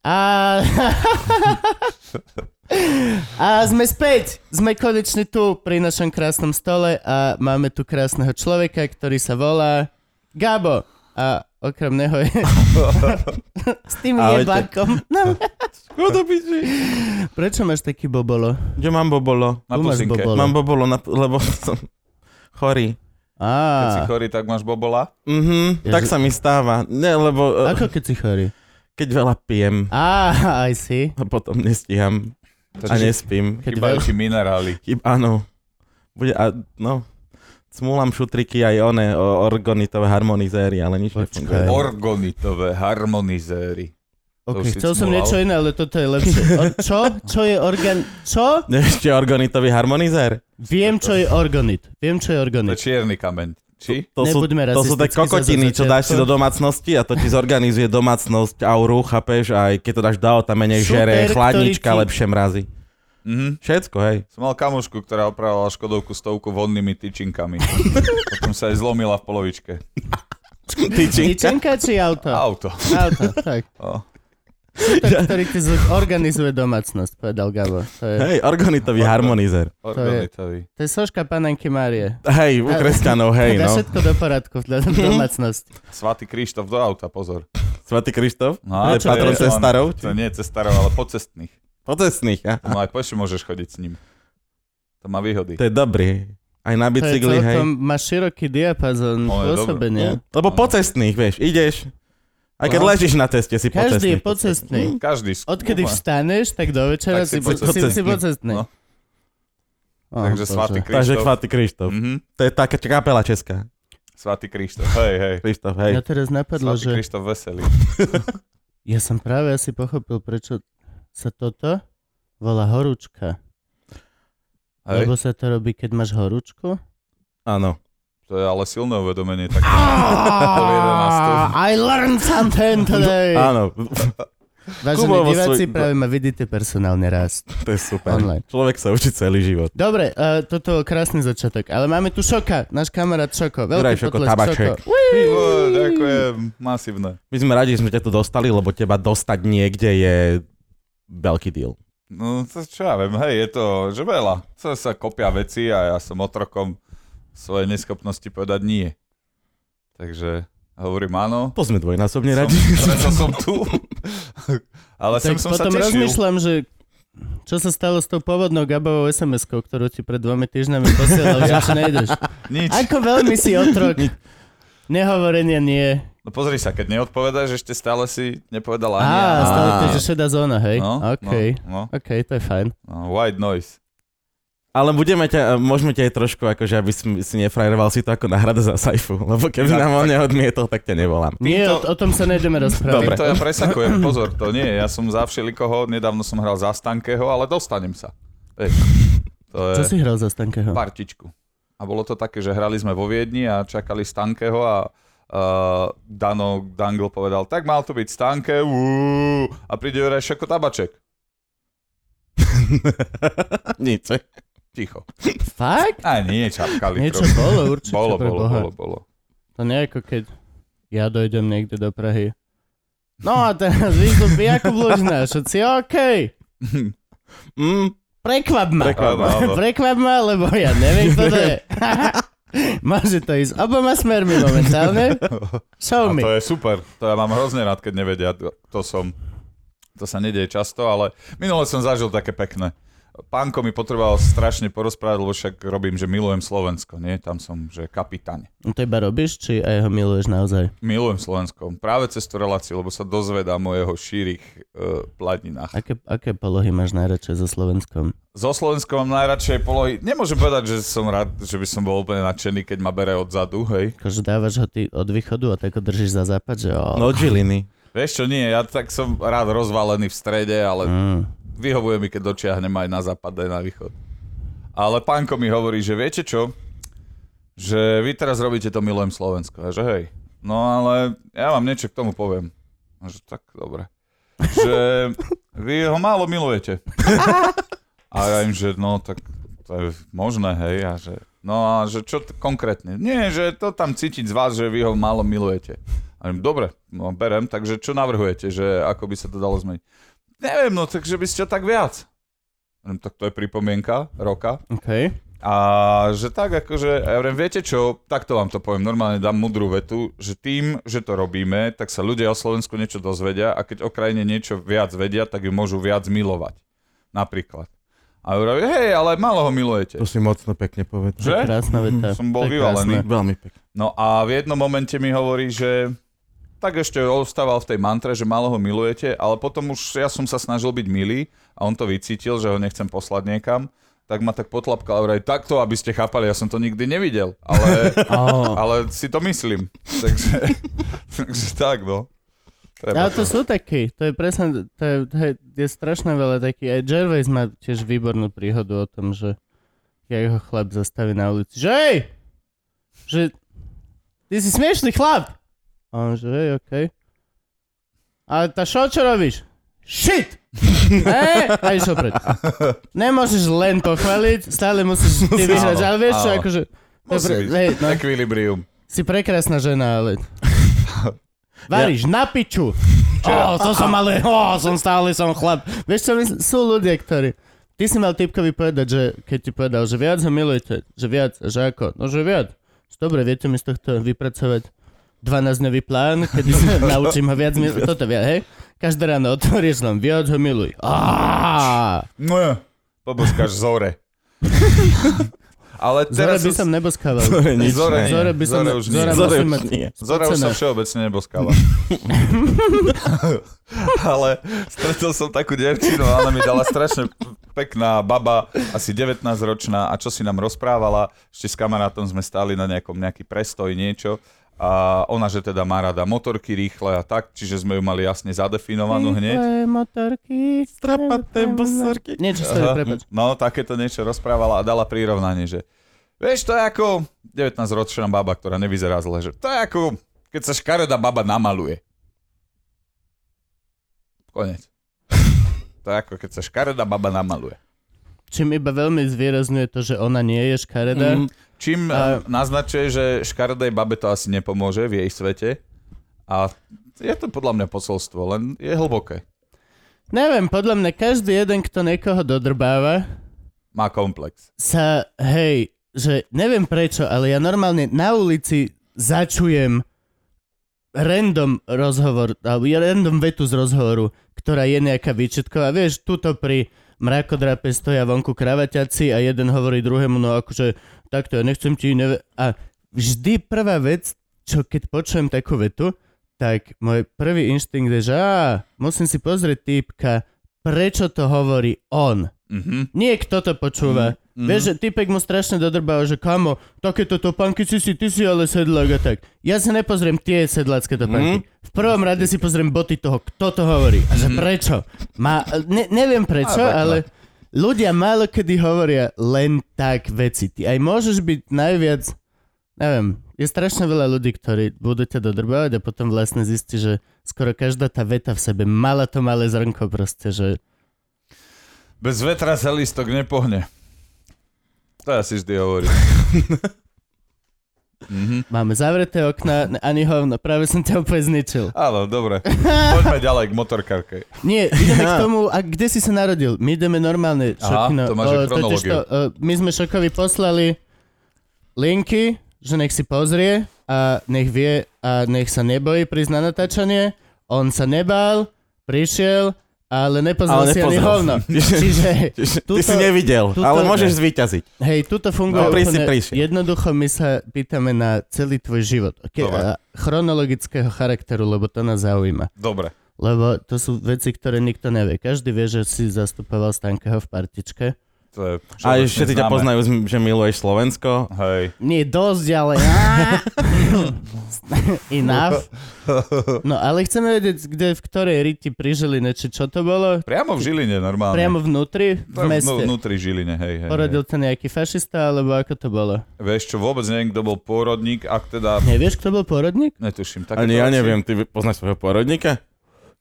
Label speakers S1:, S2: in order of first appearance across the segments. S1: A... a sme späť. Sme konečne tu pri našom krásnom stole a máme tu krásneho človeka, ktorý sa volá Gabo. A okrem neho je... S tým
S2: Ahojte.
S1: jebákom. No,
S2: Kodo piči.
S1: prečo máš taký bobolo?
S2: Kde mám bobolo?
S3: Na
S1: Tu máš
S3: pusinke.
S1: bobolo.
S2: Mám bobolo, na, lebo som chorý.
S3: Keď si
S1: Á,
S3: chorý, tak máš bobola.
S2: Mhm,
S1: Ježi-
S2: tak sa mi stáva. Ne, lebo eh,
S1: ako keď si chorý?
S2: keď veľa pijem,
S1: Á, aj si.
S2: a potom nestíham
S3: To
S2: a
S3: ti
S2: nespím.
S1: Keď
S3: chýbajú ti minerály.
S2: Chyb, áno. Bude, a, no, cmúlam šutriky aj one, o, orgonitové harmonizéry, ale nič
S1: Počkaj.
S2: nefunguje.
S3: Orgonitové harmonizéry.
S1: Ok,
S3: si
S1: chcel som
S3: cmulal.
S1: niečo iné, ale toto je lepšie. Or, čo? Čo je organ... Čo?
S2: Ešte orgonitový harmonizér?
S1: Viem, čo je organit. Viem, čo je
S3: To
S1: organit.
S3: je čierny kameň. Či?
S2: To sú,
S1: Nebuďme
S2: to sú tie
S1: rasistickí
S2: kokotiny,
S1: za
S2: čo
S1: začiatku.
S2: dáš si do domácnosti a to ti zorganizuje domácnosť, auru, chápeš, aj keď to dáš dao, tam menej
S1: Super,
S2: žere,
S1: ktorý
S2: chladnička
S1: ti-
S2: lepšie mrazí.
S3: Mhm.
S2: Všetko, hej.
S3: Som mal kamošku, ktorá opravovala Škodovku stovku vonnými tyčinkami. Potom sa aj zlomila v polovičke.
S2: Tyčinka.
S1: Tyčinka či
S2: No.
S1: auto?
S3: Auto.
S1: Auto, tak.
S3: O.
S1: Ten, ktorý ti zl- organizuje domácnosť, povedal Gabo. To je,
S2: Hej, orgonitový
S3: Orgon.
S2: harmonizér.
S3: Organitový.
S1: to je soška panenky Márie.
S2: Hej, u kresťanov, hej,
S1: Dá
S2: no.
S1: všetko do poradku v do- domácnosti.
S3: Svatý Krištof do auta, pozor.
S2: Svatý Krištof?
S3: No,
S2: je patron cestárov? či-
S3: To nie je cestárov, ale pocestných.
S2: Pocestných, a?
S3: No aj peši môžeš chodiť s ním. To má výhody.
S2: To je dobrý. Aj na
S1: To je
S2: bicykli, hej.
S1: celkom, má široký diapazon
S3: O, No, je dobré.
S1: pôsobenia.
S2: Lebo pocestných, vieš, ideš. Aj keď
S3: No.
S2: ležíš na teste, si
S1: Každý je
S2: pocestný.
S1: pocestný.
S3: Každý skúma.
S1: Odkedy vstaneš, tak do večera
S3: Mm. Tak
S1: si,
S3: si
S1: po- si,
S3: pocestný.
S1: si pocestný.
S3: No.
S1: Oh,
S3: Takže svatý
S2: Takže
S3: Krištof.
S2: Svatý Krištof.
S3: Mhm.
S2: To je taká kapela česká.
S3: Svatý Krištof, hej, hej.
S2: Krištof,
S1: Mňa
S2: hej.
S1: teraz napadlo,
S3: Svatý
S1: že
S3: Krištof veselý.
S1: ja som práve asi pochopil, prečo sa toto volá horúčka.
S3: Hej.
S1: Lebo sa to robí, keď máš horúčku.
S2: Áno.
S3: To je ale silné uvedomenie. Tak...
S1: Ah, I learned something today.
S2: Áno,
S1: Vážení
S2: Kubo vo
S1: diváci,
S2: svoj-
S1: práve ma vidíte personálne rast.
S2: to je super.
S1: Online.
S2: Človek sa učí celý život.
S1: Dobre, uh, toto je krásny začiatok, ale máme tu Šoka, náš kamarát Šoko. Veľký
S2: Juraj Šoko,
S1: potlesk,
S2: tabaček.
S1: Šoko.
S3: Ó, Ďakujem, masívne.
S2: My sme radi, že sme ťa tu dostali, lebo teba dostať niekde je veľký deal.
S3: No, to čo ja viem, hej, je to že veľa. Co sa kopia veci a ja som otrokom svojej neschopnosti povedať nie. Takže hovorím áno.
S2: To sme dvojnásobne
S3: Som,
S2: radi.
S3: preto som tu. Ale sem
S1: Tak
S3: som sa
S1: potom
S3: tešil.
S1: rozmýšľam, že čo sa stalo s tou pôvodnou Gabovou SMS-kou, ktorú ti pred dvomi týždňami posielal, že čo nejdeš.
S3: Nič.
S1: Ako veľmi si otrok. Nehovorenie nie.
S3: No pozri sa, keď neodpovedáš, ešte stále si nepovedala
S1: Á,
S3: ani. áno.
S1: stále to
S2: Á.
S1: je, že šedá zóna, hej?
S3: No,
S1: OK.
S3: no, no,
S1: OK, to je fajn.
S3: no, white noise.
S2: Ale budeme ťa, eh, môžeme ťa aj trošku, akože aby si, si nefrajeroval si to ako náhrada za sajfu. Lebo keby
S3: Tak,
S2: nám on neodmietol, tak ťa nevolám.
S1: Nie,
S3: Týmto-
S1: o, o tom sa nejdeme rozprávať.
S2: Dobre.
S3: To ja presakujem, pozor, to nie. Ja som za všelikoho, nedávno som hral za Stankého, ale dostanem sa. Vieš, to je...
S1: Čo si hral za Stankého?
S3: partičku. A bolo to také, že hrali sme vo Viedni a čakali Stankého a uh, Dano Dangle povedal, tak mal to byť Stanke, uú, a príde Juraj Šeko Tabaček.
S2: Nič.
S3: Ticho.
S1: Fakt?
S3: A nie, čapkali.
S1: Niečo
S3: trošku.
S1: bolo určite
S3: bolo,
S1: pre
S3: bolo,
S1: Boha.
S3: bolo, bolo.
S1: To nie je ako keď ja dojdem niekde do Prahy. No a teraz vystupí Jakub Lužná, všetci OK.
S2: Mm,
S1: Prekvap ma.
S2: Prekvap
S3: ma, no. áno.
S1: Prekvap ma, lebo ja neviem, kto to je. Môže to ísť oboma smermi momentálne. Show
S3: A
S1: me.
S3: to je super. To ja mám hrozne rád, keď nevedia, to som. To sa nedieje často, ale minule som zažil také pekné. Pánko mi potreboval strašne porozprávať, lebo však robím, že milujem Slovensko, nie? Tam som, že kapitáň.
S1: No to iba robíš, či aj ho miluješ naozaj?
S3: Milujem Slovensko. Práve cez tú reláciu, lebo sa dozvedám o jeho šírich uh, pladninách.
S1: Aké, aké polohy máš najradšej so Slovenskom?
S3: Zo Slovenska mám najradšej polohy. Nemôžem povedať, že som rád, že by som bol úplne nadšený, keď ma bere odzadu, hej.
S1: Akože dávaš ho ty od východu a tak ho držíš za západ, že
S2: no
S1: o...
S2: od žiliny.
S3: Vieš čo, nie, ja tak som rád rozvalený v strede, ale
S1: Mm.
S3: vyhovuje mi, keď dočiahnem aj na západ, aj na východ. Ale pánko mi hovorí, že viete čo, že vy teraz robíte to Milujem Slovensko. A že hej, no ale ja vám niečo k tomu poviem. A že tak, dobre. Že vy ho málo milujete. A ja im, že no tak to je možné, hej. A že, no a že čo t- konkrétne? Nie, že to tam cítiť z vás, že vy ho málo milujete. A hovorím, dobre, no berem, takže čo navrhujete, že ako by sa to dalo zmeniť? Neviem, no takže by ste tak viac. Hovorím, tak to je pripomienka roka.
S1: OK.
S3: A že tak akože, a ja hovorím, viete čo, takto vám to poviem, normálne dám mudrú vetu, že tým, že to robíme, tak sa ľudia o Slovensku niečo dozvedia a keď o krajine niečo viac vedia, tak ju môžu viac milovať. Napríklad. A hovorím, hej, ale málo ho milujete.
S2: To si mocno pekne povedal.
S3: Že?
S1: Krásna veta.
S3: Som
S1: To
S3: bol
S1: je
S3: vyvalený.
S1: krásne.
S2: Veľmi pekne.
S3: No a v jednom momente mi hovorí, že tak ešte ostával v tej mantre, že malo ho milujete, ale potom už ja som sa snažil byť milý a on to vycítil, že ho nechcem poslať niekam, tak ma tak potlapkal a vraj takto, aby ste chápali, ja som to nikdy nevidel, ale, ale si to myslím. Takže, takže tak, no.
S1: Ale
S3: Treba.
S1: to sú takí, to je presne, to je, to je, je strašne veľa takých, aj Gervais má tiež výbornú príhodu o tom, že keď ho chlap zastaví na ulici, že hej, že ty si smiešný chlap. A on že hej, okej. Ale tá šo, čo robíš? Shit! Hej, a išiel preč. Nemôžeš len pochváliť, stále musíš ty vyhrať, ale vieš čo,
S3: áno.
S1: akože... to je
S3: Musí
S1: pre-
S3: byť.
S1: hej, no.
S3: Equilibrium.
S1: Si prekrásna žena, ale... Varíš ja. na piču. Čo? Oh, to som ale, oh, som stále som chlap. Vieš čo, mysl- sú ľudia, ktorí... Ty si mal typkovi povedať, že keď ti povedal, že viac ho milujete, že viac, že ako, no že viac. Dobre, viete mi z tohto vypracovať 12-dňový plán, kedy sa naučím ho viac milovať. Toto viac, hej? Každé ráno otvoríš len viac ho miluj. Á!
S3: No. Pobuskáš zore. ale
S1: Zora
S3: teraz...
S1: by som neboskával.
S2: Zore nič
S3: Zore nie.
S1: Zora by som...
S3: Zora už nie.
S1: Zora
S2: Zore
S1: musím
S2: už
S1: mať...
S2: nie.
S3: Zora už sa
S1: Spocená.
S3: všeobecne neboskáva. Ale stretol som takú devčinu, a ona mi dala strašne pekná baba, asi 19-ročná, a čo si nám rozprávala, ešte s kamarátom sme stáli na nejakom nejaký prestoj, niečo, a ona, že teda má rada motorky rýchle a tak, čiže sme ju mali jasne zadefinovanú hneď.
S1: Rýchle motorky.
S2: Strapaté bosorky.
S1: Niečo, sorry,
S3: Aha,
S1: prepač.
S3: No, takéto niečo rozprávala a dala prirovnanie, že vieš, to je ako 19-ročná baba, ktorá nevyzerá zle, že to je ako keď sa škaredá baba namaluje. Konec. To je ako keď sa škaredá baba namaluje.
S1: Čím iba veľmi zvýrazňuje to, že ona nie je škaredá. Mm.
S3: Čím
S1: A-
S3: a... naznačuje, že škaredej babe to asi nepomôže v jej svete. A je to podľa mňa posolstvo, len je hlboké.
S1: Neviem, podľa mňa každý jeden, kto niekoho dodrbáva,
S3: Má komplex.
S1: sa, hej, že neviem prečo, ale ja normálne na ulici začujem random rozhovor, alebo random vetu z rozhovoru, ktorá je nejaká výčitková. Vieš, tuto pri mrakodrape stoja vonku kravaťaci a jeden hovorí druhému, no akože takto ja nechcem ti... Neve-. A vždy prvá vec, čo keď počujem takú vetu, tak môj prvý inštinkt je, že á, musím si pozrieť týpka, prečo to hovorí on.
S3: Mhm.
S1: Nie, kto to počúva. Mm, Vieš, že typek mu strašne dodrbal, že kamo, takéto topánky si si, ty si ale sedlák a tak. Ja sa nepozriem tie sedlácké topánky. V prvom rade si pozriem boty toho, kto to hovorí. A že prečo? Má, ne, neviem prečo,
S3: A, tak, no.
S1: ale ľudia málo kedy hovoria len tak veci. Ty aj môžeš byť najviac, neviem, je strašne veľa ľudí, ktorí budú ťa dodrbávať a potom vlastne zistí, že skoro každá tá veta v sebe mala to malé zrnko proste, že
S3: Bez vetra sa listok nepohne. To ja si vždy hovorím.
S1: Máme zavreté okna, n- ani hovno, práve som ťa úplne zničil.
S3: Áno, dobre. Poďme ďalej k motorkárke.
S1: Nie, ideme k tomu, a kde si sa narodil? My ideme normálne
S3: Aha,
S1: šokno.
S3: to máš aj
S1: totiž
S3: chronológiu.
S1: o, my sme Šokovi poslali linky, že nech si pozrie a nech vie a nech sa nebojí prísť na natáčanie. On sa nebál, prišiel, ale nepozval
S2: Ale
S1: si ani
S2: nepozrel.
S1: hovno. Čiže
S2: Ty si nevidel,
S1: tuto-
S2: ale môžeš zvíťaziť.
S1: Hej, tuto funguje
S2: No, prísi,
S1: úplne
S2: prísi.
S1: jednoducho, my sa pýtame na celý tvoj život. Okay,
S3: Dobre.
S1: a chronologického charakteru, lebo to nás zaujíma.
S3: Dobre.
S1: Lebo to sú veci, ktoré nikto nevie. Každý vie, že si zastupoval Stankeho v partičke.
S3: To je
S2: A
S3: všeobecne
S2: všetci ťa
S3: známe.
S2: poznajú, že miluješ Slovensko.
S3: Hej.
S1: Nie, dosť, ale... Enough. No, ale chceme vedieť, kde, v ktorej riti pri Žiline, či čo to bolo?
S3: Priamo v Žiline normálne.
S1: Priamo vnútri, v
S3: To je vnú-
S1: meste.
S3: Vnútri Žiline, hej, hej. hej.
S1: Porodil to nejaký fašista, alebo ako to bolo?
S3: Vieš čo, vôbec neviem, kto bol pôrodník, ak teda...
S1: Nevieš, kto bol porodník?
S3: Netuším. Také
S2: Ani ja
S3: veci.
S2: neviem, ty poznáš svojho porodníka?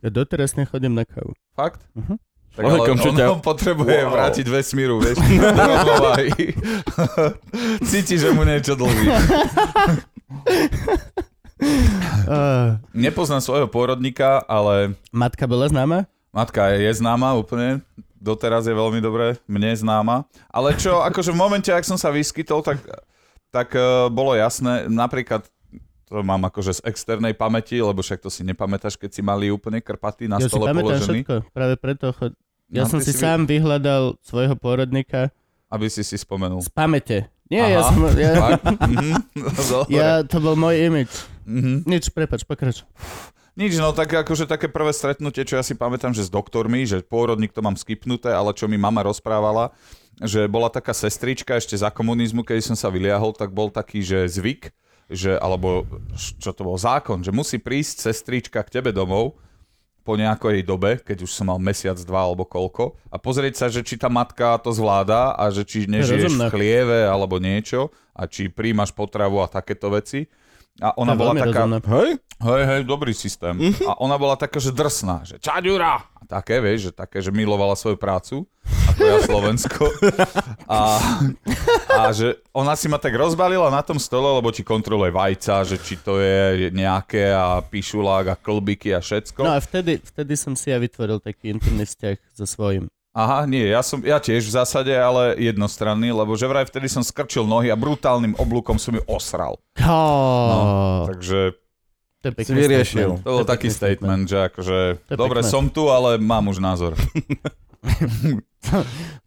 S1: Ja doteraz nechodím na kávu.
S3: Fakt?
S1: Mhm.
S3: Tak ale
S2: Človekom, čo
S3: on,
S2: ťa-
S3: on potrebuje
S2: Wow.
S3: vrátiť vesmíru, vieš, do rovnováhy. Cíti, že mu niečo dlží.
S1: Uh,
S3: Nepoznám svojho pôrodníka, ale
S1: matka bola známa?
S3: Matka je známa úplne, doteraz je veľmi dobre, mne známa. Ale čo, akože v momente, ak som sa vyskytol, tak, tak eh, bolo jasné, napríklad to mám akože z externej pamäti, lebo však to si nepamätáš, keď si mali úplne krpatý na
S1: ja si
S3: stole
S1: pamätám
S3: položený,
S1: všetko, práve preto chod... Ja
S3: No,
S1: som
S3: ty
S1: si
S3: si vy-
S1: sám vyhľadal svojho pôrodníka
S3: aby si si spomenul.
S1: z pamäte. Nie, ja
S3: Aha.
S1: som... Ja,
S3: Fakt? Mhm. Dobre.
S1: ja, to bol môj image.
S3: Mhm.
S1: Nič, prepač, pokrač.
S3: Nič, no tak akože také prvé stretnutie, čo ja si pamätám, že s doktormi, že pôrodník to mám skipnuté, ale čo mi mama rozprávala, že bola taká sestrička ešte za komunizmu, keď som sa vyliahol, tak bol taký, že zvyk, že, alebo š- čo to bol zákon, že musí prísť sestrička k tebe domov po nejakej dobe, keď už som mal mesiac, dva alebo koľko, a pozrieť sa, že či tá matka to zvláda a že či nežiješ v
S1: Rozumné.
S3: chlieve alebo niečo a či príjmaš potravu a takéto veci. A
S1: To
S3: ona
S1: je
S3: bola
S1: veľmi
S3: taká,
S1: rozumné.
S2: Hej?
S3: Hej, hej, dobrý systém.
S1: Mhm.
S3: A ona bola taká, že drsná, že čaďura! A také, vieš, že také, že milovala svoju prácu, ako ja Slovensko. A, a že ona si ma tak rozbalila na tom stole, lebo ti kontroluje vajca, že či to je nejaké a píšulák a klbiky a všetko.
S1: No a vtedy, vtedy som si ja vytvoril taký intimný vzťah so svojím.
S3: Aha, nie, ja, som, ja tiež v zásade, ale jednostranný, lebo že vraj vtedy som skrčil nohy a brutálnym oblúkom som ju osral.
S1: Oh,
S3: Takže
S1: to je pekný
S2: si vyriešil.
S1: statement.
S3: To bol
S1: je
S3: taký
S1: pekný
S3: statement, že akože,
S1: To je
S3: dobre,
S1: pekné.
S3: som tu, ale mám už názor.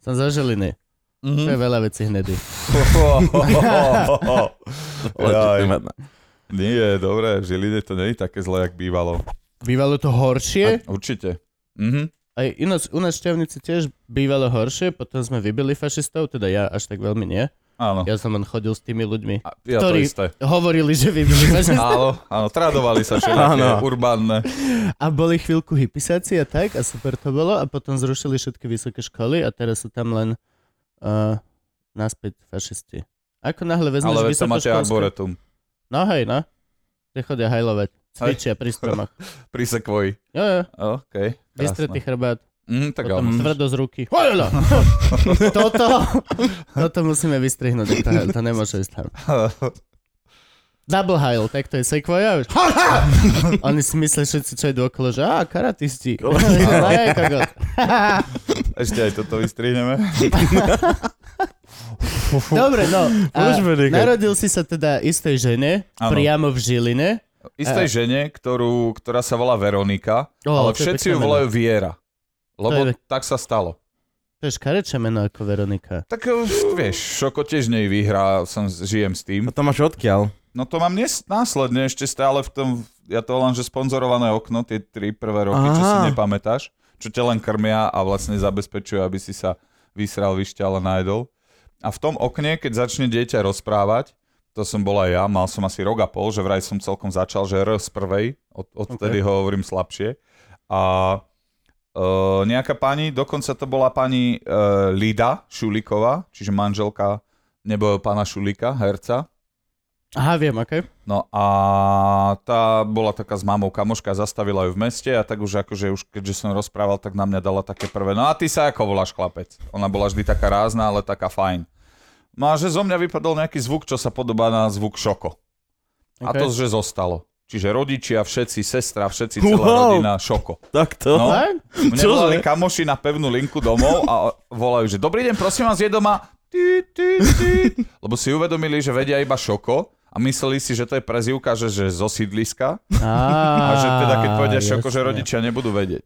S1: Som zo Žiliny. To je veľa vecí hnedy.
S3: Jaj,
S2: Legitimátna.
S3: Nie, dobre, v Žiline to nie je také zlé, jak bývalo.
S1: Bývalo to horšie?
S3: Určite. Mhm.
S1: Aj u nás, u nás v Šťavnici tiež bývalo horšie, potom sme vybili fašistov, teda ja až tak veľmi nie.
S3: Áno.
S1: Ja som len chodil s tými ľuďmi.
S3: A ja to
S1: Ktorý-
S3: isté.
S1: No. Hovorili, že vybili fašistov.
S3: Áno, áno, tradovali sa všetky
S2: Áno.
S3: urbánne.
S1: A boli chvíľku hypisáci a tak a super to bolo a potom zrušili všetky vysoké školy a teraz sú tam len uh, naspäť fašisti. Ako náhle
S3: Ale
S1: vezmeš
S3: veď to máte
S1: vysokoškolské...
S3: arboretum.
S1: No hej, no. Tie chodia hajlovať. Cvičia pri stromoch.
S3: Pri sekvoji.
S1: Jo, jo.
S3: OK,
S1: Vystretý
S3: krásne.
S1: chrbát.
S3: Mhm, tak áno.
S1: Potom tvrdo z ruky. Hojla! Toto, toto musíme vystrihnúť. To, to nemôže ísť tam. Double hail, tak to je sequoia. už. Oni si myslia všetci, čo je okolo, že á, karatisti. Hej, kokot.
S3: Ešte aj toto vystrihneme.
S1: Dobre, no. A
S2: Môžeme nechať.
S1: narodil si sa teda istej žene,
S3: Áno.
S1: priamo v Žiline.
S3: istej
S1: Eh.
S3: žene, ktorú, ktorá sa volá Veronika,
S1: Ó,
S3: ale
S1: to je
S3: všetci
S1: pekné
S3: ju
S1: meno.
S3: volajú Viera. Lebo
S1: je-
S3: tak sa stalo.
S1: To je škarečie meno ako Veronika.
S3: Tak eh, vieš, Šoko tiež nej vyhrá, som, žijem s tým.
S2: A to máš odkiaľ?
S3: No to mám nes- následne ešte stále v tom, ja to volám, že sponzorované okno, tie tri prvé roky, čo si
S2: Aha.
S3: nepamätáš, čo ťa len krmia a vlastne zabezpečujú, aby si sa vysral, vyšťal a najedol. A v tom okne, keď začne dieťa rozprávať, to som bola ja, mal som asi rok a pol, že vraj som celkom začal, že R z prvej, od, odtedy ho hovorím slabšie. A e, nejaká pani, dokonca to bola pani e, Lida Šuliková, čiže manželka nebo pána Šulika, herca,
S1: Aha, viem, aké.
S3: No a tá bola taká s mamou kamoška, zastavila ju v meste a tak už akože už keďže som rozprával, tak na mňa dala také prvé, no a ty sa ako voláš chlapec? Ona bola vždy taká rázna, ale taká fajn. No a že zo mňa vypadol nejaký zvuk, čo sa podobá na zvuk šoko. Okay. A
S1: Okay.
S3: to, že zostalo. Čiže rodičia, všetci, sestra, všetci, celá
S2: Wow.
S3: rodina, šoko.
S2: Takto?
S3: No.
S1: Fakt?
S3: Mne
S2: Čože?
S3: volali kamoši na pevnú linku domov a volajú, že dobrý deň, prosím vás, je doma. Tí, tí, tí. Lebo si uvedomili, že vedia iba šoko a mysleli si, že to je prezivka, že, že zo sídliska
S1: Á,
S3: a že teda keď povedia šoko, že
S1: jasne.
S3: rodičia nebudú vedieť.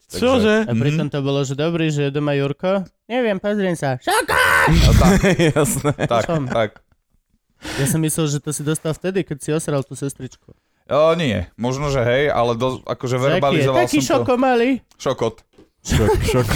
S1: A pritom to bolo, že dobrý, že je doma Jurko. Neviem, pozriem sa. Šoko!
S3: No, tak,
S2: Jasné.
S3: tak,
S1: Som.
S3: tak.
S1: Ja som myslel, že to si dostal vtedy, keď si osral tú sestričku.
S3: O, nie, možno, že hej, ale do, akože verbalizoval
S1: Taký
S3: som to.
S1: šoko malý.
S3: Šokot.
S2: Šok, šok.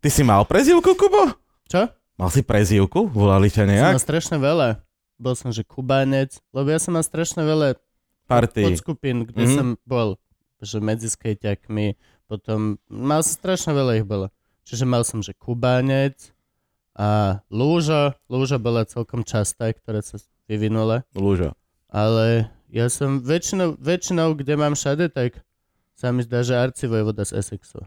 S2: Ty si mal prezivku, Kubo?
S1: Čo?
S2: Mal si prezivku? Volali ťa
S1: Som
S2: nejak?
S1: mal strašne veľa. Bol som, že Kubánec, lebo ja som mal strašne veľa
S2: Party.
S1: podskupín, kde
S2: Mhm.
S1: som bol, že medzi skejťakmi, potom mal som strašne veľa ich bolo. Čiže mal som, že Kubánec a Lúža. Lúža bola celkom častá, ktorá sa vyvinula.
S2: Lúža.
S1: Ale ja som väčšinou, väčšinou kde mám všade, tak sa mi zdá, že Arci Vojvoda z Essexu.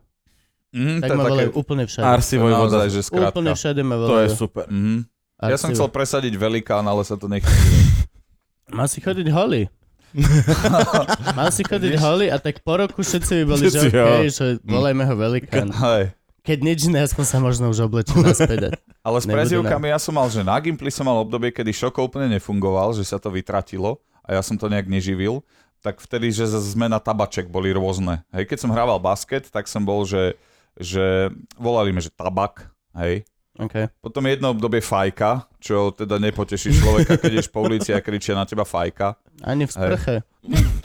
S3: Mhm,
S1: Tak
S3: to je
S1: ma
S3: také,
S1: volajú úplne všade.
S2: Arsi
S3: to je naozaj,
S2: vojvoda.
S3: že
S1: Úplne
S3: skrátka.
S1: všade ma
S2: To je
S1: volajú.
S2: super.
S3: Mhm. Ja som
S1: Arci
S3: chcel presadiť velikán, ale sa to nech...
S1: Má si chodiť holý. Mal si chodiť holý a tak po roku všetci by boli, že
S2: Všetci,
S1: okej,
S2: jo.
S1: že volajme ho velikán.
S3: Hej.
S1: Keď nič iné, aspoň sa možno už oblečil naspäť.
S3: Ale s
S1: Nebudú
S3: prezivkami ja som mal, že na Gimply som mal obdobie, kedy šoko úplne nefungoval, že sa to vytratilo a ja som to nejak neživil. Tak vtedy, že sme na tabaček boli rôzne. Hej, keď som hrával basket, tak som bol, že, že volali mi, že tabak, hej.
S1: Okay.
S3: Potom jedno obdobie fajka, čo teda nepoteší človeka, keď ješ po ulici a kričia na teba fajka.
S1: Ani v sprche.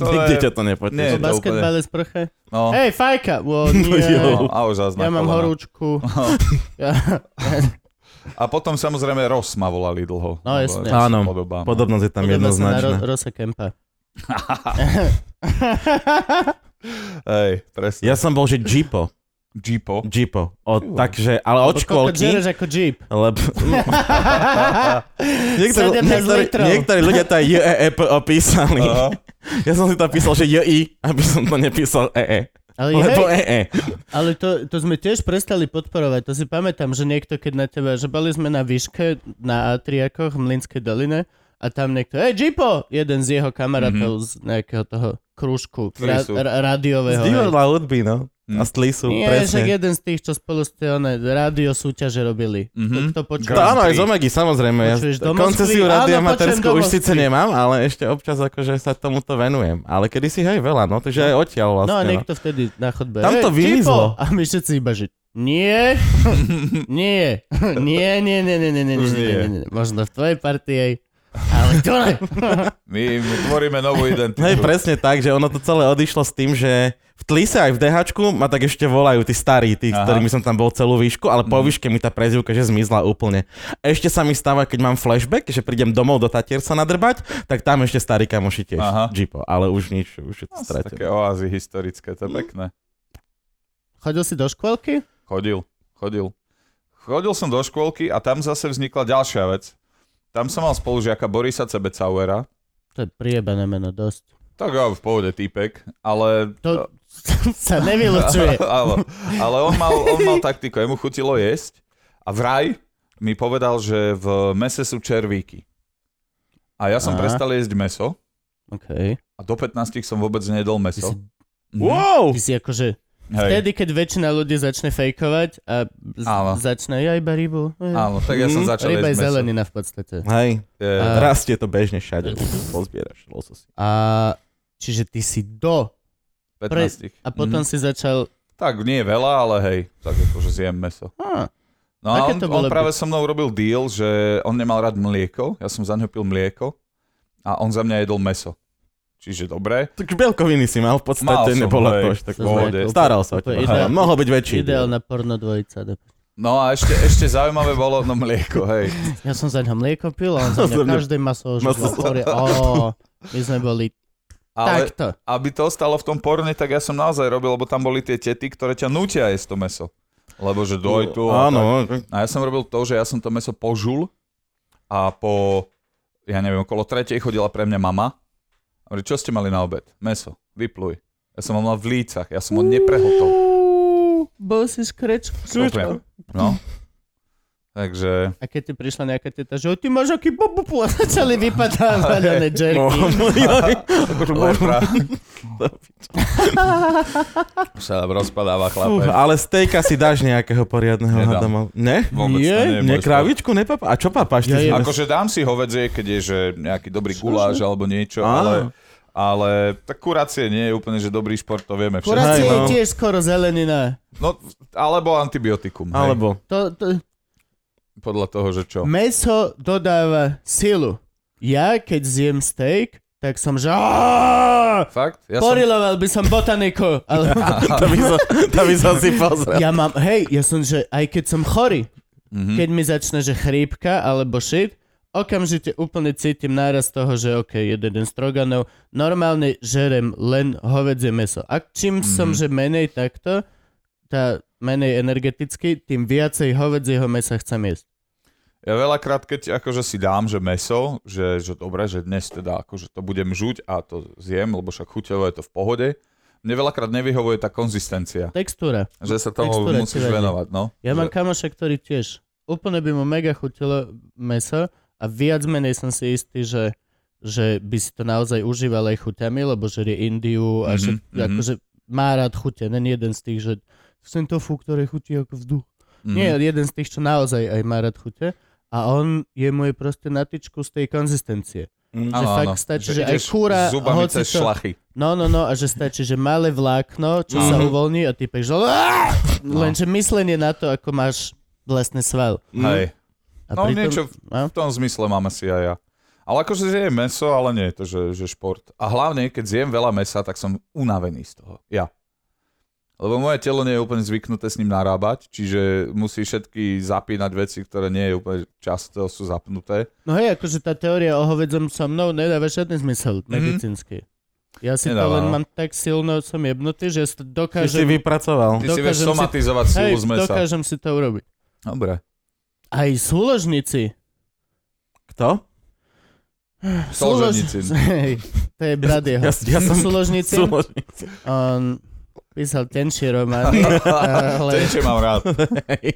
S3: To
S2: Nikde ťa
S3: je...
S2: to
S3: Nie,
S1: Po
S2: nepoteší.
S3: to
S1: basketbale sprche.
S3: No,
S1: Hej, fajka! Wow,
S2: No
S1: nie.
S2: jo.
S3: no, a už zás na
S1: Ja mám
S3: kolena.
S1: horúčku. Ja,
S3: A potom samozrejme Ross ma volali dlho.
S1: No,
S3: Lebo
S1: jasne.
S3: ja sa
S2: Áno.
S3: podobám.
S2: Podobnosť je tam
S1: Podobá sa na
S2: jednoznačná.
S1: Ro- Rosa Kempa.
S3: Hej, presne.
S2: Ja som bol, že Jeepo.
S3: Jeepo.
S2: Jeepo. O, takže, ale od škôlky,
S1: Žereš ako Jeep.
S2: lebo... niektorí,
S1: 17
S2: niektorí,
S1: litrov.
S2: niektorí ľudia to aj JEP opísali.
S3: Aha.
S2: Ja som si tam písal, že JI, aby som to nepísal EE.
S1: Ale,
S2: Lebo E
S1: hej,
S2: EE.
S1: ale to, to sme tiež prestali podporovať. To si pamätám, že niekto, keď na teba, že boli sme na výške na Atriakoch v Mlinskej doline a tam niekto, hej, Jeepo! Jeden z jeho kamarátov
S2: Mhm.
S1: mm-hmm. z nejakého toho krúžku
S3: Ktorí
S1: ra-
S3: sú-
S1: ra- rádiového. hej.
S2: Z divadla hudby, no. A z tlisu,
S1: Nie, však
S2: presne.
S1: jeden z tých, čo spolu ste one rádio súťaže robili.
S3: Mhm.
S1: To, to počúva.
S2: To No áno, aj z
S3: Grand
S2: Omegy, samozrejme. Ja
S1: Počuješ domovský?
S2: koncesiu
S1: Áno,
S2: rádia
S1: počujem
S2: Matersku už
S1: domovský.
S2: síce nemám, ale ešte občas akože sa tomuto venujem. Ale kedysi hej veľa, no, takže aj
S1: No
S2: odtiaľ
S1: a
S2: vlastne. No,
S1: niekto vtedy na chodbe.
S2: Tam to
S1: "Hej,
S2: vymizlo."
S1: Čipo! A my všetci iba, že nie, nie, nie, nie, nie, nie, nie, nie, nie,
S3: Už
S1: nie,
S3: nie.
S1: nie, nie, možno v tvojej partii, hej. ale to ne.
S3: My im tvoríme novú identitu.
S1: No
S2: no. Hej, presne tak, že ono to celé odišlo s tým, že v Tlise aj v DHčku ma tak ešte volajú tí starí, tí,
S3: Aha. Mhm.
S2: Aha. ktorými som tam bol celú výšku, ale po výške mi tá prezivka že zmizla úplne. A ešte sa mi stáva, keď mám flashback, že prídem domov do Tatier sa nadrbať, tak tam ešte starí kamoši tiež,
S3: Aha. No,
S2: Jeepo, ale už nič, už je to stratené.
S3: Také oázy historické, to je pekné.
S1: Chodil si do škôlky?
S3: Chodil, chodil. Chodil som do škôlky a tam zase vznikla ďalšia vec. Tam som mal spolužiaka Borisa Cebecauera.
S1: To je priebané meno, dosť.
S3: Tak ja v pohode týpek, ale...
S1: To
S3: No.
S1: sa nevylučuje.
S3: Áno, ale on mal, on mal taktiku, jemu chutilo jesť a vraj mi povedal, že v mese sú červíky. A ja som
S1: Aha.
S3: prestal jesť meso
S1: Okay.
S3: a do 15 som vôbec nejedol meso.
S1: si-
S3: Mhm,
S2: Wow!
S1: Ty si akože,
S3: Hej.
S1: vtedy, keď väčšina ľudí začne fejkovať a z-
S3: Áno.
S1: začne, ja iba rybu. ja-
S3: Áno, tak ja som
S2: Mhm.
S3: začal
S1: Hm, Ryba je
S3: jesť meso.
S1: zelenina v podstate.
S2: Hej,
S3: Je,
S1: A-
S2: rastie to bežne všade, pozbieraš lososy.
S1: A čiže ty si do
S3: 15.
S1: a potom
S3: Mhm.
S1: si začal...
S3: Tak nie veľa, ale hej, tak akože zjem meso.
S1: Ah,
S3: No a
S1: Aké
S3: on,
S1: to
S3: on
S1: bolo
S3: práve so mnou robil deal, že on nemal rád mlieko, ja som za ňo pil mlieko a on za mňa jedol meso. Čiže dobre.
S2: Tak bielkoviny si mal v
S3: Mal
S2: podstate,
S3: som,
S2: nebola
S3: hej,
S2: to až tak...
S1: To sme
S3: pohode.
S1: ako-
S2: Staral sa o
S1: úplne
S2: teba.
S1: ideál-
S2: Hej, Mohol byť väčší.
S1: Ideálna porno dvojica. do-
S3: No a ešte, ešte zaujímavé bolo no mlieko, hej.
S1: Ja som za ňa mlieko pil a on za
S2: Za mňa-
S1: mňa každé maso už
S2: Maso-
S1: oh, My sme boli
S3: Ale
S1: takto.
S3: aby to ostalo v tom porne, tak ja som naozaj robil, lebo tam boli tie tety, ktoré ťa nutia jesť to meso. Lebo že doj tu. a tak.
S2: Áno,
S3: A ja som robil to, že ja som to meso požul a po, ja neviem, okolo tretej chodila pre mňa mama. A hovorí, čo ste mali na obed? Meso. Vypluj. Ja som ho mal v lícach, ja som ho neprehotol.
S1: Uú, Bol si škreč.
S3: Úplne. No. Takže...
S1: A keď ti prišla nejaká teta, že "O, ty máš aký bububu a začali vypadávať oné jerky.
S2: No,
S3: Akože
S1: Akože
S3: Lepra. Už sa rozpadáva
S2: Fú,
S3: chlape.
S2: ale stejka si dáš nejakého poriadneho
S3: Nedám.
S2: hada mal. Ne?
S3: Vôbec to nie
S2: Nie?
S3: je
S2: Nie
S3: môj
S2: krávičku, ne papa? A čo papáš?
S1: Ja
S2: ty?
S1: jem.
S3: Akože dám si hovedzie, keď je že nejaký dobrý guláš alebo niečo,
S2: Á.
S3: ale, ale tak kurácie nie je úplne, že dobrý šport, to vieme všetci.
S1: Kurácie
S2: Hej,
S1: je
S2: no.
S1: tiež skoro zelenina.
S3: No, alebo antibiotikum. hej.
S2: Alebo.
S1: To, to,
S3: Podľa toho, že čo.
S1: Meso dodáva silu. Ja, keď zjem steak, tak som že... "Aaah!"
S3: Fakt? Ja som...
S1: Poriloval by som botaniku. Ale
S2: To by, som, to by som si pozrel.
S1: ja mám, hej, ja som, že aj keď som chorý,
S3: Mhm.
S1: keď mi začne, že chrípka alebo shit, okamžite úplne cítim náraz toho, že ok, jeden stroganov, normálne žerem len hovedzie meso. A čím som, že menej takto, tá menej energeticky, tým viacej hovedzieho mesa chcem jesť.
S3: Ja veľakrát, keď akože si dám, že meso, že, že dobre, že dnes teda akože to budem žuť a to zjem, lebo však chuťovo je to v pohode. Mne veľakrát nevyhovuje tá konzistencia,
S1: Textúra.
S3: že sa toho
S1: Textúra ti
S3: musíš
S1: vadí.
S3: venovať, no.
S1: Ja mám
S3: Že-
S1: kamoša, ktorý tiež. Úplne by mu mega chutilo meso a viac menej som si istý, že že by si to naozaj užíval aj chuťami, lebo žerie Indiu a
S3: Mhm,
S1: že
S3: mhm.
S1: akože má rád chute, len jeden z tých, že chcem tofu, ktoré chutí ako vzduch.
S3: Mhm.
S1: Nie, jeden z tých, čo naozaj aj má rád chute. A on je môj proste natičku z tej konzistencie. že
S2: Mm.
S3: Mhm. Áno,
S1: fakt
S3: áno.
S1: stačí, že aj
S3: ideš
S1: kúra,
S3: zubami
S1: hoci
S3: cez
S1: čo-
S3: šlachy.
S1: No, no, no, a že stačí, že malé vlákno, čo sa
S2: Mhm.
S1: uvoľní a ty že...
S3: No.
S1: Lenže myslenie na to, ako máš vlastne sval.
S2: Hm?
S3: Hej.
S1: A
S3: No, niečo
S1: a?
S3: V tom zmysle máme si aj ja. Ale akože že je meso, ale nie je to, že, že šport. A hlavne, keď zjem veľa mesa, tak som unavený z toho. Ja. Lebo moje telo nie je úplne zvyknuté s ním narábať, čiže musí všetky zapínať veci, ktoré nie je úplne často sú zapnuté.
S1: No hej, akože tá teória o hovedzom so mnou nedáva žiadny
S2: Mhm.
S1: zmysel medicínsky. Ja si to
S3: Nedáva,
S1: len
S3: no.
S1: mám tak silno, som jebnutý, že si to
S2: Ty si
S1: dokážem,
S2: vypracoval.
S3: Ty si vieš
S1: Dokážem si-
S3: somatizovať
S1: hej,
S3: silu z mesa.
S1: dokážem si to urobiť.
S3: Dobre.
S1: Aj súložníci.
S2: Kto?
S1: Súlož-
S3: Solženicin.
S1: Hej, to je brat jeho.
S2: Ja, ja som...
S1: Súložníci,
S2: Súložník.
S1: on písal tenší román, ale
S3: Tenšie mám rád.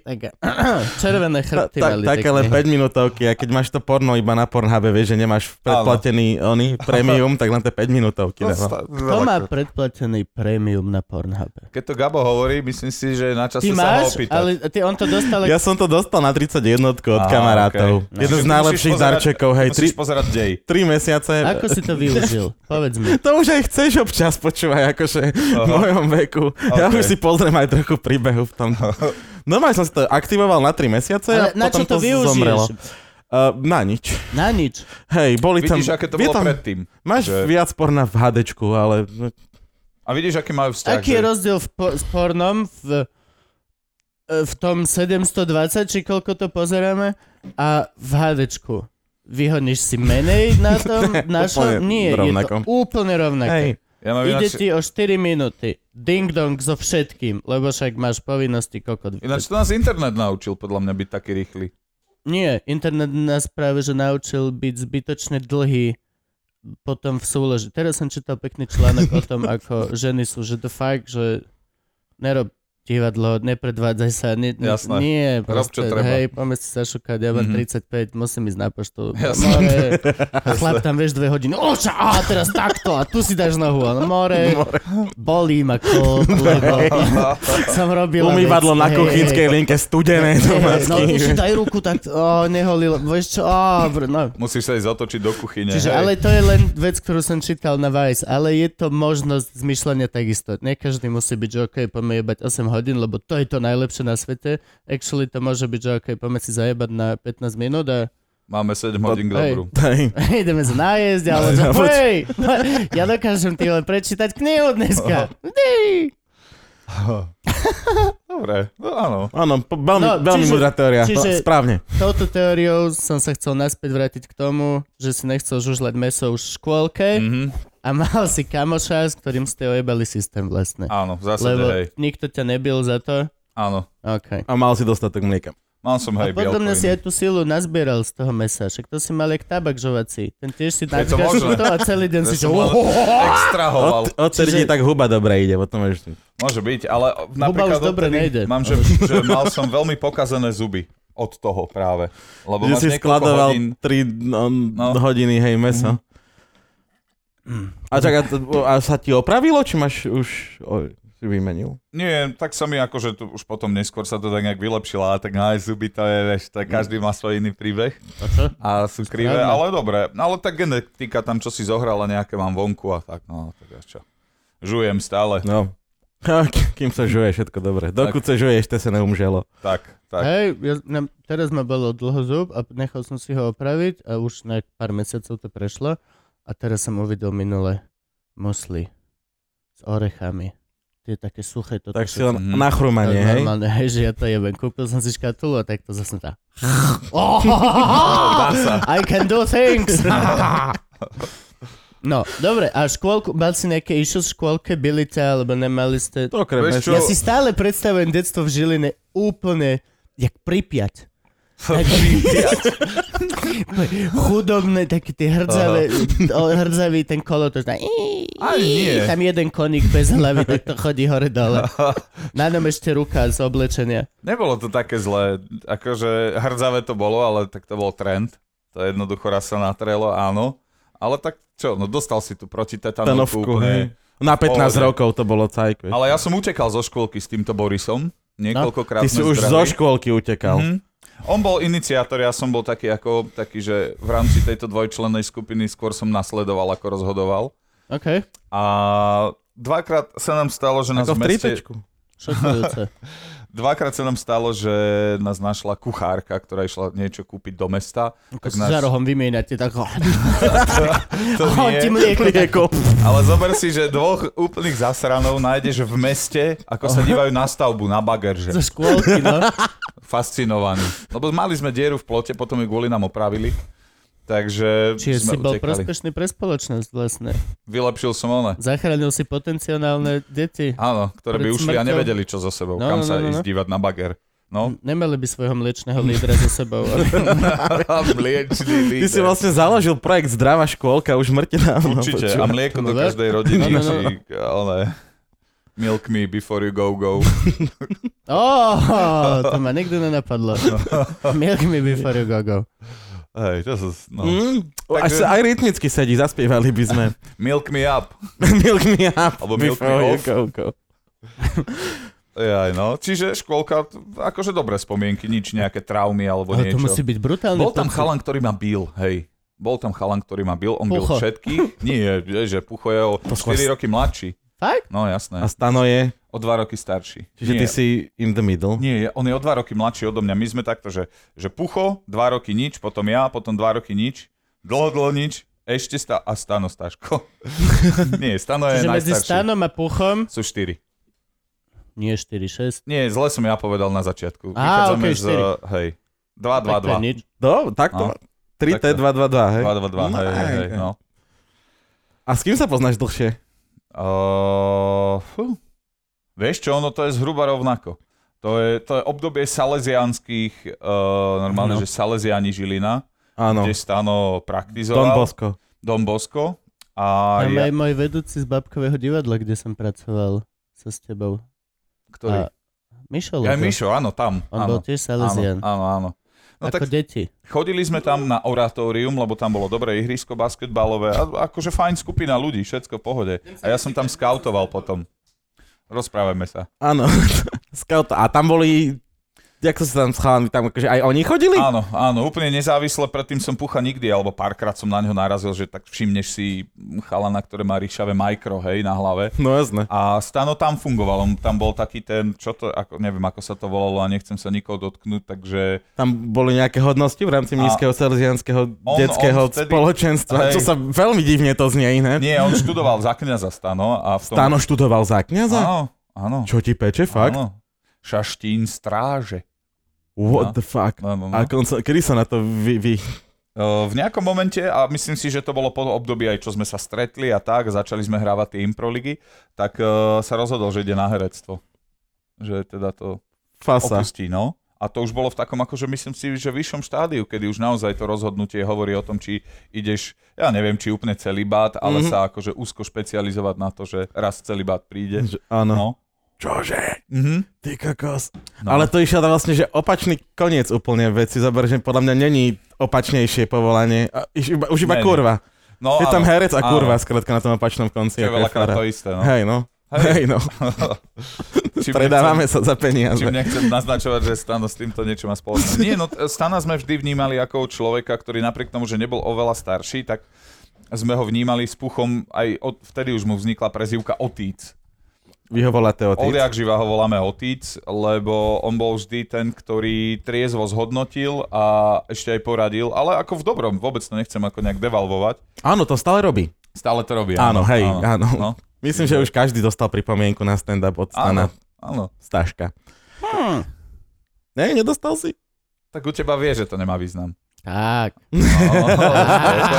S1: tak, červené
S2: Ta,
S1: chrbty
S2: ta,
S1: mali.
S2: také len
S1: pekne.
S2: 5 minútovky a keď máš to porno iba na Pornhube, vieš, že nemáš predplatený oný premium, tak len to 5 minútovky.
S3: To
S2: dáva.
S3: sta-
S1: Kto má
S3: veľa-
S1: predplatený prémium na Pornhube?
S3: Keď to Gabo hovorí, myslím si, že je na
S1: Ty
S3: čase sa ho
S1: máš,
S3: opýtať.
S1: ale ty, on to dostal
S2: Ja som to dostal na 31 od
S3: Á,
S2: kamarátov.
S3: okej.
S2: Jeden z
S3: Musíš
S2: najlepších
S3: pozerať-
S2: darčekov, hej, 3
S3: Musíš pozerať dej.
S2: mesiace.
S1: Ako si to využil? Povedz mi.
S2: To už aj chceš občas počúvať, akože v
S3: Aha.
S2: mojom veku. Ja
S3: Okej.
S2: už si pozriem aj trochu príbehu v tom. Normálne som si to aktivoval na 3 mesiace
S1: Ale
S2: a
S1: na čo to
S2: potom to zomrelo.
S1: využiješ?
S2: Uh, na nič.
S1: Na nič.
S2: Hej, boli tam...
S3: Vidíš, aké to
S2: je
S3: bolo
S2: tam,
S3: predtým.
S2: Máš
S3: že-
S2: viac porna v hadečku, ale... no,
S3: A vidíš, aký majú vzťah.
S1: Aký je
S3: že-
S1: rozdiel v po- s pornom v, e, v tom 720, či koľko to pozeráme, a v HDčku? Vyhodíš si menej na tom našom?
S2: úplne
S1: Nie,
S2: rovnako.
S1: je to úplne rovnaké.
S2: Hej,
S3: Ja mám
S1: Ide
S3: ináč,
S1: ti o 4 minúty. Ding-dong so všetkým, lebo však máš povinnosti kokot.
S3: ináč to nás internet naučil, podľa mňa, byť taký rýchly.
S1: Nie, internet nás práve že naučil byť zbytočne dlhý potom v súloži. Teraz som čítal pekný článok o tom, ako ženy sú, že to fakt, že nerob divadlo, nepredvádzaj sa, nie, nie-
S3: Jasné.
S1: nie
S3: Rob, čo treba.
S1: hej, poďme si sa šukať, ja mám
S3: Mhm.
S1: 35, musím ísť na poštu.
S3: Jasné.
S1: More. A chlap tam, vieš, dve hodiny, oča, a teraz takto, a tu si dáš nohu, ale more, bolí ma klb, lebo som robila vec,
S2: umývadlo na
S1: hej, hej.
S2: kuchynskej linke studené
S1: No tu si
S2: domácky.
S1: daj ruku, tak oh, neholil, vieš čo, oh, br- no.
S3: Musíš sa ísť zatočiť do kuchyne.
S1: Čiže,
S3: hej.
S1: ale to je len vec, ktorú som čítal na Vice, ale je to možnosť zmyšľania takisto. Nie každý musí byť, že OK, poďme jebať 8 hodín, lebo to je to najlepšie na svete. Actually to môže byť, že OK, poďme si zajebať na 15 minút a
S3: Máme 7 hodín k
S1: Hej.
S3: dobru.
S2: Hej.
S1: ideme sa nájsť, ale že,
S2: Započ-
S1: hej, ja dokážem ty len prečítať knihu dneska. Hej.
S3: Dobre, no áno.
S2: Áno, po- veľmi,
S1: No,
S2: veľmi
S1: čiže-
S2: múdra teória,
S1: čiže-
S2: správne.
S1: Touto teóriou som sa chcel naspäť vrátiť k tomu, že si nechcel žužľať meso už v škôlke.
S3: Mhm,
S1: A mal si kamoša, s ktorým ste ojebali systém vlastne.
S3: áno, v zásade,
S1: Lebo
S3: hej.
S1: nikto ťa nebil za to.
S3: Áno.
S1: OK.
S2: A mal si dostatok mlieka.
S3: Mal som,
S1: A
S3: hej,
S1: podľa mňa si aj
S3: bielkoviny.
S1: tú silu nazbieral z toho mesa. Však to si mal jak tabak žovací. Ten tiež si
S3: Je to
S1: načkáš
S3: možné.
S1: to a celý deň
S3: Ja
S1: si že...
S3: som len Extrahoval.
S2: Od, od Sergi
S1: Čiže-
S2: tak huba dobre ide, potom ešte.
S3: Môže byť, ale napríklad
S1: už dobre
S3: odtedy
S1: nejde.
S3: mám, že, že mal som veľmi pokazené zuby od toho práve.
S2: Že
S3: Lebo máš
S2: si
S3: niekoľko
S2: skladoval
S3: hodín
S2: 3 no,
S3: No. Mm.
S2: hodiny, hej, meso. A čak, a, t- a sa ti opravilo, či máš už o, si vymenil?
S3: Nie, tak sa mi akože tu už potom neskôr sa to tak nejak vylepšilo, ale tak na zuby to je, vieš, tak
S1: Mm.
S3: každý má svoj iný príbeh
S1: A čo?
S3: a sú krivé,
S1: Správne.
S3: ale dobre. Ale tak genetika tam, čo si zohrala, nejaké mám vonku a tak, no, tak až čo. Žujem stále,
S2: No. Kým sa žuje, všetko dobre. Dokúd sa žuje, ešte sa neumželo.
S3: tak, tak.
S1: Hej, ja, ne, teraz ma bolo dlho zub a nechal som si ho opraviť a už na pár mesiacov to prešlo. A teraz som uvidel minule musli s orechami. Tie také suché. Toto,
S2: Tak
S1: čo
S2: si len
S3: Mhm.
S2: na
S1: To
S2: chrumanie,
S1: je
S2: hej?
S1: Normálne, hej, že ja to jebem. Kúpil som si škatulu a tak to zase tá.
S3: Dá sa.
S1: I can do things. No, dobre, a škôlku, mal si nejaké issues v škôlke, byli ťa, alebo nemali ste...
S2: To okrem
S3: Vieš
S2: mesa.
S3: čo?
S1: Ja si stále predstavujem detstvo v Žiline úplne, jak pripiať. Chudobné, také tie hrdzavé, o, hrdzavý ten kolotoč. na-
S3: Aj nie.
S1: Tam jeden koník bez hlavy, tak to chodí hore-dole. Na ňom ešte ruka z oblečenia.
S3: Nebolo to také zlé, akože hrdzavé to bolo, ale tak to bol trend. To jednoducho raz sa natrelo, áno. Ale tak čo, no dostal si tu proti tetanovku
S2: Stanovku, hej.
S3: úplne.
S2: Na 15
S3: Pohode.
S2: rokov to bolo cajk. vieš.
S3: Ale ja som utekal zo škôlky s týmto Borisom. Niekoľkokrát
S2: Ty si
S3: sme
S2: už
S3: zdrali.
S2: zo škôlky utekal.
S3: Mhm. On bol iniciátor, ja som bol taký ako, taký, že v rámci tejto dvojčlennej skupiny skôr som nasledoval, ako rozhodoval.
S1: OK,
S3: A dvakrát sa nám stalo, že nás
S2: Ako v
S3: v meste...
S2: tritečku.
S1: šokujúce.
S3: Dvakrát sa nám stalo, že nás našla kuchárka, ktorá išla niečo kúpiť do mesta.
S1: Ako si
S3: nás-
S1: za rohom vymieňate, tak ho...
S3: To
S1: Ahoj,
S3: nie,
S1: ti mlieko.
S2: Priekol.
S3: ale zober si, že dvoch úplných zasranov nájdeš v meste, ako sa dívajú na stavbu, na bager, že
S1: Zo škôlky, no.
S3: fascinovaní. Lebo mali sme dieru v plote, potom ju kvôli nám opravili. Takže
S1: Čiže
S3: sme
S1: si bol
S3: utekali.
S1: prospešný pre spoločnosť vlastne.
S3: Vylepšil som ona.
S1: Zachránil si potenciálne deti.
S3: Áno, ktoré by
S1: Pred
S3: ušli
S1: smrťou.
S3: a nevedeli, čo so sebou,
S1: No, no,
S3: kam sa
S1: no, no, no.
S3: ísť dívať na bager. No,
S1: Nemali by svojho mliečného lídra so sebou. ale-
S3: mliečný
S2: Ty
S3: líder.
S2: si vlastne založil projekt Zdravá škôlka, už mŕtina.
S3: Určite, a mlieko
S1: No,
S3: do každej rodiny,
S1: no, no, no.
S3: či, ale... Milk me before you go go.
S1: Ó, to ma nikdy nenapadlo. Milk me before you go go.
S3: Hej, to sú, no.
S2: Mm, až
S3: Takže-
S2: sa aj rytmicky sedí, zaspievali by sme.
S3: Milk me up.
S2: milk me up.
S3: Alebo milk me
S2: before you
S3: off.
S2: go, go.
S3: Jaj, no. Čiže škôlka, t- akože dobré spomienky, nič, nejaké traumy alebo
S1: Ale to
S3: niečo.
S1: musí byť brutálny
S3: Bol tam
S1: pocit.
S3: chalan, ktorý ma bil, hej. Bol tam chalan, ktorý ma bil, on bil
S1: Pucho.
S3: všetkých. Nie, že Pucho je o 4
S2: skôr s-
S3: roky mladší.
S1: Fakt?
S3: No
S2: A
S3: jasné,
S2: Stano je,
S3: o 2 roky starší.
S2: čiže
S3: Nie.
S2: ty si in the middle.
S3: Nie, on je o dva roky mladší odo mňa. My sme takto, že, že Pucho, dva roky nič, potom ja, potom dva roky nič, dlho, dlho nič, ešte sta- a Stano Staško. Nie, Stano je
S1: Čiže medzi
S3: najstarší.
S1: stanom a puchom...
S3: Sú štyri.
S1: Nie 4, 6.
S3: Nie, zle som ja povedal na
S1: Á,
S3: začiatku. Vychádzame
S1: okej,
S3: z...
S1: štyri.
S3: Hej. 2, 2, 2.
S1: nič.
S2: Do, takto.
S3: No.
S2: 3T,
S3: Takto.
S2: 2, 2, 2, hej.
S3: 2, 2, 2, hej, hej, hej, no.
S2: A s kým sa poznáš dlhšie?
S3: Uh, fú. vieš čo, ono to je zhruba rovnako. To je, to je obdobie salesianských, uh,
S2: No.
S3: normálne, že salesiani Žilina,
S1: No.
S2: Áno,
S3: kde Stano
S2: Don
S3: praktizoval.
S2: Bosco.
S3: Don Bosco. A
S1: Tam aj
S3: ja,
S1: môj vedúci z Babkového divadla, kde som pracoval sa s tebou. A
S3: ktorý?
S1: Mišo
S3: Ja,
S1: Lugo.
S3: Mišo, áno, tam.
S1: On
S3: áno,
S1: bol tiež
S3: áno,
S1: Salesian.
S3: áno, áno. No
S1: Ako
S3: tak
S1: deti.
S3: chodili sme tam na oratórium, lebo tam bolo dobré ihrisko basketbalové. A akože fajn skupina ľudí, všetko v pohode. A ja som tam skautoval potom. Rozprávajme sa.
S2: Áno, scout. A tam boli, jak sa tam s chalanmi, tam akože aj oni chodili?
S3: Áno, áno, úplne nezávisle, predtým som pucha nikdy, alebo párkrát som na ňo narazil, že tak všimneš si chalana, ktoré má ríšavé majkro, hej, na hlave.
S2: No jasné.
S3: A Stano tam fungoval, on tam bol taký ten, čo to, ako, neviem ako sa to volalo a nechcem sa nikoho dotknúť, takže
S2: Tam boli nejaké hodnosti v rámci nízkeho salesianského
S3: on
S2: detského
S3: vtedy-
S2: spoločenstva,
S3: Hej.
S2: čo sa veľmi divne to znie iné.
S3: Nie, on študoval za kniaza Stano a v tom...
S2: Stano študoval za kniaza?
S3: Áno, áno.
S2: Čo ti peče, fakt?
S3: Áno. Šaštín stráže.
S2: What
S3: No.
S2: the fuck?
S3: No, no, no.
S2: A konca, kedy sa na to vy... vy...
S3: Eh, V nejakom momente, a myslím si, že to bolo po období aj čo sme sa stretli a tak, začali sme hrávať tie improligy, tak eh, sa rozhodol, že ide na herectvo. Že teda to
S2: Fasa.
S3: opustí, no. A to už bolo v takom, akože myslím si, že vyššom štádiu, kedy už naozaj to rozhodnutie hovorí o tom, či ideš, ja neviem, či úplne celibát, ale
S2: Mhm.
S3: sa akože úzko špecializovať na to, že raz celibát príde.
S2: Že- Áno.
S3: No.
S2: Čože?
S3: Mhm.
S2: Ty kokos.
S3: No.
S2: Ale to išlo vlastne, že opačný koniec úplne veci. Zober, že podľa mňa není opačnejšie povolanie. A iš- iba, už iba
S3: Není.
S2: kurva.
S3: No,
S2: Je tam
S3: áno,
S2: herec a
S3: áno.
S2: kurva, skrátka na tom opačnom konci.
S3: Čo je
S2: ako je
S3: veľakrát
S2: fara.
S3: to isté, no.
S2: Hej, no. Hej, no.
S3: Čím
S2: Predávame sa za peniaze.
S3: Čím nechcem naznačovať, že Stano s týmto niečo má spoločné. Nie, no t- Stana sme vždy vnímali ako človeka, ktorý napriek tomu, že nebol oveľa starší, tak sme ho vnímali s puchom, aj od, vtedy už mu vznikla prezývka Otíc.
S2: Vy ho voláte o tých.
S3: Odjak živa ho voláme Otíc, lebo on bol vždy ten, ktorý triezvo zhodnotil a ešte aj poradil, ale ako v dobrom, vôbec to nechcem ako nejak devalvovať.
S2: Áno, to stále robí.
S3: Stále to robí.
S2: Áno, hej, áno.
S3: No,
S2: Myslím, že už každý dostal pripomienku na stand-up od Stana
S3: áno, Hm. áno.
S2: Staška. Ne, nedostal si?
S3: Tak u teba vie, že to nemá význam.
S1: Tak.
S3: Oh,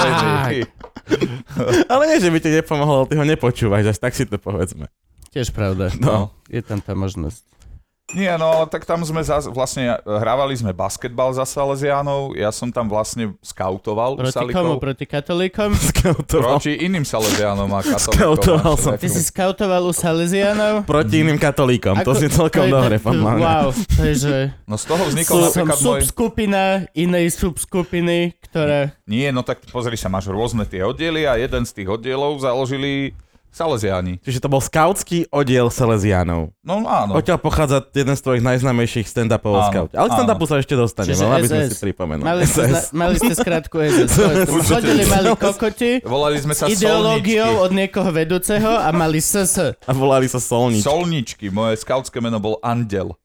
S2: Ale nie, že by ti nepomohlo, ty ho nepočúvaš, až tak si to povedzme.
S1: Tiež pravda.
S2: No.
S1: Je tam tá možnosť.
S3: Nie, no ale tak tam sme zas, vlastne hrávali sme basketbal za Salesianov, ja som tam vlastne skautoval
S1: Proti
S3: Salikov.
S1: komu? Proti katolíkom?
S2: Skautoval.
S3: Proti iným Salesianom a katolíkom. vlastne.
S2: Skautoval
S3: Máš
S2: som.
S3: takú-
S1: Ty si skautoval u Salesianov?
S2: Proti iným katolíkom. To
S1: Ako-
S2: si celkom
S1: to je
S2: dobre
S1: tak-
S2: pomáha.
S1: Wow, to je, že
S3: No z toho vznikol
S1: som
S3: napríklad môj...
S1: subskupina inej subskupiny, ktorá...
S3: Nie, no tak pozri sa, máš rôzne tie oddiely a jeden z tých oddielov založili Salesiani.
S2: Čiže to bol skautský oddiel Salesianov.
S3: No áno.
S2: Odtiaľ pochádza jeden z tvojich najznámejších stand-upov o
S3: Áno,
S2: skaute. Ale k
S3: áno.
S2: stand-upu sa ešte dostaneme,
S1: Čiže
S2: len aby sme
S1: SS.
S2: si pripomenuli.
S1: Mali ste, zna- mali ste skrátku SS. to je to. Chodili mali kokoti
S3: Volali sme
S1: s
S3: sa
S1: ideológiou
S3: Solničky.
S1: od niekoho vedúceho a mali SS.
S2: A volali sa Solnič.
S3: Solničky, moje skautské meno bol Andel.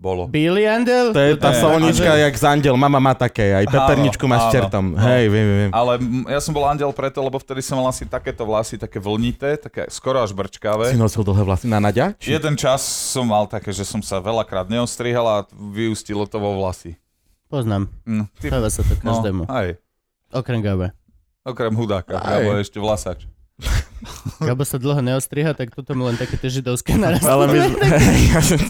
S3: Bolo.
S1: Billy Andel?
S2: To je tá
S3: Ne,
S2: solnička,
S3: akože-
S2: jak z Andel. Mama má také, aj peperničku má
S3: áno,
S2: s čertom.
S3: áno.
S2: Hej, viem, viem. viem.
S3: Ale m- ja som bol Andel preto, lebo vtedy som mal asi takéto vlasy, také vlnité, také skoro až brčkavé.
S2: Si nosil dlhé vlasy na Nadia? Či...
S3: Jeden čas som mal také, že som sa veľakrát neostrihal a vyústilo to vo vlasy.
S1: Poznám.
S3: Hm, ty,
S1: Stáva sa to
S3: no,
S1: každému.
S3: aj,
S1: Okrem Gaba.
S3: okrem hudáka,
S2: Aj.
S3: alebo ešte vlasač.
S1: Gabo sa dlho neostriha, tak toto mu len také tie židovské naraz.
S2: Ale my sme... ja som-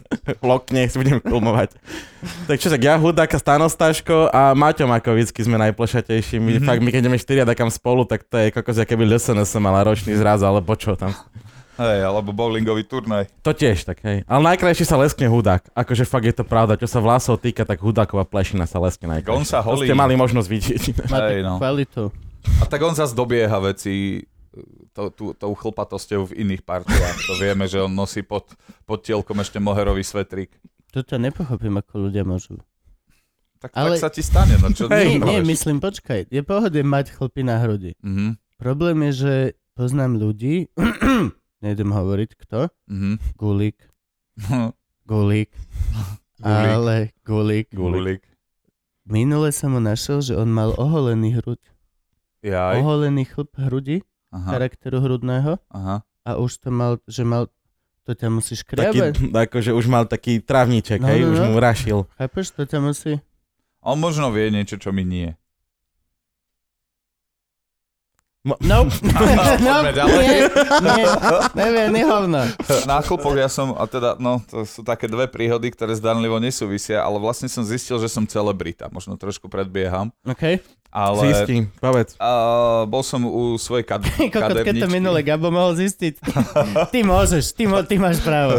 S2: Lokne si budem filmovať. tak čo, tak ja, Hudáka, Stanostaško a Maťo Makovický sme najplešatejší.
S3: Mhm.
S2: My, mm-hmm. fakt, my keď ideme štyria takam spolu, tak to je kokos, aké by LSNS mala ročný zraz, alebo čo tam.
S3: Hej, alebo bowlingový turnaj.
S2: To tiež tak, hej. Ale najkrajšie sa leskne hudák. Akože fakt je to pravda, čo sa vlasov týka, tak hudáková plešina sa leskne najkrajšie.
S3: On sa
S2: To
S3: holí.
S2: ste mali možnosť vidieť.
S1: Má to
S3: Hej, no.
S1: kvalitu.
S3: A tak on zase dobieha veci to, tú, tou chlpatosťou v iných partiách. To vieme, že on nosí pod, pod tielkom ešte moherový svetrík.
S1: Toto nepochopím, ako ľudia môžu.
S3: Tak,
S1: Ale-
S3: Ale... tak sa ti stane, no čo
S1: Nie,
S2: Hej,
S3: no.
S1: nie, myslím, počkaj. Je pohode mať chlpy na hrudi.
S3: Mhm,
S1: Problém je, že poznám ľudí, nejdem hovoriť kto,
S3: mhm.
S1: Gulik, Gulik,
S3: Gulík,
S1: ale Gulik.
S3: Gulík.
S1: Minule som ho našiel, že on mal oholený hrud.
S3: Jaj.
S1: Oholený chlp hrudi,
S3: Aha,
S1: charakteru hrudného
S3: aha.
S1: a už to mal, že mal, to ťa musí škriabať.
S2: Taký, akože už mal taký trávniček,
S1: No,
S2: hej,
S1: no,
S2: už
S1: no.
S2: mu rašil.
S1: Chápeš, to ťa musí?
S3: On možno vie niečo, čo mi nie.
S1: No, no,
S3: Poďme ďalej.
S1: nie, nie, neviem, nehovno.
S3: Na chlpoch ja som, a teda, no, to sú také dve príhody, ktoré zdanlivo nesúvisia, ale vlastne som zistil, že som celebrita. Možno trošku predbieham,
S1: OK.
S3: ale...
S2: Zisti, povedz.
S3: A bol som u svojej kad-
S1: Kokot, keď to
S3: kaderničky.
S1: minule Gabo mohol zistiť. Ty môžeš, ty, mo- ty máš právo.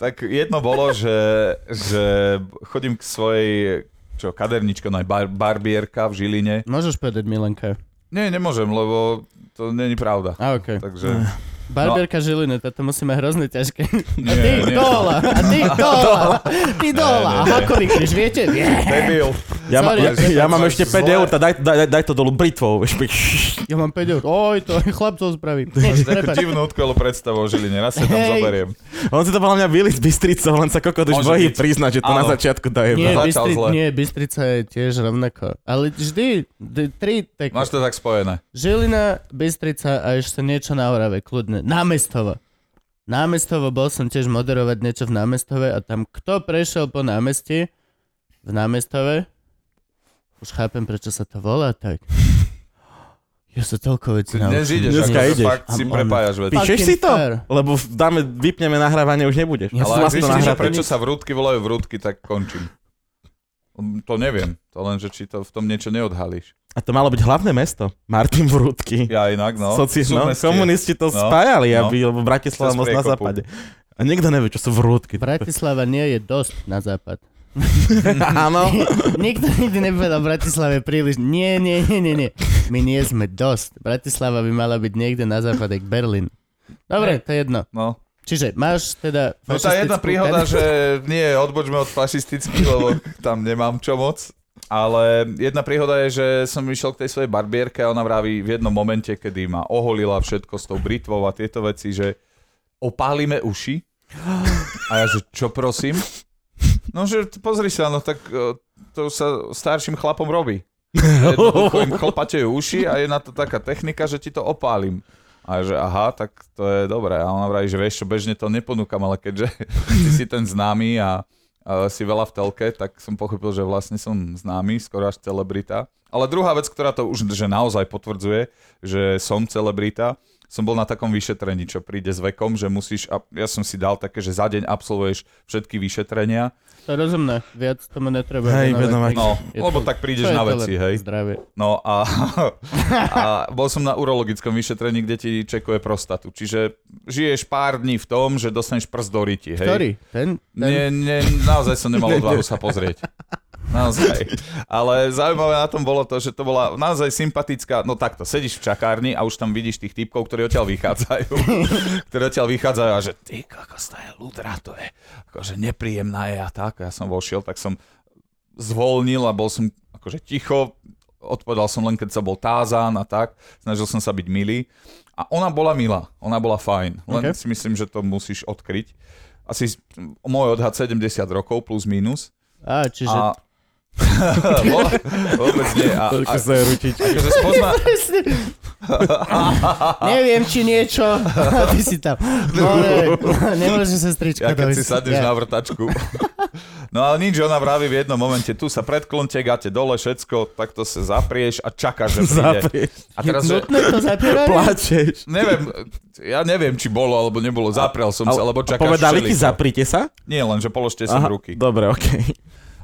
S3: Tak jedno bolo, že, že chodím k svojej čo, kaderničke, no aj bar- barbierka v Žiline.
S1: Môžeš povedať Milenka.
S3: Nie, nemôžem, lebo to není pravda.
S1: A OK.
S3: Takže...
S1: Barberka Žilina, toto musí mať hrozne ťažké. A ty
S3: Nie, nie.
S1: dola, a ty dola, ty dola.
S3: nie,
S1: A
S3: nie.
S1: ako rýchliš, viete? Nie.
S3: Debil.
S2: Ja, ma,
S1: Sorry,
S2: ja,
S1: že-
S2: ja mám ešte
S3: zle.
S2: 5 eur, tak daj, daj, daj to dolu britvou. vieš, by-
S1: Ja mám 5 eur. Oj, to chlapcov spraví. Nie,
S3: Takú
S1: prepáč.
S3: divnú odkolo predstavu o Žiline, raz sa tam
S1: Hej.
S3: zoberiem.
S2: On si to podľa mňa vyli z Bystricou, len sa kokot už
S3: Môže
S2: bojí
S3: byť.
S2: priznať, že to na
S3: Áno.
S2: začiatku daje.
S1: Nie,
S3: Začal
S1: Bystri,
S3: zle.
S1: nie, Bystrica je tiež rovnako. Ale vždy, d- tri také.
S3: Máš to tak spojené.
S1: Žilina, Bystrica a ešte niečo na Orave, kľudne. Námestovo. Námestovo, bol som tiež moderovať niečo v Námestove a tam kto prešiel po námestí v Námestove, už chápem, prečo sa to volá tak. Ja sa toľko vecí
S3: Ty dnes
S1: naučím.
S3: ideš,
S2: Dneska
S3: ako
S2: ideš.
S3: fakt si
S1: A- a-
S3: prepájaš veci.
S1: Pi-
S2: Píšeš si to?
S1: Fair.
S2: Lebo v- dáme, vypneme nahrávanie, už nebudeš.
S1: Ja
S2: Ja
S1: som
S3: Ale
S2: som
S3: ak
S2: vás to
S3: zistíš, že
S2: nahrávanie.
S3: prečo sa vrútky volajú vrútky, tak končím. Mm, To neviem. To len, že či to v tom niečo neodhalíš.
S2: A to malo byť hlavné mesto. Martin Vrútky.
S3: Ja inak, no.
S2: Soci,
S3: Sú
S2: no,
S3: mestie.
S2: komunisti to
S3: No,
S2: spájali,
S3: no.
S2: aby, lebo Bratislava
S3: Cez
S2: moc na
S3: priekopu.
S2: západe. A nikto nevie, čo sú vrútky.
S1: Bratislava nie je dosť na západ.
S2: Áno.
S1: Nikto nikdy nepovedal Bratislave príliš. Nie, nie, nie, nie, nie. My nie sme dosť. Bratislava by mala byť niekde na západe, k Berlín. Dobre, to je jedno.
S3: No.
S1: Čiže máš teda...
S3: No tá jedna
S1: fašistickú
S3: príhoda,
S1: kade-
S3: že nie, odbočme od fašistických, lebo tam nemám čo moc. Ale jedna príhoda je, že som išiel k tej svojej barbierke a ona vraví v jednom momente, kedy ma oholila všetko s tou britvou a tieto veci, že opálime uši. A ja, že čo prosím? No, že t- pozri sa, no tak e, to sa starším chlapom robí. Jednoducho im chlpatejú uši a je na to taká technika, že ti to opálim. A ja, že aha, tak to je dobré. A ona vraví, že vieš čo, bežne to neponúkam, ale keďže ty si ten známy a, a si veľa v telke, tak som pochopil, že vlastne som známy, skoro až celebrita. Ale druhá vec, ktorá to už že naozaj potvrdzuje, že som celebrita, som bol na takom vyšetrení, čo príde s vekom, že musíš, a ja som si dal také, že za deň absolvuješ všetky vyšetrenia.
S1: To je rozumné, viac tomu netreba.
S2: Hej,
S1: venovať.
S2: venovať.
S3: No,
S1: Je
S3: lebo
S1: to- To
S3: tak prídeš
S1: je
S3: na
S1: to
S3: veci,
S1: len
S3: hej.
S1: Zdravie.
S3: No a, a bol som na urologickom vyšetrení, kde ti čekuje prostatu. Čiže žiješ pár dní v tom, že dostaneš prst do riti, hej.
S1: Ktorý? Ten? ten?
S3: Nie, nie, naozaj som nemal odvahu sa pozrieť. Naozaj. Ale zaujímavé na tom bolo to, že to bola naozaj sympatická, no takto, sedíš v čakárni a už tam vidíš tých typkov, ktorí odtiaľ vychádzajú. ktorí odtiaľ vychádzajú a že ty, kokos, to je ľudra, to je akože nepríjemná je a tak. A ja som vošiel, tak som zvolnil a bol som akože ticho, odpovedal som len, keď sa bol tázan a tak, snažil som sa byť milý. A ona bola milá, ona bola fajn, len
S1: Ok.
S3: si myslím, že to musíš odkryť. Asi s- môj odhad 70 rokov plus minus.
S1: Á, čiže...
S3: A... Bola- Vôbec nie. A, a,
S2: Toľko sa je rutičky.
S3: akože spozna...
S1: Presne. Neviem, či niečo. A ty si tam. More, nemôže sestrička
S3: Ja keď
S1: dojsť.
S3: si sadneš
S1: Ja.
S3: na vrtačku. No ale nič, ona vraví v jednom momente, tu sa predklonte, gáte dole, všetko, takto sa zaprieš a čakáš, že príde.
S2: Zaprieš.
S3: A teraz, že
S1: Nutné No to zapieranie?
S2: Plačeš.
S3: Neviem, ja neviem, či bolo alebo nebolo, zaprel som sa, lebo
S2: A
S3: čakáš
S2: povedali ti,
S3: všeličo.
S2: zaprite sa?
S3: Nie, len, že položte som ruky.
S2: Dobre, okej.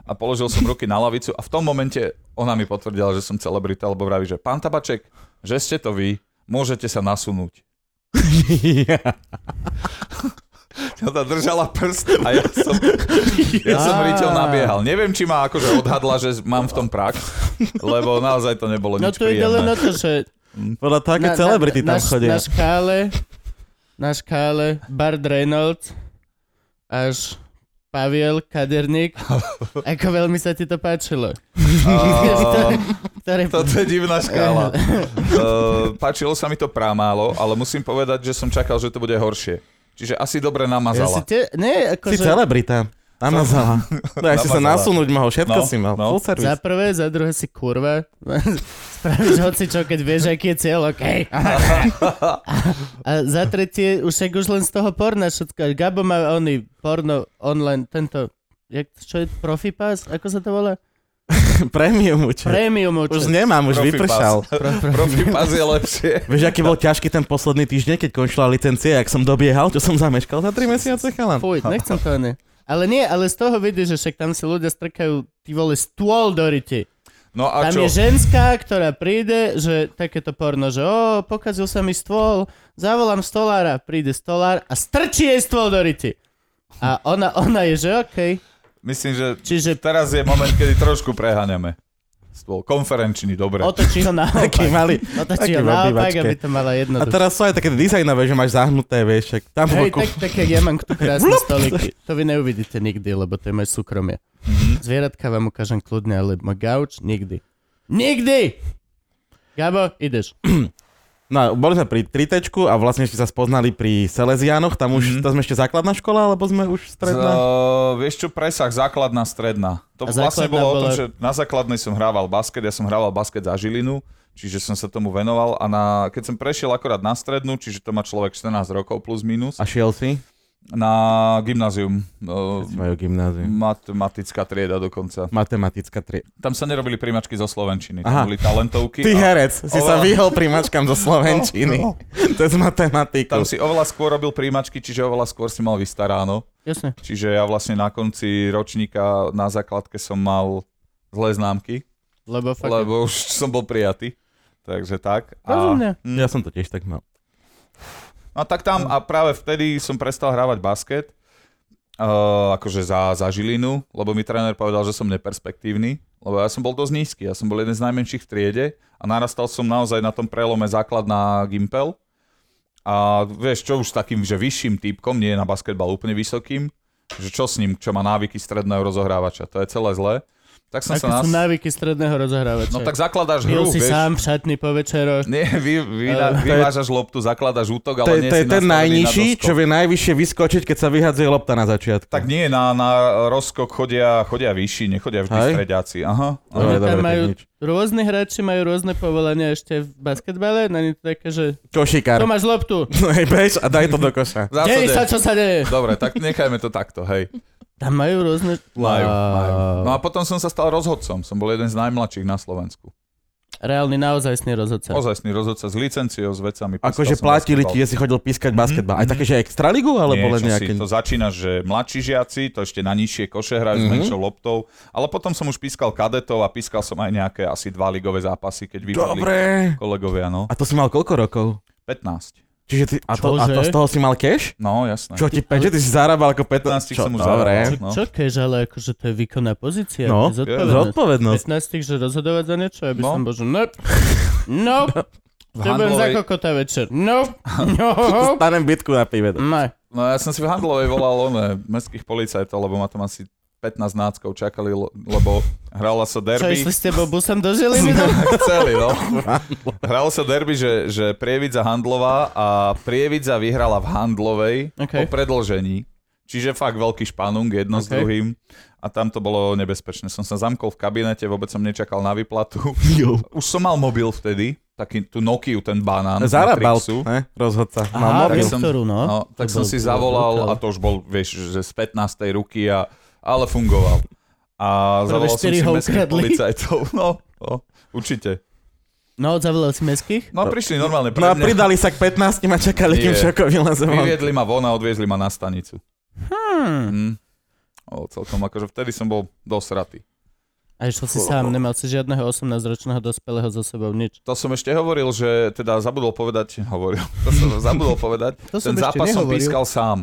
S3: A položil som ruky na lavicu a v tom momente ona mi potvrdila, že som celebrita, lebo vraví, že pán Tabaček, že ste to vy, môžete sa nasunúť. Ona držala prst a ja som, ja som
S1: Á.
S3: riteľ nabiehal. Neviem, či ma akože odhadla, že mám v tom prax, lebo naozaj to nebolo
S1: No
S3: nič
S1: tu ide len o
S3: príjemné.
S1: to, že
S2: Podľa toho, aké celebrity tam
S1: na, š-
S2: chodia.
S1: Na škále, na škále Bart Reynolds až Pavel Kaderník. Ako veľmi sa ti to páčilo?
S3: A-
S1: Ktoré...
S3: Toto je divná škála. Uh, páčilo sa mi to prámálo, ale musím povedať, že som čakal, že to bude horšie. Čiže asi dobre
S1: Ja si
S3: namazala.
S1: tie... Nie,
S2: Si
S1: akože...
S2: celebrita. Namazala. No, ak si sa
S3: Namazala.
S2: nasunúť mohol, všetko
S3: No,
S2: si mal.
S3: no.
S2: Full service.
S1: Za prvé, za druhé si kurva. Spravíš hocičo, keď vieš, aký je cieľ, okej. A za tretie, už však už len z toho porna všetko. Gabo má oný porno online, tento, jak, čo je, Profi Pass? Ako sa to volá?
S2: Premium účet.
S1: Premium
S2: Už
S1: účet.
S2: nemám, už
S3: Profi
S2: vypršal.
S3: Profi pas je lepšie.
S2: Vieš, aký bol ťažký ten posledný týždeň, keď končila licencia, ak som dobiehal, čo som zameškal za 3 mesiace, chalan.
S1: Fuj, nechcem to ani. Ale nie, ale z toho vidíš, že však tam si ľudia strkajú, ty vole, stôl do riti.
S3: No a
S1: Tam
S3: čo?
S1: je ženská, ktorá príde, že takéto porno, že o, pokazil sa mi stôl, zavolám stolára, príde stolár a strčí jej stôl do riti. A ona, ona je, že okej.
S3: Myslím, že
S1: Čiže
S3: teraz je moment, kedy trošku preháňame. Stôl konferenčný, dobre.
S1: otočí ho
S2: Taký
S1: naopak.
S2: malý.
S1: Otočí ho
S2: taký
S1: naopak,
S2: babívačke.
S1: aby to mala
S2: A
S1: jednoduché.
S2: teraz sú aj také dizajnové, že máš zahnuté, vieš, však tam
S1: Hej,
S2: boku.
S1: tak, tak jak ja mám tu krásne stoliky. To vy neuvidíte nikdy, lebo to je moje súkromie.
S2: Mhm.
S1: Zvieratka vám ukážem kľudne, ale môj gauč nikdy. Nikdy! Gabo, ideš.
S2: No, boli sme pri 3 a vlastne ešte sa spoznali pri Seleziánoch, tam už,
S3: Mhm.
S2: to sme ešte základná škola, alebo sme už stredná?
S3: Uh, vieš čo, presah, základná, stredná. To
S1: A základná
S3: vlastne bolo o tom,
S1: bola-
S3: že na základnej som hrával basket, ja som hrával basket za Žilinu, čiže som sa tomu venoval a na, keď som prešiel akorát na strednú, čiže to má človek 14 rokov plus minus,
S2: A šiel si?
S3: na gymnázium, uh,
S2: Si majú gymnázium.
S3: matematická trieda dokonca.
S2: Matematická tri.
S3: Tam sa nerobili primačky zo Slovenčiny,
S2: Aha.
S3: tam boli talentovky.
S2: Ty
S3: a
S2: herec, si sa
S3: Oveľa-
S2: vyhol primačkám zo Slovenčiny. To je z matematiku.
S3: No, tam si oveľa skôr robil príjmačky, čiže oveľa skôr si mal vystaráno.
S1: Jasne.
S3: Čiže ja vlastne na konci ročníka na základke som mal zlé známky,
S1: Lebo fakt... Lebo...
S3: lebo už som bol prijatý. Takže tak.
S1: Rozumne.
S3: Mm.
S2: Ja som to tiež tak mal.
S3: No tak tam a práve vtedy som prestal hrávať basket, uh, akože za, za Žilinu, lebo mi tréner povedal, že som neperspektívny, lebo ja som bol dosť nízky, ja som bol jeden z najmenších v triede a narastal som naozaj na tom prelome základná Gimpel. A vieš, čo už s takým, že vyšším typkom, nie na basketbal úplne vysokým, že čo s ním, čo má návyky stredného rozohrávača, to je celé zlé. Tak som
S1: Aké
S3: sa
S1: sú
S3: nás...
S1: návyky stredného rozohrávača?
S3: No tak No, zakladáš
S1: Pil
S3: hru,
S1: si
S3: vieš.
S1: sám v šatni po večeroch.
S3: Nie, vy, vy,
S1: Ale-
S3: vy, vyvážaš loptu, zakladaš
S2: Eh,
S3: útok,
S2: To
S3: ale
S2: je,
S3: nie
S2: to je
S3: si
S2: ten
S3: nastavený na
S2: najnižší,
S3: doskok.
S2: čo vie najvyššie vyskočiť, keď sa vyhadzuje lopta na začiatku.
S3: Tak nie, na, na rozkok chodia, chodia vyšší, nechodia v
S2: Hej.
S3: strediaci. Aha.
S1: Oni
S2: Dobre,
S1: tam
S2: dobre, tak
S1: majú,
S2: nič.
S1: rôzni hráči majú rôzne povolania ešte v basketbale, na nie to také, že
S2: Košikár.
S1: tu máš loptu,
S2: No hej, bež a daj to do koša.
S3: V zásade-
S1: dej sa, čo sa deje.
S3: Dobre, tak nechajme to takto, hej.
S1: Tam
S3: No
S1: majú rôzne...
S3: Majú,
S1: Wow.
S3: majú. No a potom som sa stal rozhodcom. Som bol jeden z najmladších na Slovensku.
S1: A reálny naozajstný rozhodca.
S3: Ozajstný rozhodca s licenciou, s vecami.
S2: Akože
S3: pískal som
S2: platili ti,
S3: basketbal.
S2: že si chodil pískať
S3: Mhm,
S2: basketbal. Aj také, že extraligu, alebo len
S3: Niečo
S2: nejaké...
S3: si, to začínaš, že mladší žiaci, to ešte na nižšie koše hráš
S2: Mhm.
S3: mm-hmm. s menšou loptou, ale potom som už pískal kadetov a pískal som aj nejaké asi dva ligové zápasy, keď vypadli
S2: Dobre.
S3: kolegovia, no.
S2: A to si mal koľko rokov?
S3: 15.
S2: Čiže ty, a, to, a
S1: Čože?
S2: to z toho si mal cash?
S3: No, jasné.
S2: Čo ti peče, ty si zarábal ako 15...
S3: 15
S2: Čo,
S3: som už
S2: dobre.
S3: zarábal. No.
S1: Čo kež, ale akože to je výkonná pozícia,
S2: No,
S1: to je zodpovednosť.
S2: zodpovednosť.
S1: 15 že rozhodovať za niečo, aby
S3: No.
S1: som bože, no, no, to budem
S3: V
S1: za
S3: handlovej,
S1: kokota večer, no, no,
S2: Stanem bitku na pive.
S1: no.
S3: no ja som si v handlovej volal one, mestských policajtov, lebo ma tam asi 15 náckov čakali, lo- lebo hrala sa
S1: Čo,
S3: derby.
S1: išli s tebou busom do Žiliny? no?
S3: Chceli, no. Hralo sa derby, že, že Prievidza handlová a Prievidza vyhrala v handlovej
S1: OK.
S3: okay. po predlžení. Čiže fakt veľký španung jedno s
S1: OK.
S3: druhým. A tam to bolo nebezpečné. Som sa zamkol v kabinete, vôbec som nečakal na výplatu.
S2: Jo.
S3: Už som mal mobil vtedy, taký tú Nokiu, ten banán.
S2: Zarábal,
S3: Matrixu.
S2: ne? Rozhodca. Mal
S1: Aha,
S2: mobil.
S1: tak som- ktorú, no.
S3: no tak
S1: To
S3: som
S1: bol-
S3: si
S1: to bol brutál.
S3: zavolal a to už bol, vieš, že z 15. ruky, a, ale fungoval. A
S1: Prvé
S3: zavolal som
S1: štyri
S3: si
S1: ho
S3: mestských
S1: ukradli.
S3: policajtov. No, no, určite.
S1: No, zavolal si meských?
S3: No prišli normálne pre
S2: No a
S3: mňa.
S2: pridali sa k 15 a čakali, kým
S3: Nie.
S2: šoko vyleze von.
S3: Vyviedli ma von a odviezli ma na stanicu.
S1: Hmm.
S3: Mm. O, celkom akože vtedy som bol dosť ratý.
S1: A išiel si sám, nemal si žiadneho 18-ročného dospelého so sebou, nič.
S3: To som ešte hovoril, že teda zabudol povedať, hovoril, to som zabudol povedať,
S1: To som
S3: ten
S1: ešte
S3: zápas som
S1: nehovoril.
S3: pískal sám.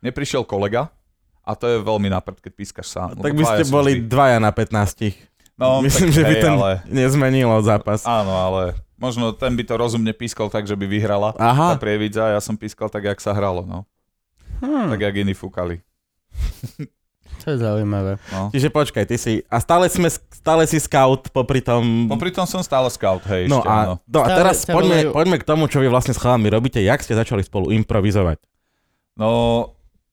S3: Neprišiel kolega a to je veľmi naprd, keď pískaš sám.
S2: Tak
S3: lebo
S2: by
S3: dvaja
S2: ste
S3: sú
S2: boli
S3: vždy.
S2: dvaja na 15.
S3: No,
S2: Myslím,
S3: tak,
S2: že by
S3: hej,
S2: ten
S3: Ale,
S2: nezmenilo zápas.
S3: áno, ale možno ten by to rozumne pískal tak, že by vyhrala tá
S2: Aha,
S3: prievidza a ja som pískal tak, jak sa hralo, no.
S1: Hmm,
S2: Hm.
S3: Tak, jak iní fúkali.
S1: to je zaujímavé.
S3: No.
S2: čiže počkaj, ty si... A stále, sme, stále si scout popri tom...
S3: Popri tom som stále scout,
S2: Hm.
S3: hej,
S2: No
S3: ešte, áno.
S2: a, no a
S1: Stále
S2: teraz
S1: sa
S2: poďme,
S1: volajú-
S2: poďme k tomu, čo vy vlastne s chalami robíte. Jak ste začali spolu improvizovať?
S3: No,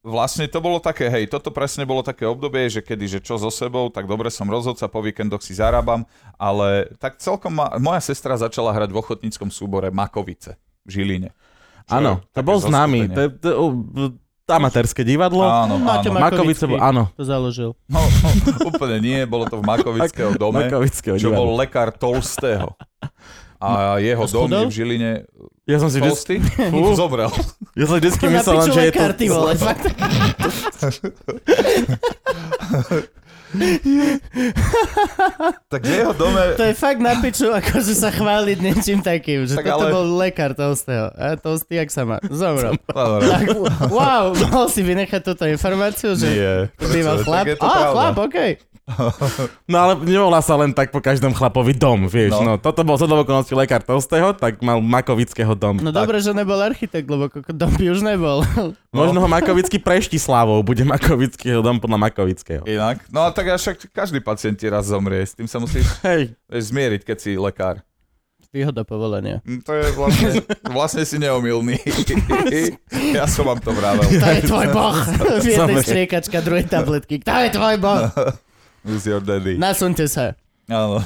S3: vlastne to bolo také, hej, toto presne bolo také obdobie, že kedy, že čo so sebou, tak dobre som rozhodca, po víkendoch si zarábam, ale tak celkom ma, moja sestra začala hrať v ochotníckom súbore Makovice v Žiline. Čo
S2: Áno, to
S3: je také
S2: bol známy.
S3: zastúpenie.
S2: To, je- to, je, uh, to amatérske divadlo.
S3: Áno,
S1: Máte
S3: áno.
S1: ma-
S2: Makovice,
S1: Makovický.
S2: bol- áno.
S1: To založil.
S3: No, no, úplne nie, bolo to v Makovického dome,
S2: Makovického
S3: čo
S2: divadla.
S3: bol lekár Tolstého. A jeho
S1: A
S3: dom je
S1: schudol?
S3: v Žiline...
S2: Ja som si vždy,
S3: Tolsty?
S2: Fú.
S3: Zobral.
S2: ja som vždycky
S1: Na
S2: myslel, len,
S1: piču
S2: že je to...
S1: lekár, ty vole, fakt.
S3: Tak v jeho dome...
S1: To je fakt na piču, akože sa chváliť niečím takým, že
S3: Tak
S1: toto
S3: ale-
S1: bol lekár Tolstého. A Tolstý, jak sa má? Zomrom.
S3: Dobre.
S1: Tak, wow, mohol si vynechať túto informáciu, že
S3: Nie.
S1: býval
S3: Tak
S1: chlap?
S3: je to
S1: Á,
S3: pravda.
S1: chlap, okej.
S2: No ale nevolá sa len tak po každom chlapovi dom, vieš. No,
S3: No.
S2: toto bol zhodov okolností lekár Tolstého, tak mal Makovického dom.
S1: No dobre, že nebol architekt, lebo koko- dom by už nebol.
S2: Možno ho Makovický preštislavou, bude Makovického dom podľa Makovického.
S3: Inak. No a tak až však každý pacient ti raz zomrie, s tým sa musíš
S2: Hej,
S3: vieš, zmieriť, keď si lekár.
S1: Výhoda povolenia.
S3: Mm, To je vlastne, vlastne si neomilný. ja som vám to vravel.
S1: To je tvoj boh. V jednej
S2: Samozrejme.
S1: striekačka, druhej tabletky. To je tvoj boh.
S3: No. Who's your daddy?
S1: Nasunte sa.
S3: Áno.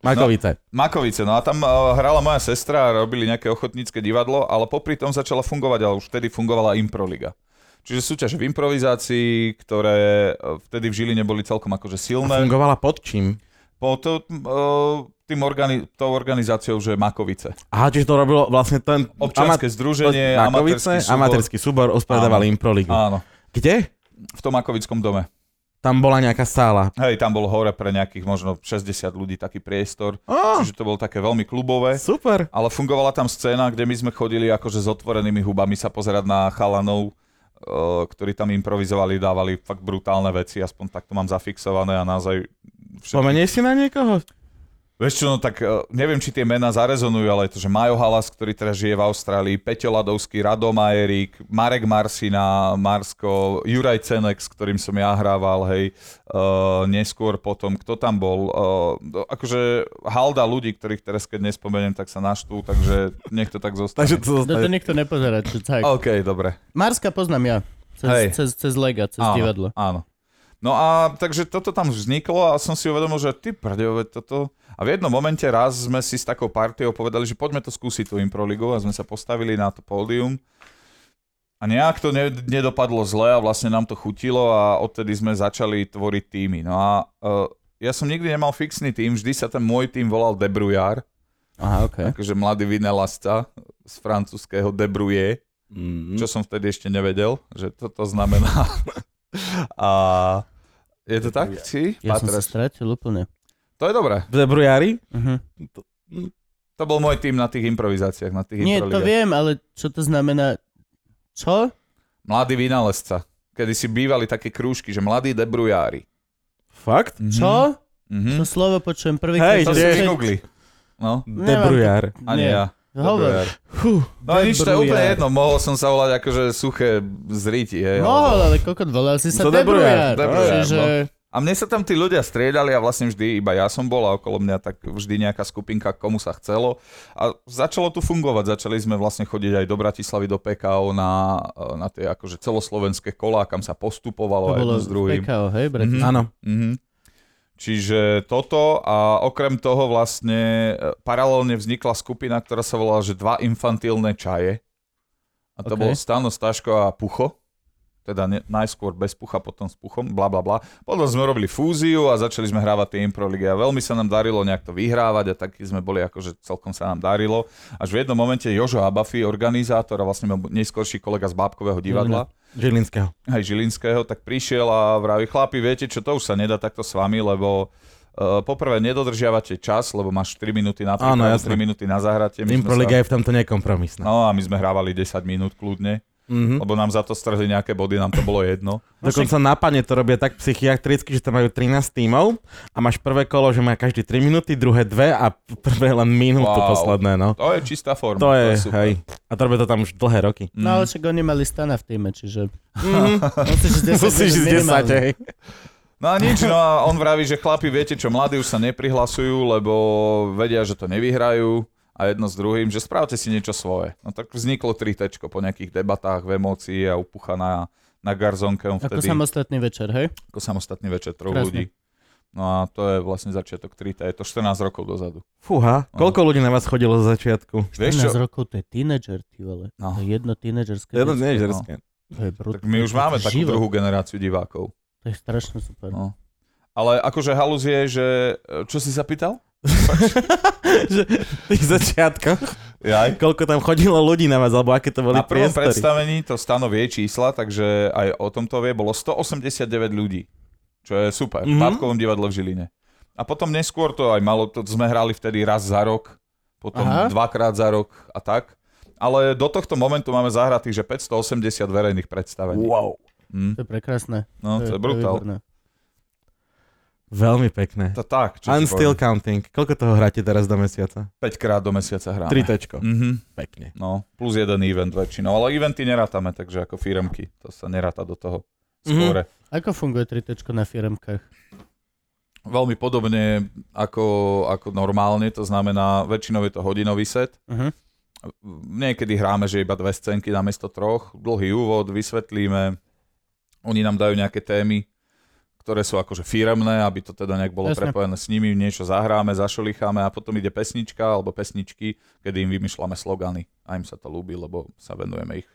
S2: Makovice.
S3: Makovice, no a tam uh, hrala moja sestra a robili nejaké ochotnícke divadlo, ale popri tom začala fungovať, ale už vtedy fungovala Improliga. Čiže súťaž v improvizácii, ktoré eh, vtedy v Žiline boli celkom akože silné.
S2: Fungovala pod čím?
S3: Po to, eh, tým organi- tou organizáciou, že Makovice.
S2: Aha, čiže to robilo vlastne ten...
S3: Občianske združenie, amatérsky súbor.
S2: amatérsky súbor, usporiadavali Improligu.
S3: Áno,
S2: Kde?
S3: v tom Makovickom dome.
S2: Tam bola nejaká sála.
S3: Hej, tam bolo hore pre nejakých možno 60 ľudí taký priestor,
S2: Á,
S3: čiže to bolo také veľmi klubové.
S2: super.
S3: Ale fungovala tam scéna, kde my sme chodili akože s otvorenými hubami sa pozerať na chalanov, eh, ktorí tam improvizovali, dávali fakt brutálne veci, aspoň tak to mám zafixované a naozaj... všetky-
S2: Pomenieš si na niekoho?
S3: Vieš čo, no tak eh, neviem, či tie mená zarezonujú, ale je to, že Majo Halas, ktorý teraz žije v Austrálii, Peťo Ladovský, Rado Majerík, Marek Marsina, Marsko, Juraj Cenek, s ktorým som ja hrával, hej, uh, neskôr potom, kto tam bol, uh, akože halda ľudí, ktorých teraz keď nespomeniem, tak sa naštvú, takže nech to tak zostane.
S2: Takže to
S1: No to
S2: zostane.
S1: nikto nepozerá, čo tak.
S3: OK, dobre.
S1: Marska poznám ja.
S3: Hej.
S1: Cez, cez, cez Lega, cez
S3: áno,
S1: divadlo.
S3: Áno. No a takže toto tam vzniklo a som si uvedomil, že ty prdeve toto. A v jednom momente raz sme si s takou partiou povedali, že poďme to skúsiť tú improligu a sme sa postavili na to pódium. A nejak to ne- nedopadlo zle a vlastne nám to chutilo a odtedy sme začali tvoriť týmy. No a uh, ja som nikdy nemal fixný tým, vždy sa ten môj tým volal Debrujar,
S2: Aha, OK.
S3: akože mladý vynelasca z francúzského Debruje,
S2: Mm.
S1: Hm?
S3: čo som vtedy ešte nevedel, že toto znamená. A je to tak? Si?
S1: Ja som sa
S3: Patras.
S1: stratil úplne.
S3: To je dobré.
S2: V Debrujári?
S1: Uh-huh.
S3: To bol môj tým na tých improvizáciách, na tých
S1: Nie, to
S3: improligách.
S1: viem, ale čo to znamená? Čo?
S3: Mladý vynálezca. Kedy si bývali také krúžky, že mladí debrujári.
S2: Fakt?
S1: Čo?
S3: Mhm.
S1: To slovo počujem
S2: Hej,
S1: prvýkrát. som
S3: To si
S2: tiež.
S3: vygoogli. No,
S2: Debrujár.
S3: ani
S1: Nie.
S3: ja.
S1: Hovor.
S3: Debrujar. No nič, to je úplne jedno. Mohol som sa volať akože suché zriti. Hej,
S1: Mohol, ale kokot volal si sa
S2: To
S1: Debrujar.
S2: Debrujar.
S3: Debrujar,
S1: Čiže...
S3: A mne sa tam tí ľudia striedali a vlastne vždy, iba ja som bol a okolo mňa tak vždy nejaká skupinka, komu sa chcelo. A začalo tu fungovať, začali sme vlastne chodiť aj do Bratislavy, do PKO na, na tie akože celoslovenské kolá, kam sa
S1: To
S3: postupovalo aj
S1: bolo
S3: jedno s druhým.
S1: PKO, hej, brat?
S3: Mhm.
S2: Áno.
S3: Mhm. Čiže toto a okrem toho vlastne e, paralelne vznikla skupina, ktorá sa volala, že dva infantilné čaje. A to
S1: Ok.
S3: bol Stano Staško a Pucho. Teda ne, najskôr bez pucha, potom s puchom, bla bla bla. Potom sme robili fúziu a začali sme hrávať tie improligy a veľmi sa nám darilo nejak to vyhrávať a takí sme boli akože celkom sa nám darilo. Až v jednom momente Jožo Abafi, organizátor a vlastne môj neskorší kolega z Bábkového divadla,
S2: Žilinského.
S3: aj Žilinského, tak prišiel a vraví, chlapi, viete čo, to už sa nedá takto s vami, lebo uh, poprvé nedodržiavate čas, lebo máš 3 minúty na
S2: Áno,
S3: prípravu, 3
S2: jasné.
S3: minúty na zahratie. sme
S2: Improliga je v tomto nekompromisná.
S3: No a my sme hrávali 10 minút kľudne,
S2: Mhm.
S3: lebo nám za to strhli nejaké body, nám to bolo jedno.
S2: Dokonca na pane to robia tak psychiatricky, že tam majú 13 tímov a máš prvé kolo, že má každý 3 minúty, druhé 2 a p- prvé len minútu
S3: Wow.
S2: posledné, no.
S3: To je čistá forma.
S2: To je,
S3: super.
S2: hej. A to robia to tam už dlhé roky.
S1: No
S3: Mhm.
S1: ale však oni mali stana v týme, čiže...
S2: Mhm.
S1: Musíš ísť 10
S2: Musíš
S1: minút
S2: ísť 10,
S1: minimálne.
S2: hej.
S3: No a nič, no a on vraví, že chlapi, viete čo, mladí už sa neprihlasujú, lebo vedia, že to nevyhrajú a jedno s druhým, že správte si niečo svoje. No tak vzniklo 3 po nejakých debatách v emócii a upucha na, na garzonke on
S1: Ako
S3: vtedy ako,
S1: samostatný večer, hej?
S3: ako samostatný večer troch
S1: Krásne.
S3: ľudí. No a to je vlastne začiatok 3 je to 14 rokov dozadu.
S2: Fúha, koľko ľudí na vás chodilo zo začiatku?
S3: Vieš čo,
S1: 14 rokov, to je tínedžer, ty vole.
S3: No.
S1: To je jedno tínedžerské.
S2: Jedno
S1: dieťa,
S2: nie je žerské.
S1: To je brutálne.
S3: tak my už máme takú
S1: Život.
S3: druhú generáciu divákov.
S1: To je strašne super.
S3: No. Ale akože halus je, že... e, Čo si zapýtal?
S2: Že v tých začiatkoch,
S3: Jaj.
S2: koľko tam chodilo ľudí na vás, alebo aké to boli
S3: Na prvom
S2: priestory.
S3: predstavení to Stano vie čísla, takže aj o tomto vie, bolo 189 ľudí, čo je super, v
S2: Mhm.
S3: Bábkovom divadle v Žiline. A potom neskôr to aj malo, to sme hrali vtedy raz za rok, potom
S1: Aha.
S3: dvakrát za rok a tak. Ale do tohto momentu máme zahratých, že 580 verejných predstavení.
S2: Wow.
S3: Hm.
S1: To je prekrásne.
S3: No, to je brutál.
S1: výborné.
S2: Veľmi pekné.
S3: To tak, čo
S2: And still counting. Koľko toho hráte teraz do mesiaca?
S3: 5 krát do mesiaca hráme.
S2: Tri tečko.
S3: Mhm.
S2: Pekne.
S3: No, plus jeden event väčšinou, ale eventy nerátame, takže ako firmky, to sa neráta do toho
S2: Mhm.
S3: skôre.
S1: Ako funguje tritečko na firemkách?
S3: Veľmi podobne ako, ako normálne, to znamená, väčšinou je to hodinový set.
S1: Uh-huh.
S2: Mhm.
S3: Niekedy hráme, že iba dve scénky namiesto troch, dlhý úvod, vysvetlíme, oni nám dajú nejaké témy, ktoré sú akože firemné, aby to teda nejak bolo
S1: Jasne.
S3: prepojené s nimi, niečo zahráme, zašolicháme a potom ide pesnička alebo pesničky, kedy im vymýšľame slogany a im sa to ľúbi, lebo sa venujeme ich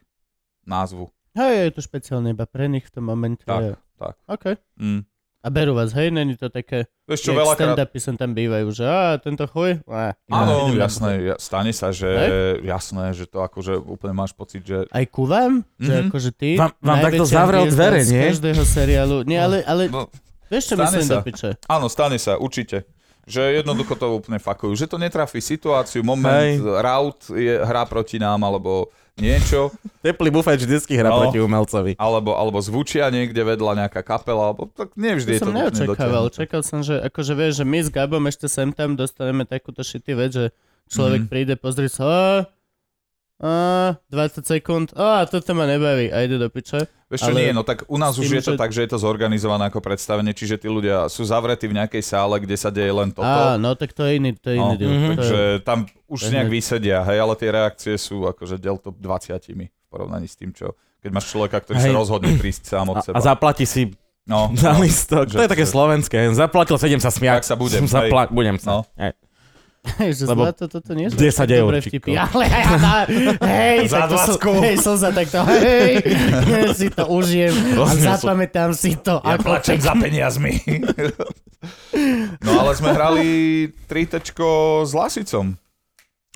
S3: názvu.
S1: Hej, je to špeciálne iba pre nich v tom momente.
S3: Tak, tak.
S1: OK.
S3: Mm.
S1: A berú vás, hej? Není to také,
S3: Vieš čo,
S1: jak
S3: veľakrát...
S1: stand-upy sem tam bývajú, že a tento chuj? Á,
S3: Áno,
S1: idem na
S3: jasné, ja- stane sa, že jasné, že to akože úplne máš pocit, že
S1: Aj ku vám? Že
S3: Mhm.
S1: akože ty...
S2: Vám- vám takto
S1: najväčšia
S2: zavrel
S1: hviezda
S2: dvere,
S1: z
S2: nie?
S1: každého seriálu. Nie, ale, ale
S3: No.
S1: vieš, čo
S3: Stane
S1: myslím
S3: sa.
S1: do piče?
S3: áno, stane sa, určite. Že jednoducho to úplne fakujú. Že to netrafí situáciu, moment,
S2: Hej.
S3: rout je, hrá proti nám, alebo niečo,
S2: Teplý bufet vždycky hrá
S3: No.
S2: proti umelcovi.
S3: alebo, alebo zvučia niekde vedľa nejaká kapela, alebo
S1: To
S3: tak nevždy je to
S1: som
S3: úplne
S1: neočakával.
S3: dotiahnuté.
S1: Čakal som, že akože vieš, že my s Gabom ešte sem tam dostaneme takúto shitty vec, že človek
S3: Mhm.
S1: príde, pozrie sa, a, a, 20 sekúnd, a toto ma nebaví, a ide do piče.
S3: Vieš čo,
S1: Ale-
S3: nie, no tak u nás
S1: s
S3: už
S1: tým,
S3: je to
S1: že-
S3: tak, že je to zorganizované ako predstavenie, čiže tí ľudia sú zavretí v nejakej sále, kde sa deje len toto.
S1: Á, no tak to je iný, to je iný
S3: No,
S1: deal.
S2: mhm.
S1: To je,
S3: Takže tam už
S1: to je
S3: nejak
S1: hneď.
S3: vysedia, hej, ale tie reakcie sú akože del to 20 v porovnaní s tým, čo keď máš človeka, ktorý
S2: Hej.
S3: sa rozhodne prísť sám od
S2: A,
S3: seba.
S2: a zaplatí si
S3: No,
S2: za listok.
S3: Že-
S2: To je také
S3: že-
S2: slovenské. Zaplatil, sa idem sa smiať.
S3: Tak sa budem, hej.
S2: Zapla- budem sa.
S3: No.
S2: Hej.
S1: Hej, že
S2: Lebo
S1: zlato, toto nie sú
S2: 10
S1: také
S2: eur,
S1: dobré
S2: čiko.
S1: vtipy. Ale ja, na, hej,
S3: Za
S1: takto som-
S3: dvacku.
S1: hej, som sa takto, hej, si to užijem a
S2: Vlastne sú-
S1: zapamätám si to.
S3: Ja
S1: ako
S3: plačem za peniazmi. no ale sme hrali trítečko s Lasicom.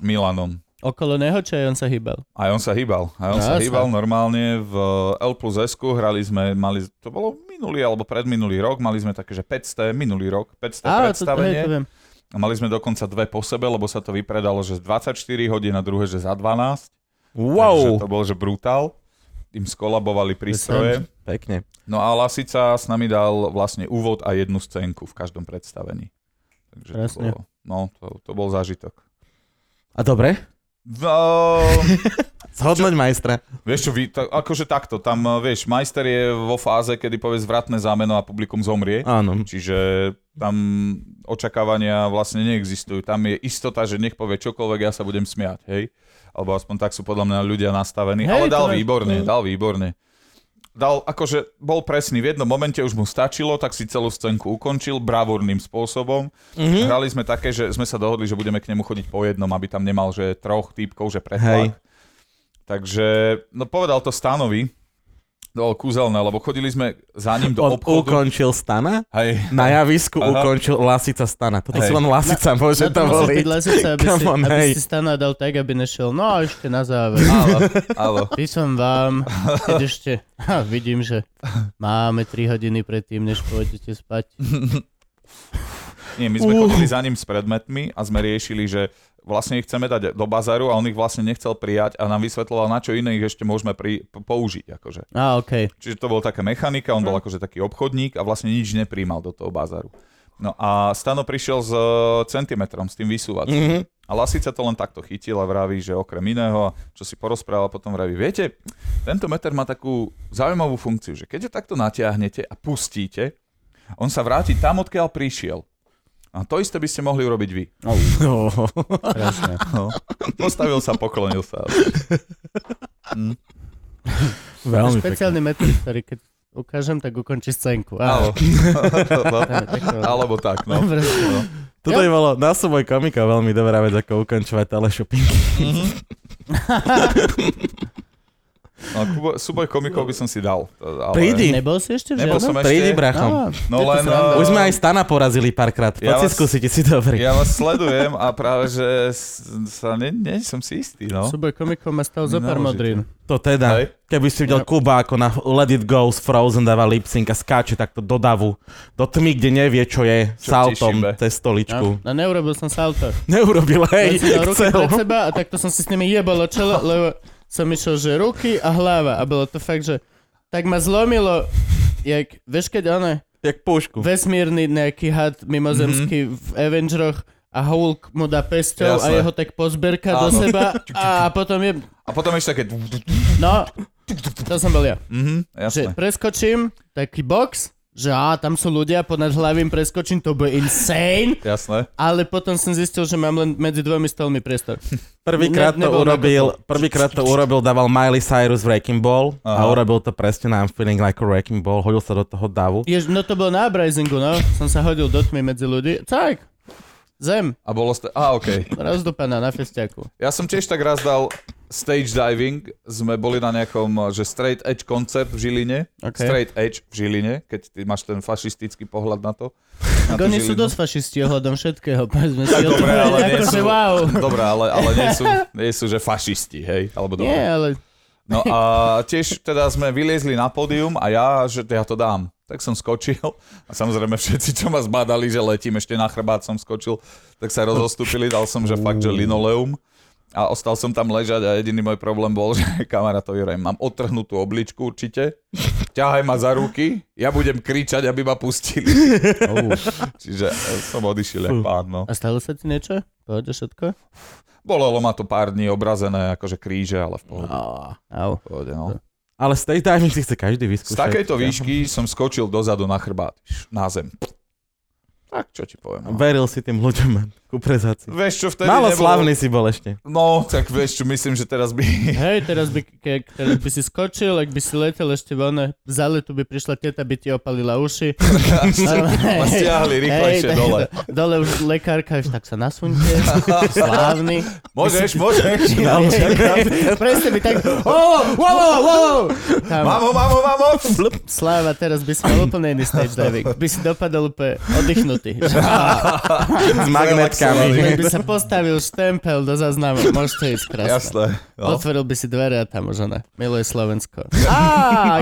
S3: Milanom.
S1: Okolo neho, čo aj on sa hýbal.
S3: Aj on sa hýbal. Aj on
S1: No,
S3: sa
S1: jasné.
S3: hýbal normálne v L plus S. Hrali sme, mali, to bolo minulý alebo predminulý rok, mali sme také, že 500, minulý rok,
S1: Áno,
S3: 500
S1: to, hej,
S3: predstavenie.
S1: to viem.
S3: A mali sme dokonca dve po sebe, lebo sa to vypredalo, že z 24 hodín a druhé, že za 12. Takže
S2: Wow.
S3: to bol, že brutál. Im skolabovali prístroje.
S2: Pekne.
S3: No a Lasica s nami dal vlastne úvod a jednu scénku v každom predstavení. Takže to
S1: Krásne.
S3: bolo, no, to, to bol zážitok.
S2: A dobre?
S3: No,
S2: Zhodnoť majstra.
S3: vieš čo, vy, ta, akože takto, tam, eh, vieš, majster je vo fáze, kedy povie zvratné zámeno a publikum zomrie.
S2: Áno.
S3: Čiže tam očakávania vlastne neexistujú. Tam je istota, že nech povie čokoľvek, ja sa budem smiať, hej? Alebo aspoň tak sú podľa mňa ľudia nastavení.
S1: Hej,
S3: Hej, Ale dal
S1: to je-
S3: výborne,
S1: mm.
S3: dal výborne. Dal, akože bol presný, v jednom momente už mu stačilo, tak si celú scénku ukončil bravúrnym spôsobom.
S1: Hm?
S2: Mhm.
S3: Hrali sme také, že sme sa dohodli, že budeme k nemu chodiť po jednom, aby tam nemal, že troch týpkov, že pretlak.
S2: Hej.
S3: Takže, no povedal to Stanovi, to bolo kúzelné, lebo chodili sme za ním do
S2: On
S3: obchodu.
S2: ukončil stana?
S3: Hej.
S2: Na javisku
S3: Aha.
S2: ukončil lasica stana. Toto si
S3: Hej.
S2: len lasica môže
S1: Na to
S2: to
S1: musel byť
S2: voliť.
S1: lasica, aby,
S2: Come
S1: si,
S2: on,
S1: aby
S2: hej.
S1: si stana dal tak, aby nešiel. No a ešte na záver.
S3: Áno, áno.
S1: Písom vám, keď ešte ha, vidím, že máme 3 hodiny predtým, než pôjdete spať.
S3: Nie, my sme
S2: Uh.
S3: chodili za ním s predmetmi a sme riešili, že vlastne ich chceme dať do bazaru a on ich vlastne nechcel prijať a nám vysvetloval, na čo iné ich ešte môžeme pri, p- použiť. Akože.
S1: A okej.
S3: Čiže to bol taká mechanika, on bol akože taký obchodník a vlastne nič nepríjmal do toho bazaru. No a Stano prišiel s e, centimetrom, s tým vysúvačom.
S2: Mhm.
S3: A Lasica to len takto chytil a vraví, že okrem iného, čo si porozprával, potom vraví, viete, tento meter má takú zaujímavú funkciu, že keď ho takto natiahnete a pustíte, on sa vráti tam, odkiaľ prišiel. A to isté by ste mohli urobiť vy.
S2: Oh.
S1: Krásne.
S3: No. Postavil sa, poklonil sa.
S2: Veľmi pekne.
S1: Špeciálny metrik, ktorý keď ukážem, tak ukončí scénku. Áno.
S3: Álo. No. Alebo tak, no. no.
S2: Toto by bolo na súboj komika veľmi dobrá vec, ako ukončovať teleshopping.
S3: no Kubo- súboj komikov by som si dal. to- Ale...
S2: Prídi.
S1: Nebol si ešte v
S3: Nebol som
S1: žiadnom?
S3: ešte.
S2: Prídi, brachom.
S1: Á,
S3: No
S1: je to
S3: len...
S1: sranda.
S3: eh,
S2: Už sme aj stana porazili párkrát. Poď
S3: Ja
S2: si
S3: vás-
S2: skúsiť, si dobrý.
S3: Ja vás sledujem a práve, že s- sa ne, nie som si istý, no.
S1: Súboj komikov ma stal zo pár modrín.
S3: Naložite.
S2: To teda,
S3: Hej.
S2: keby si videl
S1: Ja.
S2: Kuba ako na Let It Go z Frozen dáva lipsync a skáče takto do davu, do tmy, kde nevie, čo je,
S3: Čo
S2: saltom
S3: tešíme.
S2: cez stoličku.
S1: A neurobil som salto.
S2: Neurobil,
S1: Dal
S2: hej,
S1: som dal ruky
S2: chcel.
S1: pred seba a takto som si s nimi jebalo čelo, lebo som išiel, že ruky a hlava. A bolo to fakt, že tak ma zlomilo, jak, vieš keď ono,
S2: Jak pušku.
S1: vesmírny nejaký had mimozemský v Avengeroch a Hulk mu dá pesťou a
S3: Mhm. Jasné.
S1: jeho tak pozberka do
S3: Áno.
S1: seba a potom je...
S3: A potom ešte také...
S1: No, to som bol ja.
S3: Mhm,
S1: Že
S3: jasné.
S1: preskočím taký box, že á, tam sú ľudia, ponad hlavím preskočím, to bude insane,
S3: Jasné.
S1: ale potom som zistil, že mám len medzi dvomi stolmi priestor.
S2: Prvýkrát
S1: Ne-
S2: to
S1: nebol
S2: urobil, prvýkrát to urobil, dával Miley Cyrus Wrecking Ball a
S3: Aha.
S2: urobil to presne na I'm Feeling Like a Wrecking Ball, hodil sa do toho davu.
S1: Jež, no to bolo na Uprisingu, no. Som sa hodil do tmy medzi ľudí. Tak, zem,
S3: A bolo... Ste... Á, okej.
S1: rozdupaná na festiaku.
S3: Ja som tiež tak raz dal stage diving. Sme boli na nejakom, že straight edge koncert v Žiline.
S1: Ok.
S3: Straight edge v Žiline, keď ty máš ten fašistický pohľad na to. Na tú
S1: Oni sú
S3: Žilinu.
S1: dosť fašisti ohľadom všetkého, povedzme si.
S3: Dobre,
S1: otvorene,
S3: ale nie
S1: akože
S3: sú, No.
S1: wow.
S3: Dobre, ale, ale nie, sú, nie sú, že fašisti, hej? Alebo dobre.
S1: Nie, ale
S3: No a tiež teda sme vyliezli na pódium a ja, že ja to dám. Tak som skočil a samozrejme všetci, čo ma zbadali, že letím, ešte na chrbát som skočil, tak sa rozostúpili, dal som, že fakt, že linoleum. A ostal som tam ležať a jediný môj problém bol, že kamarátovi hovorím, mám otrhnutú obličku určite, ťahaj ma za ruky, ja budem kričať, aby ma pustili.
S1: Oh.
S3: Čiže e, som odišiel jak pán, no.
S1: A stalo sa ti niečo? Pohode všetko?
S3: Bolelo ma to pár dní obrazené, akože kríže, ale v pohode.
S1: Au.
S3: v pohode no.
S2: Ale stage diving si chce každý
S3: Z
S2: vyskúšať.
S3: takejto výšky som skočil dozadu na chrbát, na zem. Tak čo ti poviem. No.
S2: Veril si tým ľuďom, man, ku prezácii.
S3: Vieš čo, vtedy
S2: Málo
S3: nebolo-
S2: slavný si bol ešte.
S3: No, tak vieš čo, myslím, že teraz by...
S1: Hej, teraz by, ke, teraz by si skočil, ak by si letel ešte von, za letu by prišla teta, by ti opalila uši.
S3: ma stiahli rýchlejšie
S1: Hej,
S3: dole.
S1: Dole už lekárka, už tak sa nasunte, slávny.
S3: Môžeš, môžeš.
S1: Presne by tak, oh, wow, wow, wow. Tam,
S3: Mamo, mamo, mamo!
S1: Sláva, teraz by si mal úplne iný stage diving. By si dopadol úplne oddychnutý.
S2: S magnetkami.
S1: By sa postavil štempel do záznamu. Môžete ísť krásne.
S3: Jasné. No.
S1: Otvoril by si dvere a tam už ona. Miluje Slovensko. Á,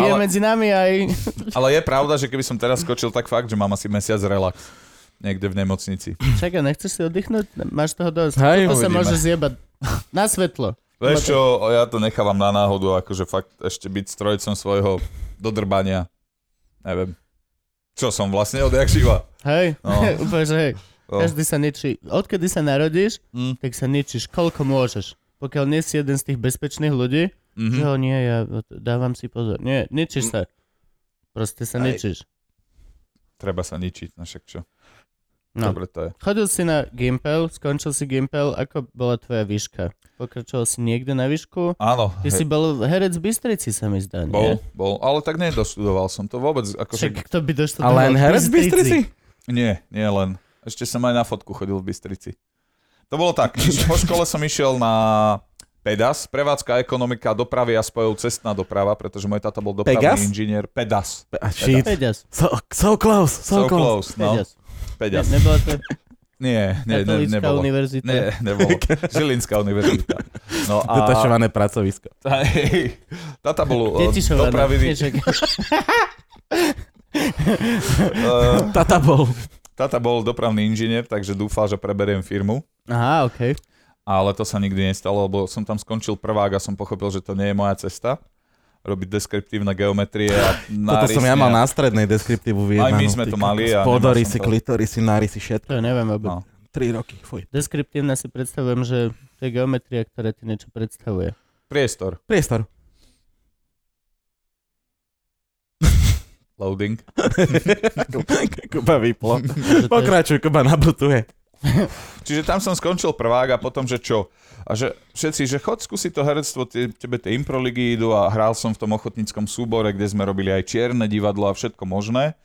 S1: je
S3: Ale-
S1: medzi nami aj...
S3: Ale je pravda, že keby som teraz skočil, tak fakt, že mám asi mesiac relax. Niekde v nemocnici.
S1: Čakaj, nechceš si oddychnúť? Máš toho dosť. to
S2: Hej,
S1: sa
S2: uvidíme.
S1: môže zjebať. Na svetlo.
S3: Vieš čo, ja to nechávam na náhodu, akože fakt ešte byť strojcom svojho dodrbania. Neviem. Čo som vlastne odjak živa?
S1: Hej,
S3: No.
S1: úplne, že hej.
S3: No.
S1: Každý sa ničí. Odkedy sa narodíš,
S3: Mm.
S1: tak sa ničíš, koľko môžeš. Pokiaľ nie si jeden z tých bezpečných ľudí, mm-hmm. že
S3: Mhm.
S1: ho nie, ja dávam si pozor. Nie, ničíš sa. Proste sa
S3: Aj.
S1: ničíš.
S3: Treba sa ničiť, no však čo.
S1: No.
S3: Dobre to je.
S1: Chodil si na Gimpel, skončil si Gimpel, ako bola tvoja výška? Pokračoval si niekde na výšku?
S3: Áno,
S1: Ty si
S3: hej,
S1: bol herec v Bystrici, sa mi zdá, nie?
S3: bol, bol, ale tak nedostudoval som to vôbec, akože
S1: Však kto by doštudoval
S2: Ale len herec v Bystrici?
S3: Nie, nie len. Ešte som aj na fotku chodil v Bystrici. To bolo tak, po škole som išiel na PEDAS, prevádzka, ekonomika, dopravy a spojov cestná doprava, pretože môj tata bol dopravný
S2: Pegas?
S3: inžinier. PEDAS.
S2: A shit.
S1: Peďas.
S2: So, so close, so,
S3: So
S2: close.
S3: close, no.
S1: Peďas. Ne,
S3: PEDAS.
S1: nebola to
S3: Nie, nie, ne,
S1: Katolická
S3: nebolo.
S1: univerzita.
S3: Nie, nebolo. Žilinská univerzita. No a...
S2: Detašované pracovisko.
S3: Hej, tata bol eh,
S1: Detišovaná.
S3: dopravný...
S1: Nie, čak-
S3: eh,
S2: Tata bol.
S3: Tata bol dopravný inžinier, takže dúfal, že preberiem firmu.
S1: Aha, okej.
S3: Ale to sa nikdy nestalo, lebo som tam skončil prvák a som pochopil, že to nie je moja cesta. Robiť deskriptívne geometrie a
S2: Toto som ja
S3: nárysy
S2: mal
S3: a-
S2: na strednej deskriptívu vyjednanú.
S3: my sme
S2: ty
S3: to mali
S2: kokos.
S3: a nemal
S2: Podory
S3: som
S2: si,
S3: to.
S2: klitory si, náry si, všetko.
S1: To ja neviem vôbec.
S3: No.
S2: Tri roky, fuj.
S1: Deskriptívne si predstavujem, že to je geometria, ktorá ti niečo predstavuje.
S3: Priestor.
S2: Priestor.
S3: Loading.
S2: Kuba vyplo.
S1: Že to je-
S2: Pokračuj, Kuba nabutuje.
S3: Čiže tam som skončil prvák a potom, že čo? A že všetci, že chod skúsiť to herectvo, tie, tebe tie improligy idú a hral som v tom ochotníckom súbore, kde sme robili aj čierne divadlo a všetko možné.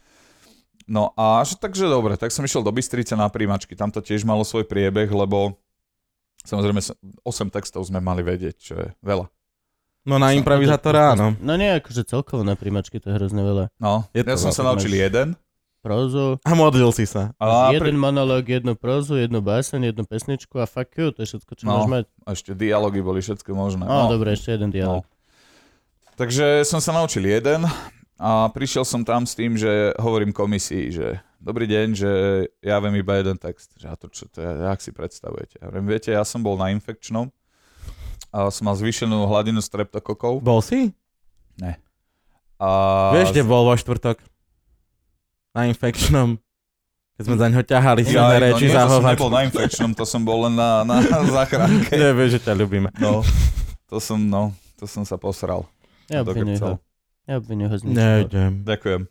S3: No a že takže dobre, tak som išiel do Bystrice na príjmačky, tam to tiež malo svoj priebeh, lebo samozrejme 8 textov sme mali vedieť, čo je veľa.
S2: No na improvizátora áno.
S1: No nie, akože celkovo na príjmačky to je hrozne veľa.
S3: No,
S2: Je
S3: ja
S2: to
S3: som
S2: veľa,
S3: sa naučil
S1: máš-
S3: jeden.
S1: Prózu,
S2: A modlil si sa.
S3: A,
S1: jeden
S3: pri...
S1: monológ, jednu prózu, jednu básen, jednu pesničku a fuck you, to je všetko, čo
S3: No.
S1: môžeš mať.
S3: a ešte dialógy boli všetko možné.
S1: No, dobre, ešte jeden dialog.
S3: Takže som sa naučil jeden a prišiel som tam s tým, že hovorím komisii, že dobrý deň, že ja viem iba jeden text. Že a to čo to je, jak si predstavujete? Ja hovorím, viete, ja som bol na infekčnom a som mal zvýšenú hladinu streptokokov.
S2: Bol si?
S3: A
S2: Vieš, kde bol vo štvrtok? Na infekčnom. Keď sme za ňo ťahali si na
S3: Ja, no,
S2: reči
S3: nie,
S2: za
S3: to som
S2: hovač.
S3: nebol na infekčnom, to som bol len na, na záchranke.
S2: Nevieš, že ťa ľubíme.
S3: No, to som, no, to som sa posral.
S1: Ja
S3: do
S1: obvinujem ho.
S3: grcov.
S1: Ja obvinujem ho z ničoho.
S2: Nejdem.
S3: Ďakujem.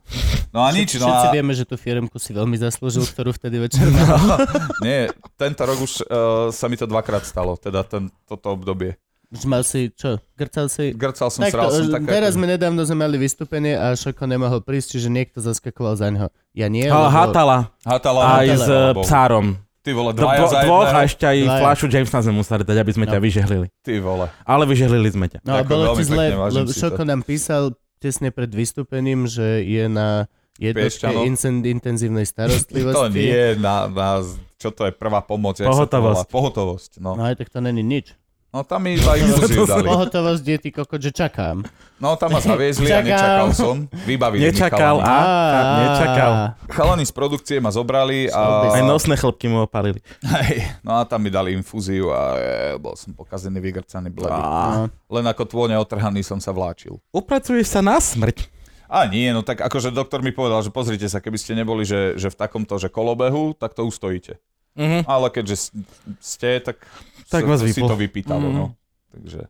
S3: No a nič, no
S1: Všetci
S3: a...
S1: vieme, že tú firmku si veľmi zaslúžil, ktorú vtedy večer mal.
S3: Nie, tento rok už uh, sa mi to dvakrát stalo, teda ten, toto obdobie.
S1: Že mal si, čo, grcal si...
S3: Grcal som,
S1: Takto,
S3: sral som,
S1: e,
S3: tak
S1: teraz sme nedávno sme mali vystúpenie a Šoko nemohol prísť, čiže niekto zaskakoval za neho. Ja nie,
S2: Ale
S1: lebo-
S2: Hatala
S3: Hatala,
S2: aj s e,
S3: Bohu.
S2: psárom.
S3: Ty vole,
S2: Do
S3: dvaja
S2: dvo-
S3: za
S2: dvoch a
S3: jedného.
S2: ešte aj
S1: Dvaja.
S2: flašu Jamesa sme museli dať, aby sme ťa vyžehlili.
S3: Ty vole.
S2: Ale vyžehlili sme ťa.
S1: No a
S3: Ďakujem
S1: bolo
S3: veľmi
S1: ti zle,
S3: pekne, vážim
S1: lebo
S3: si to.
S1: Šoko nám písal tesne pred vystúpením, že je na jednotke
S3: Piešťanov.
S1: incen- intenzívnej starostlivosti.
S3: To nie je na, na, čo to je prvá pomoc. jak sa to
S2: Pohotovosť.
S3: volá? Pohotovosť, no.
S1: No aj tak to není nič.
S3: No tam mi iba infúziu dali.
S1: Pohotovosť je ty kokot, že čakám.
S3: No tam ma zaviezli a
S1: Čakám.
S3: nečakal som. Vybavili
S2: Nečakal
S3: mi chalani.
S2: a nečakal.
S3: Chalani z produkcie ma zobrali
S1: Slobis.
S2: Aj no-
S3: a...
S2: nosné chlopky mu opalili.
S3: Hej, no a tam mi dali infúziu a e, bol som pokazený, vygrcaný, bledý.
S2: Á,
S1: No.
S3: Len ako tvône otrhaný som sa vláčil.
S2: Upracuješ sa na smrť.
S3: A nie, no tak akože doktor mi povedal, že pozrite sa, keby ste neboli, že, že v takomto že kolobehu, tak to ustojíte.
S2: Mhm.
S3: Ale keďže s- ste, tak,
S2: Tak
S3: sa-
S2: vás
S3: si
S2: vyplo.
S3: to vypýtalo.
S2: Mhm.
S3: No. Takže.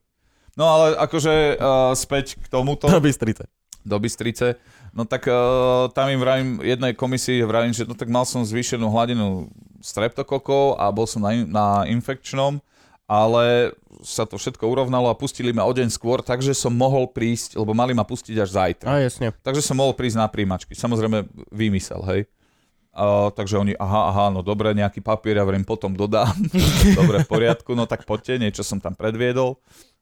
S3: No ale akože uh, späť k tomuto.
S2: Do Bystrice.
S3: do Bystrice, no tak uh, tam im vravím, jednej komisii vravím, že no tak mal som zvýšenú hladinu streptokokov a bol som na, in- na infekčnom, ale sa to všetko urovnalo a pustili ma o deň skôr, takže som mohol prísť, lebo mali ma pustiť až zajtra.
S1: A no, jasne.
S3: Takže som mohol prísť na príjmačky. Samozrejme, vymysel, hej. A, takže oni, aha, aha, no dobre, nejaký papier, ja vrem, potom dodám. dobre, v poriadku, no tak poďte, niečo som tam predviedol.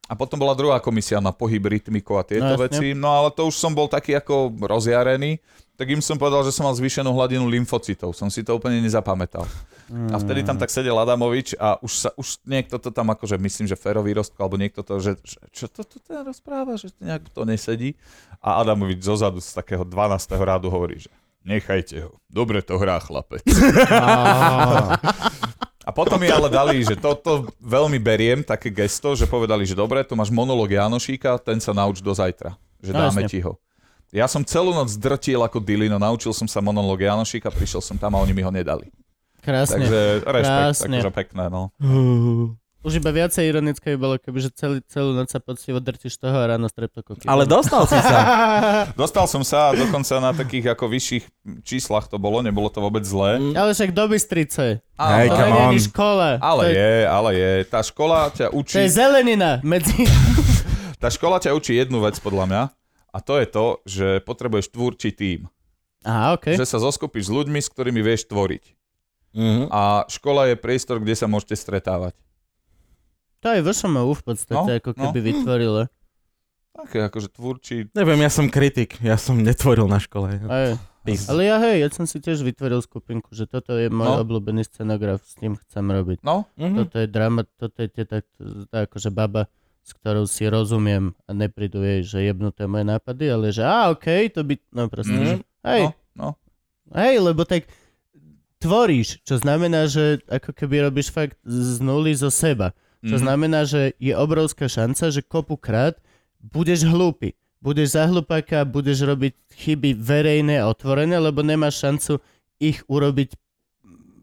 S3: A potom bola druhá komisia na pohyb rytmiku a tieto
S1: No,
S3: no,
S1: jasne.
S3: veci. No ale to už som bol taký ako rozjarený, tak im som povedal, že som mal zvýšenú hladinu lymfocitov. Som si to úplne nezapamätal. A vtedy tam tak sedel Adamovič a už, sa, už niekto to tam akože, myslím, že Fero Výrostko, alebo niekto to, že že čo to tu ten rozpráva, že to nejak to nesedí. A Adamovič zozadu z takého 12. rádu hovorí, že nechajte ho, dobre to hrá chlapec. A potom mi ale dali, že toto veľmi beriem, také gesto, že povedali, že dobre, tu máš monológ Janošíka, ten sa nauč do zajtra, že
S1: No,
S3: dáme
S1: jasne.
S3: ti ho. Ja som celú noc drtil ako Dilino, naučil som sa monológ Janošíka, prišiel som tam a oni mi ho nedali.
S1: Krásne.
S3: Takže rešpekt,
S1: Krásne.
S3: akože pekné, no.
S1: Už iba viacej ironické by bolo, kebyže celý, celú noc sa poctivo drtiš toho a ráno streptokoky.
S2: Ale dostal si sa.
S3: Dostal som sa a dokonca na takých ako vyšších číslach to bolo, nebolo to vôbec zlé.
S1: Ale však do Bystrice.
S2: Hej,
S1: To
S2: Come
S1: nie je
S2: on.
S1: ani škola.
S3: Ale
S1: to je,
S3: je, ale je. Tá škola ťa
S1: To je
S3: učí,
S1: zelenina medzi...
S3: tá škola ťa učí jednu vec podľa mňa a to je to, že potrebuješ tvúrčí tím.
S1: Aha, okej.
S3: Že sa zoskupíš s ľuďmi, s ktorými vieš tvoriť.
S2: Mhm.
S3: A škola je priestor, kde sa môžete stretávať.
S1: To aj VŠMU v podstate
S3: No,
S1: ako
S3: no.
S1: keby vytvorilo.
S3: Také akože tvúrčí...
S2: Neviem, ja som kritik, ja som netvoril na škole.
S1: Aj.
S2: Pís.
S1: Ale ja hej, ja som si tiež vytvoril skupinku, že toto je môj
S3: No.
S1: obľúbený scenograf, s tým chcem robiť.
S3: No,
S2: Mhm.
S1: Toto je drama, toto je tie tak, tá akože baba, s ktorou si rozumiem a neprídu jej, že jebnuté moje nápady, ale že a okej, to by, no proste,
S2: Mhm.
S1: že, hej,
S3: no, no.
S1: hej, lebo tak tvoríš, čo znamená, že ako keby robíš fakt z nuly zo seba. Čo
S3: Mhm.
S1: znamená, že je obrovská šanca, že kopu krát budeš hlúpy. Budeš za hlupáka, budeš robiť chyby verejné a otvorené, lebo nemáš šancu ich urobiť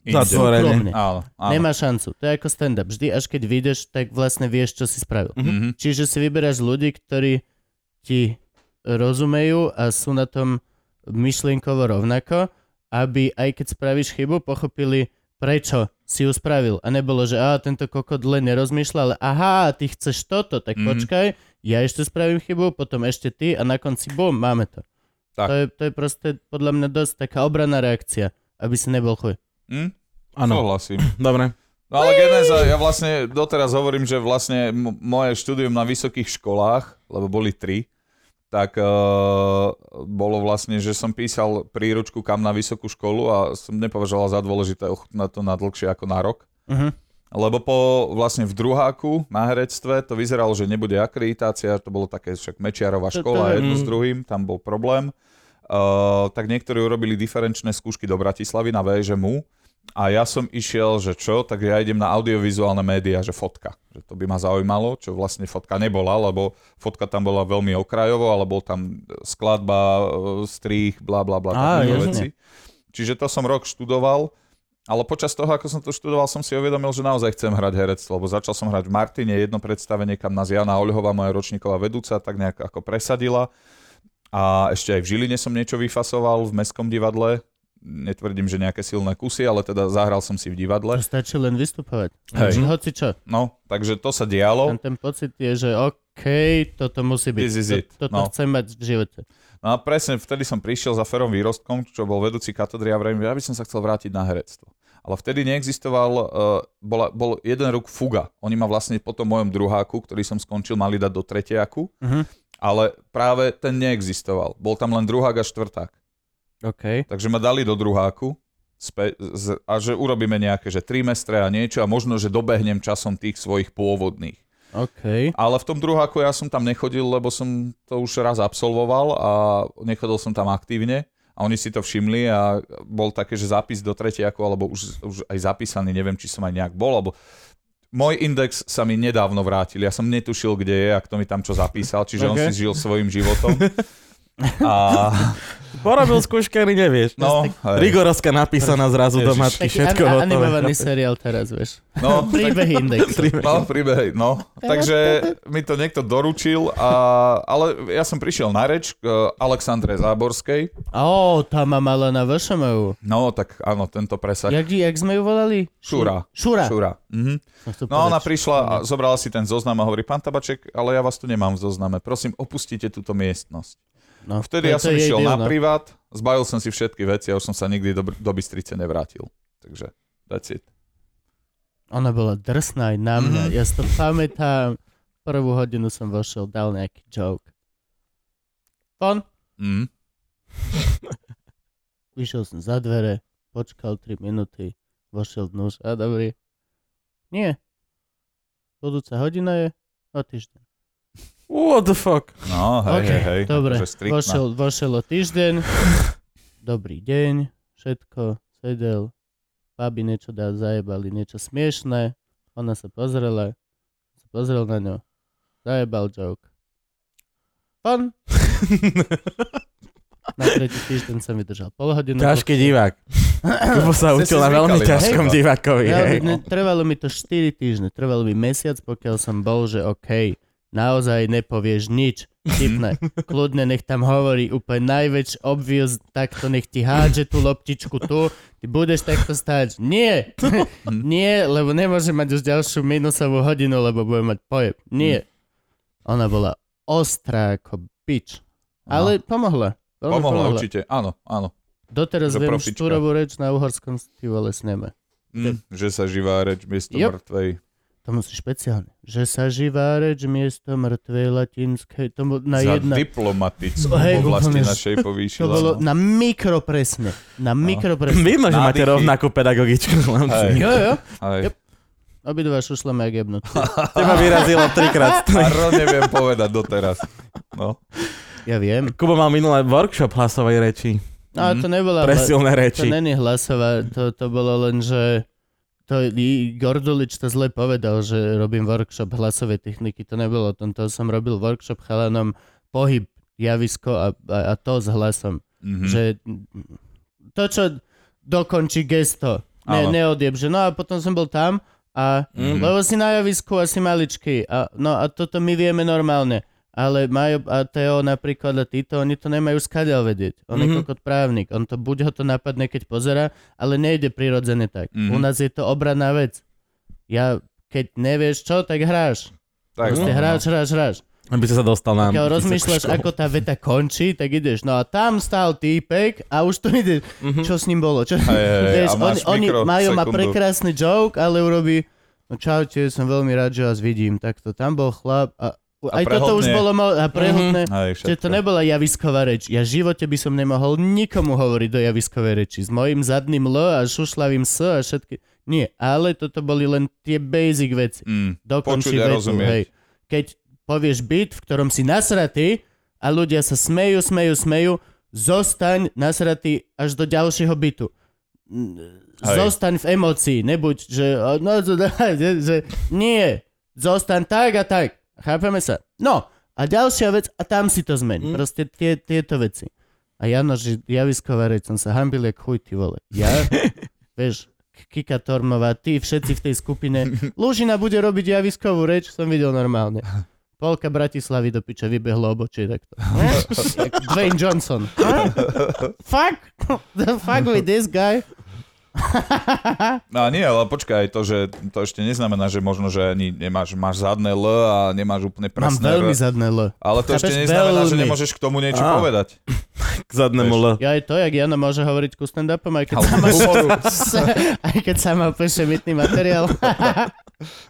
S2: Zatvorene.
S1: súkromne.
S3: Áno, áno.
S1: Nemá šancu. To je ako stand-up. Vždy, až keď vyjdeš, tak vlastne vieš, čo si spravil.
S3: Mhm.
S1: Čiže si vyberáš ľudí, ktorí ti rozumejú a sú na tom myšlienkovo rovnako, aby aj keď spravíš chybu, pochopili, prečo si ju spravil. A nebolo, že a tento kokot len nerozmýšľa, ale aha, ty chceš toto, tak
S3: Mhm.
S1: počkaj, ja ešte spravím chybu, potom ešte ty a na konci bum, máme to.
S3: Tak.
S1: To, je, to je proste podľa mňa dosť taká obranná reakcia, aby si nebol chuj.
S3: Hm?
S2: Áno,
S3: Súhlasím.
S2: dobre.
S3: No ale genéza, ja vlastne doteraz hovorím, že vlastne m- moje štúdium na vysokých školách, lebo boli tri, tak eh, bolo vlastne, že som písal príručku kam na vysokú školu a som nepovažoval za dôležité ochutnať to na dlhšie ako na rok.
S1: Uh-huh.
S3: Lebo po vlastne v druháku na herectve to vyzeralo, že nebude akreditácia, to bolo také však Mečiarová
S1: To- Mhm. to
S3: škola,
S1: je-
S3: jedno s
S2: Mm.
S3: druhým, tam bol problém. Uh, tak niektorí urobili diferenčné skúšky do Bratislavy na VŽMU a ja som išiel, že čo, tak ja idem na audiovizuálne médiá, že fotka. Že to by ma zaujímalo, čo vlastne fotka nebola, lebo fotka tam bola veľmi okrajovo, ale bol tam e, skladba, eh, strih, bla bla bla,
S1: Á,
S3: takéto
S1: jasne.
S3: veci. Čiže to som rok študoval ale počas toho, ako som to študoval, som si uvedomil, že naozaj chcem hrať herectvo, lebo začal som hrať v Martine, jedno predstavenie, kam nás Jana Olhová, moja ročníková vedúca, tak nejak ako presadila. A ešte aj v Žiline som niečo vyfasoval v Mestskom divadle. Netvrdím, že nejaké silné kusy, ale teda zahral som si v divadle.
S1: To stačí len vystupovať.
S3: Hej.
S1: Že Hoci čo.
S3: No, takže to sa dialo.
S1: Ten, ten pocit je, že OK, toto musí byť.
S3: This is
S1: To-
S3: it.
S1: Toto
S3: No.
S1: chcem mať v živote.
S3: No a presne vtedy som prišiel za Ferom Výrostkom, čo bol vedúci katedry a vrajím, že ja by som sa chcel vrátiť na herectvo. Ale vtedy neexistoval, uh, bola, bol jeden rok fuga. Oni ma vlastne po tom mojom druháku, ktorý som skončil, mali dať do tretiaku,
S1: Mhm.
S3: ale práve ten neexistoval. Bol tam len druhák a štvrták.
S1: OK.
S3: Takže ma dali do druháku spä- z- a že urobíme nejaké, že trimestre a niečo a možno, že dobehnem časom tých svojich pôvodných.
S1: OK.
S3: Ale v tom druháku ja som tam nechodil, lebo som to už raz absolvoval a nechodil som tam aktívne. A oni si to všimli a bol také, že zápis do tretiaku, alebo už, už aj zapísaný, neviem, či som aj nejak bol, alebo môj index sa mi nedávno vrátil. Ja som netušil, kde je a kto mi tam čo zapísal, čiže on
S1: Okay.
S3: si žil svojim životom. A,
S2: Porobil skúškary, nevieš.
S3: no, hej.
S2: Rigoroska napísaná zrazu do Ježiš.
S1: Taký
S2: matky, všetko
S1: an-
S2: hotové.
S1: animovaný
S2: chápeš?
S1: seriál teraz, vieš.
S3: no, tak-
S1: Príbeh index.
S3: no, príbeh, no. Takže mi to niekto doručil, a, ale ja som prišiel na reč k eh, Alexandre Záborskej.
S1: Ó, tá ma mala na VŠMU.
S3: No, tak áno, tento presah.
S1: Jak, jak sme ju volali?
S3: Šúra.
S1: Šura.
S3: Šura. Mhm.
S1: Som chcel
S3: No ona
S1: povedať.
S3: prišla a zobrala si ten zoznam a hovorí, pán Tabaček, ale ja vás tu nemám v zozname, prosím, opustite túto miestnosť.
S1: No,
S3: Vtedy
S1: to-
S3: ja
S1: to
S3: som
S1: je jej
S3: išiel
S1: deal,
S3: na
S1: no.
S3: privát, zbavil som si všetky veci a už som sa nikdy do, do Bystrice nevrátil. Takže that's it.
S1: Ona bola drsná aj na mňa.
S3: Mhm.
S1: Ja si to pamätám. Prvú hodinu som vošiel, dal nejaký joke. Pon,
S3: Mm.
S1: vyšiel som za dvere, počkal 3 minúty, vošiel dnúž a dobrý. Nie. Budúca hodina je o týždeň.
S2: What the fuck?
S3: No, hej,
S1: Ok,
S3: hej, hej.
S1: Dobre,
S3: Takže striktná.
S1: vošiel, vošiel o týždeň, dobrý deň, všetko, sedel, babi niečo dá, zajebali niečo smiešné, ona sa pozrela, sa pozrel na ňu, zajebal joke. Pon. na tretí týždeň som vydržal pol hodinu.
S2: Ťažký divák. Kubo sa
S3: Ste si
S2: učil na veľmi
S3: zvykali, no.
S2: ťažkom
S3: Hej, no.
S2: divákovi. hej.
S1: Trvalo, ne, trvalo mi to 4 týždne, trvalo mi mesiac, pokiaľ som bol, že OK, naozaj nepovieš nič vtipné. Kľudne nech tam hovorí úplne najväčší obvious, takto nech ti hádže tú loptičku tu, ty budeš takto stáť. Nie! Nie, lebo nemôžem mať už ďalšiu minusovú hodinu, lebo budem mať pojeb.
S3: Hm.
S1: Nie. Ona bola ostrá ako bič. Ale pomohla. Veľmi
S3: No. Pomohla určite, áno, áno.
S1: Doteraz
S3: Že
S1: viem
S3: profička.
S1: štúrovú reč na uhorskom stivole sneme.
S3: Mm, že sa živá reč miesto
S1: Yep.
S3: mŕtvej.
S1: To musí špeciálne. Že sa živá reč miesto mrtvej latinskej. To bolo na
S3: Za
S1: jedna...
S3: diplomatickú
S1: Hej,
S3: oblasti
S1: úplne.
S3: našej
S1: To
S3: povýšila.
S1: bolo na mikropresne. Na mikropresne.
S2: Vidno, že máte
S3: Nádychy.
S2: rovnakú pedagogičku.
S3: Hej.
S1: Jo, jo.
S3: Hej.
S1: Yep. Obidva šušlame jak jebnutí.
S2: Teba vyrazilo trikrát.
S3: A ro neviem povedať doteraz. No.
S1: Ja viem.
S2: Kubo mal minulé workshop hlasovej reči.
S1: No, to nebola...
S2: Presilné
S1: To
S2: reči.
S1: není hlasová. To, to bolo len, že... To, i Gordulič to zle povedal, že robím workshop hlasovej techniky. To nebolo o tom. To som robil workshop chalanom pohyb, javisko a, a, a to s hlasom.
S3: Mhm.
S1: že to, čo dokončí gesto, ne,
S3: Áno.
S1: neodieb, že no a potom som bol tam a mm.
S2: Mhm.
S1: lebo si na javisku asi maličký a, no a toto my vieme normálne, ale Majo a Teo napríklad a títo, oni to nemajú skadiaľ vedieť. On
S2: Mhm.
S1: je kokot právnik, on to buď ho to napadne, keď pozera, ale nejde prirodzene tak. U
S3: Mhm.
S1: nás je to obraná vec. Ja, keď nevieš čo, tak hráš.
S3: Tak,
S2: no.
S3: no,
S1: Proste hráš, hráš, hráš.
S2: Aby si sa dostal na...
S1: Keď rozmýšľaš, ako tá veta končí, tak ideš. No a tam stál týpek a už to ide.
S2: Mhm.
S1: Čo s ním bolo? Čo...
S3: Hm. Hej, hej, hej, a máš
S1: oni,
S3: mikrosekundu.
S1: Majo má prekrásny joke, ale urobí no čaute, som veľmi rád, že vás vidím. Takto tam bol chlap a, aj toto
S3: prehodne. Mhm.
S1: už bolo mal, a prehodné.
S3: Hej,
S1: Čiže to nebola javisková reč. Ja v živote by som nemohol nikomu hovoriť do javiskovej reči. S mojim zadným L a šušlavým S a všetky. Nie, ale toto boli len tie basic veci
S3: Mm.
S1: dokončí
S3: Počuť a
S1: vetu.
S3: rozumieť.
S1: Hej. Keď povieš byt, v ktorom si nasratý a ľudia sa smejú, smejú, smejú, zostaň nasratý až do ďalšieho bytu. N-
S3: Hej.
S1: Zostaň v emocii, nebuď, že, a, no, že, že nie, zostaň tak a tak. Chápeme sa? No, a ďalšia vec, a tam si to zmení. Proste tie, tieto veci. A Jano, že javisková reč, som sa hambil jak chuj, ty vole. Ja? Vieš, K- Kika Tormová, ty, všetci v tej skupine. Lužina bude robiť javiskovú reč, som videl normálne. Polka Bratislavy do piče vybehlo obočie takto. Hm? Jak Dwayne Johnson. Hm? Fuck! The fuck with this guy?
S3: No nie, ale počkaj, to, že to ešte neznamená, že možno, že ani nemáš, máš zadné L a nemáš úplne
S1: Mám
S3: presné
S1: veľmi
S3: R.
S1: zadné L.
S3: Ale to ešte
S1: Chápeš?
S3: neznamená, že
S1: Veľmi.
S3: nemôžeš k tomu niečo
S2: Á.
S3: povedať.
S2: K zadnému L.
S1: Ja aj to, jak Jana môže hovoriť ku stand-upom, aj keď
S3: Ale
S1: sama,
S3: k humoru,
S1: aj keď sama píše mytný materiál.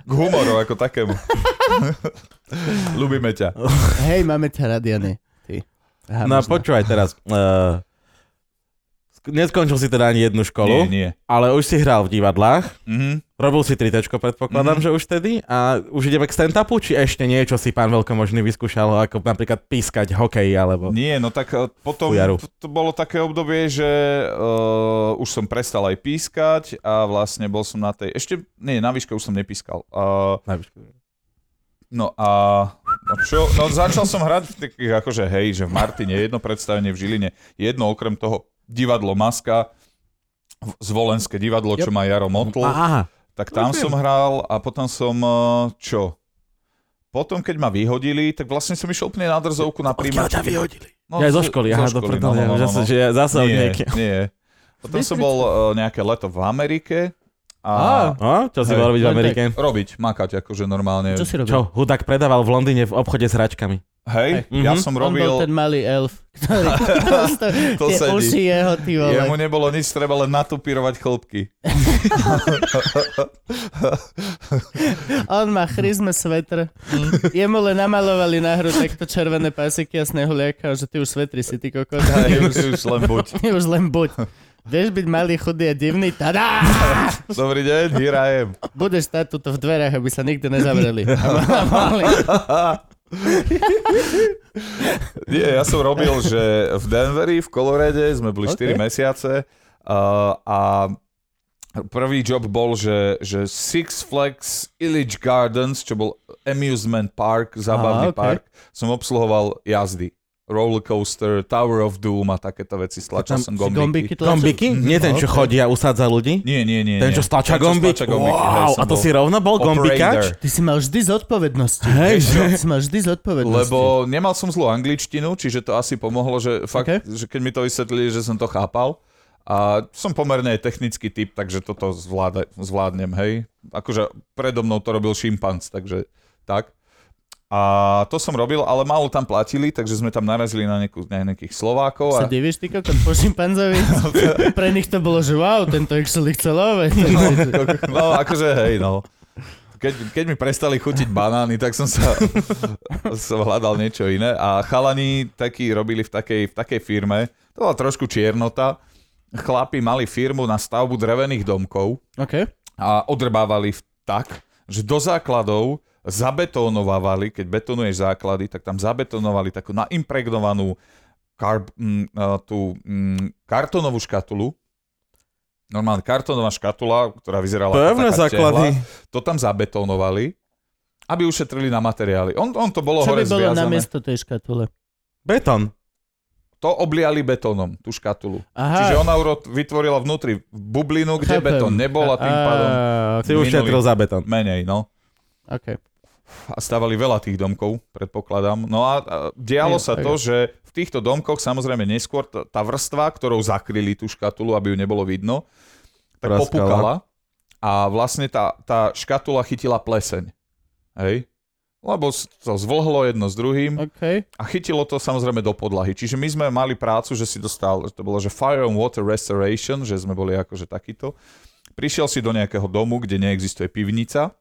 S3: k humoru ako takému. Ľubíme ťa.
S1: Hej, máme ťa radi, Jany. Ty. Aha,
S2: No
S1: možno.
S2: počúvaj teraz. Uh, neskončil si teda ani jednu
S3: Nie,
S2: školu,
S3: nie.
S2: ale už si hral v divadlách.
S3: Mhm.
S2: Robil si tritečko, predpokladám, mm-hmm. že už tedy. A už ideme k stand-upu, či ešte niečo si pán veľkomožný vyskúšal, ako napríklad pískať hokej, alebo...
S3: Nie, no tak e, potom
S2: Fujaru.
S3: to, to bolo také obdobie, že uh, už som prestal aj pískať a vlastne bol som E, na tej, ešte, nie, na výške už som nepískal. Uh,
S2: Na výšku.
S3: no a No, čo, no začal som hrať v takých, akože hej, že v Martine jedno predstavenie v Žiline, jedno okrem toho divadlo Maska, v- zvolenské divadlo, čo má Jaro Motl.
S2: Aha,
S3: Tak tam som hral a potom som, eh, čo? Potom, keď ma vyhodili, tak vlastne som išiel úplne na drzovku na
S2: odkiaľ
S3: príjmač.
S2: ťa vyhodili?
S3: No,
S2: ja aj zo školy, aha, do prdele,
S3: no, no, no,
S2: že,
S3: no.
S2: že ja zase od
S3: nie,
S2: niekde.
S3: nie. Potom som bol eh, nejaké leto v Amerike a
S2: A, No, čo si
S3: Hej.
S2: mal robiť v
S1: Len tak.
S2: Amerike?
S3: robiť, makať akože normálne.
S1: Čo si robil?
S2: Čo, hudák predával v Londýne v obchode s hračkami.
S3: Hej,
S2: Hej.
S3: ja
S2: Mhm.
S3: som
S1: On bol
S3: robil,
S1: ten malý elf, ktorý prosto,
S3: To
S1: tie
S3: sedí.
S1: uši jeho, ty vole.
S3: jemu nebolo nič, treba len natupírovať chlopky.
S1: On má chryzme svetr. Jemu len namalovali na hru takto červené pasiky a snehuliaka, že ty už svetri si, ty kokot.
S3: Hej, už, už len buď.
S1: Ty už len buď. Vieš byť malý, chudý a divný? Tadá!
S3: Dobrý deň, hirajem.
S1: Budeš stať tuto v dverách, aby sa nikdy nezavreli. A mo- a mohli.
S3: Nie, ja som robil, že v Denveri, v Kolorede, sme boli
S1: OK.
S3: 4 mesiace uh, a prvý job bol, že, že Six Flags Village Gardens, čo bol amusement park,
S1: Aha,
S3: zábavný
S1: OK.
S3: park, som obsluhoval jazdy. Roller coaster, Tower of Doom a takéto veci. Stlačal
S2: Tam
S1: Si
S3: som gombíky.
S1: gombíky tlačil?
S2: Gombiky? Nie ten, čo
S1: Ok.
S2: chodí a usádza ľudí?
S3: Nie, nie, No, nie.
S2: Ten,
S3: nie.
S2: čo stlača gombík?
S3: hej,
S2: Wow, a
S3: som
S2: to
S3: bol
S2: si rovno bol gombikač?
S3: operator.
S1: Ty si mal vždy zodpovednosti.
S2: Hej,
S1: Vieš čo?
S2: že-
S1: Ty si mal vždy zodpovednosti.
S3: Lebo nemal som zlú angličtinu, čiže to asi pomohlo, že fakt,
S1: Ok.
S3: že keď mi to vysvetlili, že som to chápal. A som pomerne aj technický typ, takže toto zvláda, zvládnem, hej. Akože predo mnou to robil šimpanz, takže tak. A to som robil, ale málo tam platili, takže sme tam narazili na, nejakú, na nejakých Slovákov.
S1: Sa
S3: A...
S1: divíš, ty kokot, po šimpanzovi? Pre nich to bolo, že wow, tento actually chcel ovec.
S3: No, akože hej, no. Keď, keď mi prestali chutiť banány, tak som sa som hľadal niečo iné. A chalani takí robili v takej, v takej firme, to bola trošku čiernota, chlapi mali firmu na stavbu drevených domkov
S1: OK.
S3: a odrbávali v- tak, že do základov zabetonovávali, keď betonuješ základy, tak tam zabetonovali takú naimpregnovanú karb, m, a, tú m, kartonovú škatulu. Normálne kartonová škatula, ktorá vyzerala ako
S2: Pevné
S3: taká
S2: základy.
S3: tehla, to tam zabetonovali, aby ušetrili na materiály. On, on to bolo
S1: Čo by
S3: hore
S1: bolo na
S3: zviazané.
S1: miesto tej škatule?
S2: Betón.
S3: To obliali betónom, tú škatulu.
S1: Aha.
S3: Čiže ona uro- vytvorila vnútri bublinu, kde
S1: chápem.
S3: betón nebol a tým pádom
S1: Á,
S2: Si ušetril za betón.
S3: menej, no.
S1: OK.
S3: a stavali veľa tých domkov, predpokladám. No a a dialo
S1: Jo,
S3: sa
S1: tak
S3: to, že v týchto domkoch samozrejme neskôr t- tá vrstva, ktorou zakryli tú škatulu, aby ju nebolo vidno, tak
S2: Praskala.
S3: popukala a vlastne tá, tá škatula chytila pleseň. Hej? Lebo s- to zvlhlo jedno s druhým
S1: OK.
S3: a chytilo to samozrejme do podlahy. Čiže my sme mali prácu, že si dostal, to bolo, že Fire and Water Restoration, že sme boli akože takýto. Prišiel si do nejakého domu, kde neexistuje pivnica.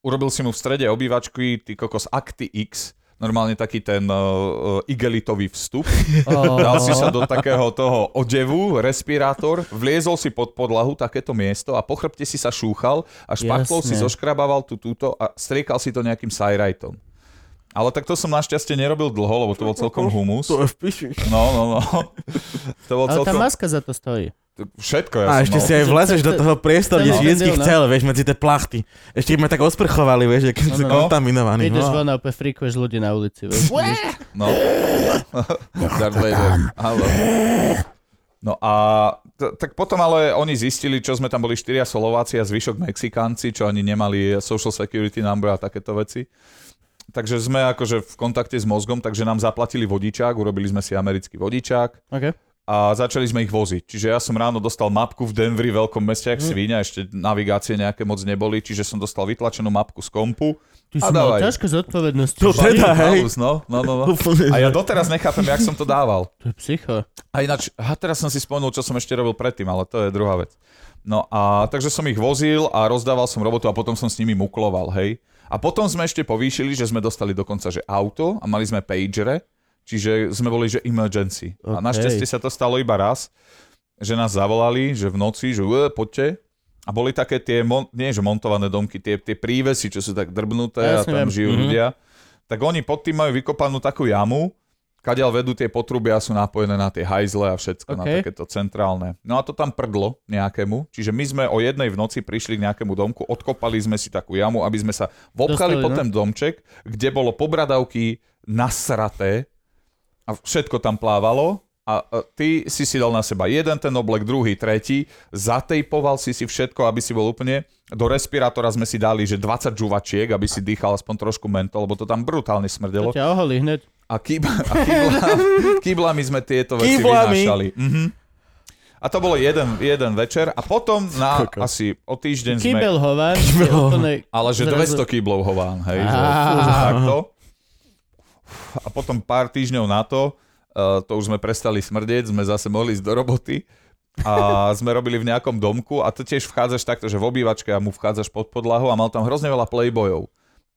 S3: Urobil si mu v strede obývačky, ty kokos Acti X, normálne taký ten uh, uh, igelitový vstup. Dal si sa do takého toho odevu, respirátor, vliezol si pod podlahu takéto miesto a po chrbte si sa šúchal a špaklou si
S1: Jasné.
S3: zoškrabával tú, túto a striekal si to nejakým sajrajtom. Ale tak to som našťastie nerobil dlho, lebo to bol celkom humus.
S2: To je v piči.
S3: No, no, no. To bol
S1: Ale tá
S3: celkom...
S1: maska za to stojí.
S3: Všetko ja
S2: A
S3: som
S2: ešte
S3: mal.
S2: si aj vlezeš do toho priestoru, kde si
S1: Celý
S2: vždycky
S1: deň, no.
S2: chcel, vieš, medzi tie plachty. Ešte ma tak osprchovali, vieš, že keď si
S3: no.
S2: kontaminovaný.
S1: Ideš
S2: no.
S1: von a opäť frikuješ ľudí na ulici. Vieš?
S3: No. Darth Vader. Halo. No a t- tak potom ale oni zistili, čo sme tam boli štyria Slováci a zvyšok Mexikánci, čo ani nemali social security number a takéto veci. Takže sme akože v kontakte s mozgom, takže nám zaplatili vodičák, urobili sme si americký vodičák
S1: OK.
S3: a začali sme ich voziť. Čiže ja som ráno dostal mapku v Denveri, veľkom meste, jak svíňa, ešte navigácie nejaké moc neboli, čiže som dostal vytlačenú mapku z kompu.
S1: Ty
S3: A
S1: si mal
S3: dávaj.
S1: ťažké zodpovednosti.
S2: To
S1: že?
S2: teda, hej.
S3: Halus, no, no, no, no.
S2: Úplne,
S3: A ja
S2: že-
S3: doteraz nechápem, jak som to dával.
S1: To je psycho.
S3: A ináč, a teraz som si spomenul, čo som ešte robil predtým, ale to je druhá vec. No a takže som ich vozil a rozdával som robotu a potom som s nimi mukloval, hej. A potom sme ešte povýšili, že sme dostali dokonca, že auto a mali sme pagere, čiže sme boli, že emergency. A
S1: Okej.
S3: našťastie sa to stalo iba raz, že nás zavolali, že v noci, že "E, poďte. A boli také tie, mon- nie že montované domky, tie, tie prívesy, čo sú tak drbnuté
S1: Ja
S3: a
S1: jasne
S3: tam
S1: viem.
S3: žijú
S2: Mhm.
S3: ľudia. Tak oni pod tým majú vykopanú takú jamu, kadiaľ vedú tie potrubia a sú napojené na tie hajzle a všetko na
S1: OK.
S3: takéto centrálne. No a to tam prdlo nejakému. Čiže my sme o jednej v noci prišli k nejakému domku, odkopali sme si takú jamu, aby sme sa vopchali
S1: Dostali,
S3: po
S1: no.
S3: ten domček, kde bolo pobradavky nasraté a všetko tam plávalo a a ty si si dal na seba jeden ten oblek, druhý, tretí, zatejpoval si si všetko, aby si bol úplne, do respirátora sme si dali, že 20 žuvačiek, aby si dýchal aspoň trošku mentol, lebo to tam brutálne
S1: To
S3: smrdelo.
S1: ťa oholí hneď.
S3: A, kýb, a kýbla, kýblami sme tieto veci
S2: Kýblami.
S3: vynášali. Mhm. A to bolo jeden, jeden večer a potom na
S2: Kokos.
S3: asi o týždeň sme...
S1: Kybel hovar.
S2: Kybel hovár.
S3: Ale že
S1: Zrazu-
S3: 200 kýblov hován, hej, že
S1: Á.
S3: že takto. A potom pár týždňov na to, eh, to už sme prestali smrdieť, sme zase mohli ísť do roboty a sme robili v nejakom domku a to tiež vchádzaš takto, že v obývačke a mu vchádzaš pod podlahu a mal tam hrozne veľa playbojov.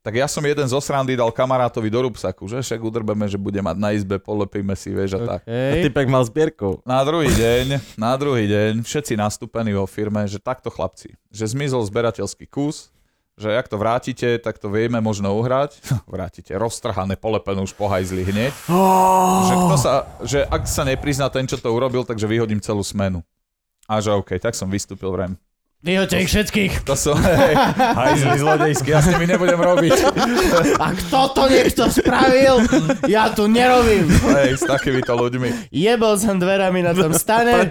S3: Tak ja som jeden zo srandy dal kamarátovi do rúbsaku, že však udrbeme, že bude mať na izbe, polepíme si, vieš a tak.
S2: A
S1: Hej.
S2: typek mal zbierku.
S3: Na druhý deň, na druhý deň, všetci nastúpení vo firme, že takto chlapci, že zmizol zberateľský kus, že ak to vrátite, tak to vieme možno uhrať. Vrátite, roztrhané, polepené už pohajzli hneď. Že, kto sa, že ak sa neprizná ten, čo to urobil, takže vyhodím celú smenu. A že OK, tak som vystúpil vrem.
S1: Vyhoďte ich všetkých.
S3: To som, hej, hajzli zlodejsky, ja s nimi nebudem robiť.
S1: A kto to niekto spravil? Ja tu nerobím.
S3: Hej, s takýmito ľuďmi.
S1: Jebol som dverami na tom stane.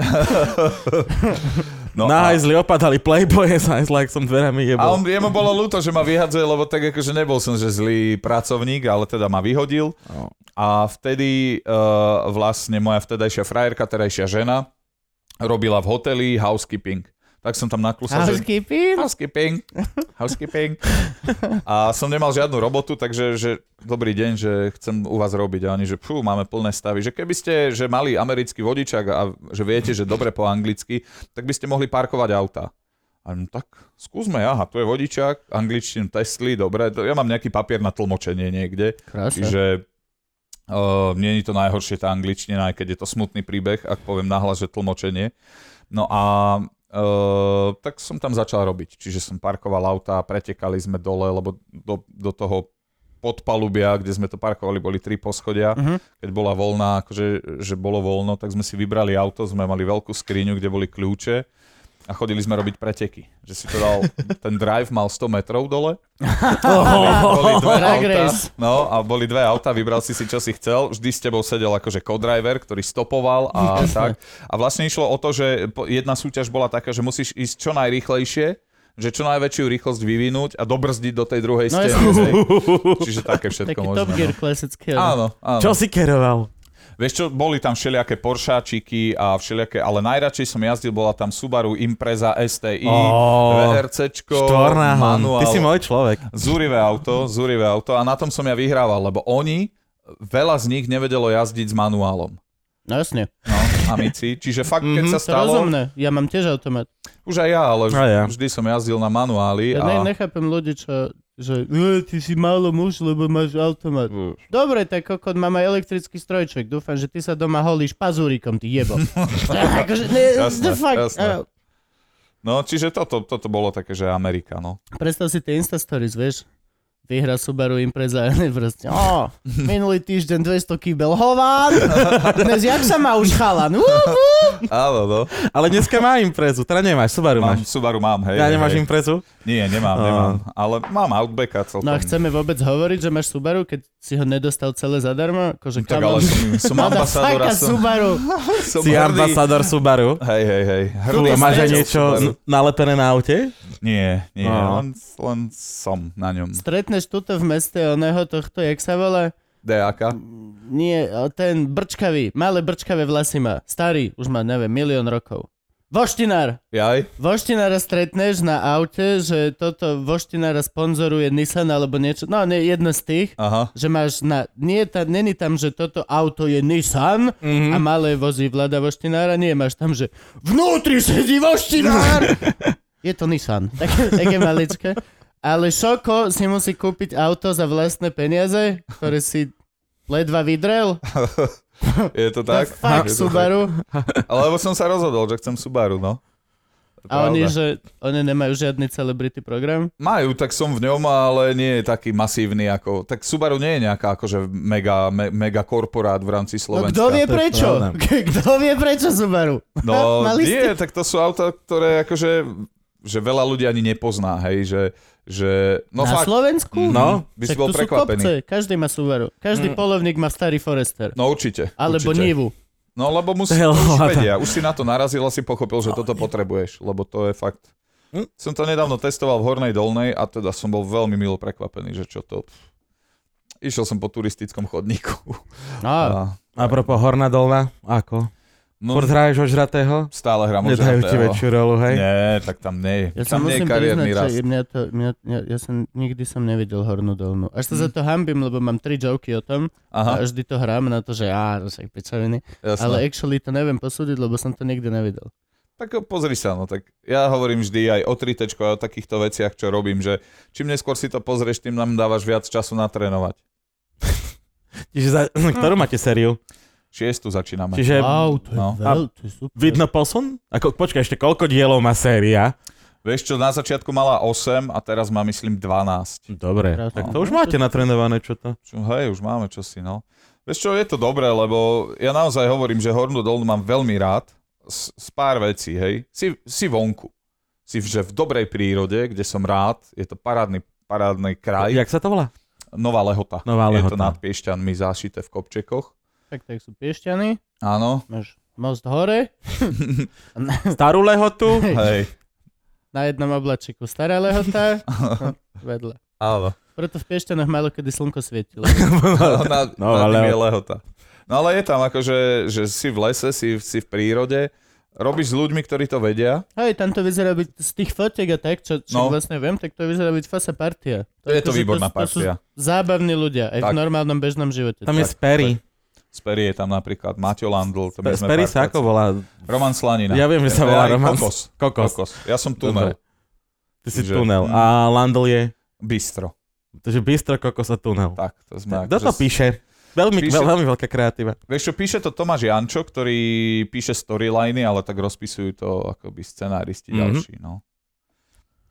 S3: No,
S2: Na
S3: a-
S2: hajzli opadali playboye s hajzla, ak som dverami jebol.
S3: A on, jemu bolo ľúto, že ma vyhadzuje, lebo tak akože nebol som, že zlý pracovník, ale teda ma vyhodil.
S2: No.
S3: A vtedy uh, vlastne moja vtedajšia frajerka, terajšia žena, robila v hoteli housekeeping. Tak som tam naklusal, že...
S1: Housekeeping.
S3: Housekeeping. Housekeeping. A som nemal žiadnu robotu, takže že, dobrý deň, že chcem u vás robiť. A oni, že pú, máme plné stavy. Že keby ste že mali americký vodičak a že viete, že dobre po anglicky, tak by ste mohli parkovať auta. A no tak skúsme, aha, tu je vodičak, angličtinu Tesly, dobre, to, ja mám nejaký papier na tlmočenie niekde.
S1: Krásne.
S3: Čiže uh, nie je to najhoršie tá angličtina, aj keď je to smutný príbeh, ak poviem nahlas, že tlmočenie. No a uh, tak som tam začal robiť. Čiže som parkoval auta, pretekali sme dole, lebo do, do toho podpalubia, kde sme to parkovali, boli tri poschodia.
S1: Mhm.
S3: Keď bola voľná, akože, že bolo voľno, tak sme si vybrali auto, sme mali veľkú skriňu, kde boli kľúče a chodili sme robiť preteky. Že si to dal, ten drive mal 100 metrov dole boli dve
S1: Drag
S3: auta,
S1: race.
S3: no a boli dve auta, vybral si si, čo si chcel. Vždy s tebou sedel akože co-driver, ktorý stopoval a tak. A vlastne išlo o to, že po- jedna súťaž bola taká, že musíš ísť čo najrychlejšie, že čo najväčšiu rýchlosť vyvinúť a dobrzdiť do tej druhej
S1: No,
S3: steny.
S1: jasne.
S3: hej. Čiže také všetko
S1: Taký
S3: možné.
S1: Top Gear
S3: no.
S1: klasický. ale-
S3: Áno, áno.
S2: Čo si keroval?
S3: Vieš čo, boli tam všelijaké Poršáčiky a všelijaké, ale najradšej som jazdil, bola tam Subaru, Impreza, STI,
S2: Ó,
S3: VRCčko,
S2: Štvornáhon.
S3: manuál.
S2: Ty si môj človek.
S3: Zúrivé auto, zúrivé auto a na tom som ja vyhrával, lebo oni, veľa z nich nevedelo jazdiť s manuálom.
S1: No jasne.
S3: No, amici. Čiže fakt, keď sa
S1: Mhm, To
S3: stalo,
S1: rozumné. Ja mám tiež automat.
S3: už aj ja, ale
S2: Aj ja.
S3: vždy som jazdil na manuáli.
S1: Ja ne,
S3: A...
S1: nechápem ľudí, čo že "E, ty si málo muž, lebo máš automat. Dobre, tak kokot, mám aj elektrický strojček. Dúfam, že ty sa doma holíš pazúrikom, ty jebo. akože, ne,
S3: Jasné,
S1: the fuck. A-
S3: jasné. No, čiže toto, toto bolo také, že Amerika, no.
S1: Predstav si tie Insta stories, vieš? Vyhra Subaru Impreza a proste, o, minulý týždeň 200 kýbel hován, dnes jak sa má už chalan, Ú, ú.
S3: Áno, no.
S2: Ale dneska má imprezu, teda nemáš, Subaru
S3: Mám,
S2: máš.
S3: Subaru mám, hej.
S2: Ja
S3: hej,
S2: nemáš
S3: hej.
S2: imprezu?
S3: Nie, nemám,
S2: Á.
S3: nemám. Ale mám Outbacka celkom.
S1: No a chceme vôbec hovoriť, že máš Subaru, keď si ho nedostal celé zadarmo? Akože
S3: Tak
S1: kamon,
S3: ale som, som ambasador a
S1: motherfucker
S3: som,
S1: Subaru.
S3: som
S2: Si
S3: hrdý.
S2: ambasador Subaru.
S3: Hej, hej, hej.
S2: Tu
S3: som
S2: máš aj
S3: na
S2: niečo
S3: Subaru.
S2: n- nalepené na aute?
S3: Nie, nie,
S2: Á.
S3: len, len som na ňom.
S1: Stretneš tuto v meste oného tohto, jak sa volá?
S3: DAK.
S1: Nie, o, ten brčkavý, malé brčkavé vlasy má. Starý, už má, neviem, milión rokov. Voštinár!
S3: Jaj?
S1: Voštinára stretneš na aute, že toto voštinára sponzoruje Nissan alebo niečo, no nie, jedno z tých,
S3: Aha.
S1: že máš na, nie, tá, není tam, že toto auto je Nissan
S3: Hm?
S1: a
S3: Mhm.
S1: malé vozí vlada voštinára, nie, máš tam, že vnútri sedí voštinár! je to Nissan, také, také maličké. Ale Šoko si musí kúpiť auto za vlastné peniaze, ktoré si ledva vydrel.
S3: Je to tak?
S1: Fuck
S3: Je to
S1: Subaru.
S3: Tak. Alebo som sa rozhodol, že chcem Subaru, no.
S1: A oni,
S3: pravda.
S1: že oni nemajú žiadny celebrity program?
S3: Majú, tak som v ňom, ale nie je taký masívny ako... Tak Subaru nie je nejaká akože mega, me, mega korporát v rámci
S1: No
S3: Slovenska.
S1: kto vie
S2: to je
S1: prečo?
S2: pravda.
S1: Kto vie prečo Subaru?
S3: No
S1: Mali ste-
S3: nie, tak to sú auta, ktoré akože že veľa ľudí ani nepozná, hej, že, že
S1: No Na
S3: no fakt, Mhm.
S1: Slovensku?
S2: No,
S3: by si
S1: Však
S3: bol
S1: tu sú
S3: prekvapený.
S1: kopce, každý má Subaru. Každý
S2: Mm.
S1: polovník má starý Forester.
S3: No určite.
S1: Alebo
S3: určite.
S1: Nivu.
S3: No lebo
S2: To
S3: musí,
S2: je
S3: to už
S2: hlava.
S3: vedia. Už si na to narazil a si pochopil, že toto potrebuješ, lebo to je fakt.
S2: Hm?
S3: Som to nedávno testoval v Hornej Dolnej a teda som bol veľmi milo prekvapený, že čo to... Išiel som po turistickom chodníku.
S1: No,
S3: A,
S2: Apropo Horná Dolná, ako?
S3: no,
S2: Furt hraješ ožratého?
S3: stále hrám o
S2: Nedajú ti
S3: žratého.
S2: väčšiu rolu, hej?
S3: Nie, tak tam nie.
S1: ja sa
S3: tam nie je
S1: musím
S3: kariérny
S1: priznať,
S3: rast.
S1: že mňa to, mňa, ja, ja som, nikdy som nevidel Hornú dolnú. Až sa za to hambím, lebo mám tri joky o tom
S3: Mhm. Aha,
S1: a vždy to hrám na to, že á, však pičoviny.
S3: jasné.
S1: Ale actually to neviem posúdiť, lebo som to nikdy nevidel.
S3: Tak pozri sa, no tak ja hovorím vždy aj o tritečko, aj o takýchto veciach, čo robím, že čím neskôr si to pozrieš, tým nám dávaš viac času natrénovať.
S2: Čiže za, ktorú máte sériu?
S3: Šiestu začíname.
S2: Čiže
S1: Wow, to je,
S3: no.
S1: veľ, to je super.
S2: vidno posun? Ako, počkaj, ešte koľko dielov má séria?
S3: Vieš čo, na začiatku mala 8 a teraz má myslím 12.
S2: Dobre,
S1: Krásne.
S2: tak to už máte natrénované, čo to?
S3: Čo, hej, už máme čosi, no. Vieš čo, je to dobré, lebo ja naozaj hovorím, že Hornú dolnu mám veľmi rád z, z pár vecí, hej. Si, si vonku. Si v- že v dobrej prírode, kde som rád, je to parádny, parádny kraj.
S2: Jak sa to volá?
S3: Nová Lehota.
S2: Nová
S3: je
S2: Lehota.
S3: to nad Piešťanmi zašité v kopčekoch.
S1: Tak, tak sú piešťany,
S3: Áno,
S1: máš most hore,
S2: Starú lehotu?
S3: hej.
S1: na jednom oblačiku stará lehota, no, vedľa.
S3: Áno.
S1: Preto v Piešťanoch málo kedy slnko svietilo.
S3: No, na,
S2: No,
S3: no, na
S2: ale-
S3: ale... je lehota. No ale je tam akože, že si v lese, si, si v prírode, robíš s ľuďmi, ktorí to vedia.
S1: Hej, tam to vyzerá byť z tých fotiek a tak, čo, čo
S3: No.
S1: vlastne viem, tak to vyzerá byť fasa partia.
S3: To je to
S1: akože
S3: výborná
S1: to sú
S3: partia.
S1: Zábavní ľudia, aj v
S3: Tak.
S1: normálnom bežnom živote.
S2: Tam je Sperry.
S3: Sperry je tam napríklad, Maťo Landl. To my sme
S2: Sperry sa ako
S3: parťaci.
S2: volá?
S3: Roman Slanina.
S2: Ja viem, že sa
S3: To je
S2: volá
S3: aj
S2: Roman.
S3: Kokos.
S2: Kokos.
S3: Kokos. Ja som tunel.
S2: Ty si
S3: Že-
S2: tunel. A Landl je...
S3: Bistro.
S2: Takže bistro, kokos a tunel.
S3: Tak, to sme
S2: Kto
S3: akože-
S2: to píše? Veľmi,
S3: Píše-
S2: veľ- veľmi veľká kreatíva.
S3: Vieš čo, píše to Tomáš Jančo, ktorý píše storyliny, ale tak rozpisujú to akoby scenáristi
S2: Mhm.
S3: ďalší, no.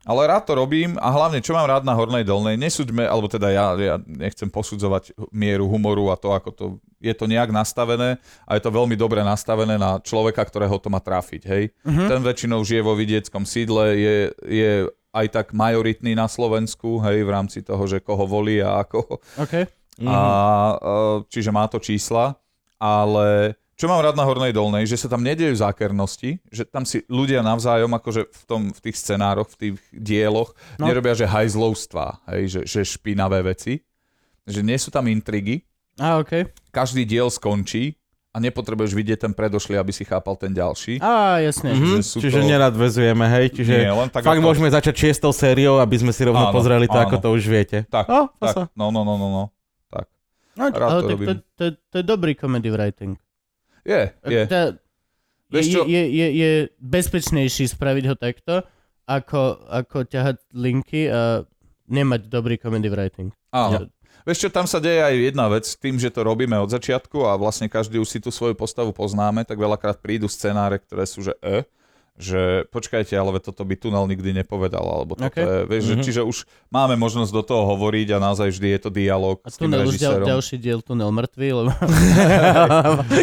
S3: Ale rád to robím a hlavne, čo mám rád na Hornej Dolnej, nesúďme, alebo teda ja, ja nechcem posudzovať mieru humoru a to, ako to, je to nejak nastavené a je to veľmi dobre nastavené na človeka, ktorého to má trafiť, hej.
S1: Mhm.
S3: Ten väčšinou žije vo vidieckom sídle, je, je aj tak majoritný na Slovensku, hej, v rámci toho, že koho volí a ako ho
S1: OK.
S2: Mhm.
S3: a, e, čiže má to čísla, ale čo mám rád na Hornej Dolnej, že sa tam nedejú zákernosti, že tam si ľudia navzájom akože v, tom, v tých scenároch, v tých dieloch
S1: No.
S3: no. nerobia, že hajzlovstvá, hej, že, že špinavé veci, že nie sú tam intrigy,
S1: A OK.
S3: každý diel skončí a nepotrebuješ vidieť ten predošlý, aby si chápal ten ďalší.
S1: Á, jasne.
S2: Mhm,
S3: že sú
S2: Čiže
S3: to-
S2: nenadvezujeme, hej? Čiže
S3: nie, len tak
S2: fakt
S3: ako-
S2: môžeme začať šiestou sériou, aby sme si rovno
S3: Áno,
S2: pozreli to, ako
S3: áno.
S2: to už viete.
S3: Tak,
S2: O,
S3: tak, no, no, no, no, no. Tak.
S1: No,
S3: rád
S1: ale tak
S3: to
S1: to,
S3: robím.
S1: to, to je dobrý comedy writing.
S3: Je, je.
S1: Tá, je,
S3: Vieš
S1: je,
S3: čo?
S1: je, je, je bezpečnejší spraviť ho takto, ako, ako ťahať linky a nemať dobrý comedy writing.
S3: Áno.
S1: Že-
S3: Vieš čo, tam sa deje aj jedna vec, tým, že to robíme od začiatku a vlastne každý už si tú svoju postavu poznáme, tak veľakrát prídu scenáre, ktoré sú, že e, že počkajte, ale veď toto by tunel nikdy nepovedal, alebo toto
S1: Okay.
S3: je, vieš,
S2: Mhm.
S3: že, čiže už máme možnosť do toho hovoriť a naozaj vždy je to dialog
S1: A
S3: s tým
S1: tunel už ďal,
S3: režisérom.
S1: ďalší diel tunel mŕtvy, lebo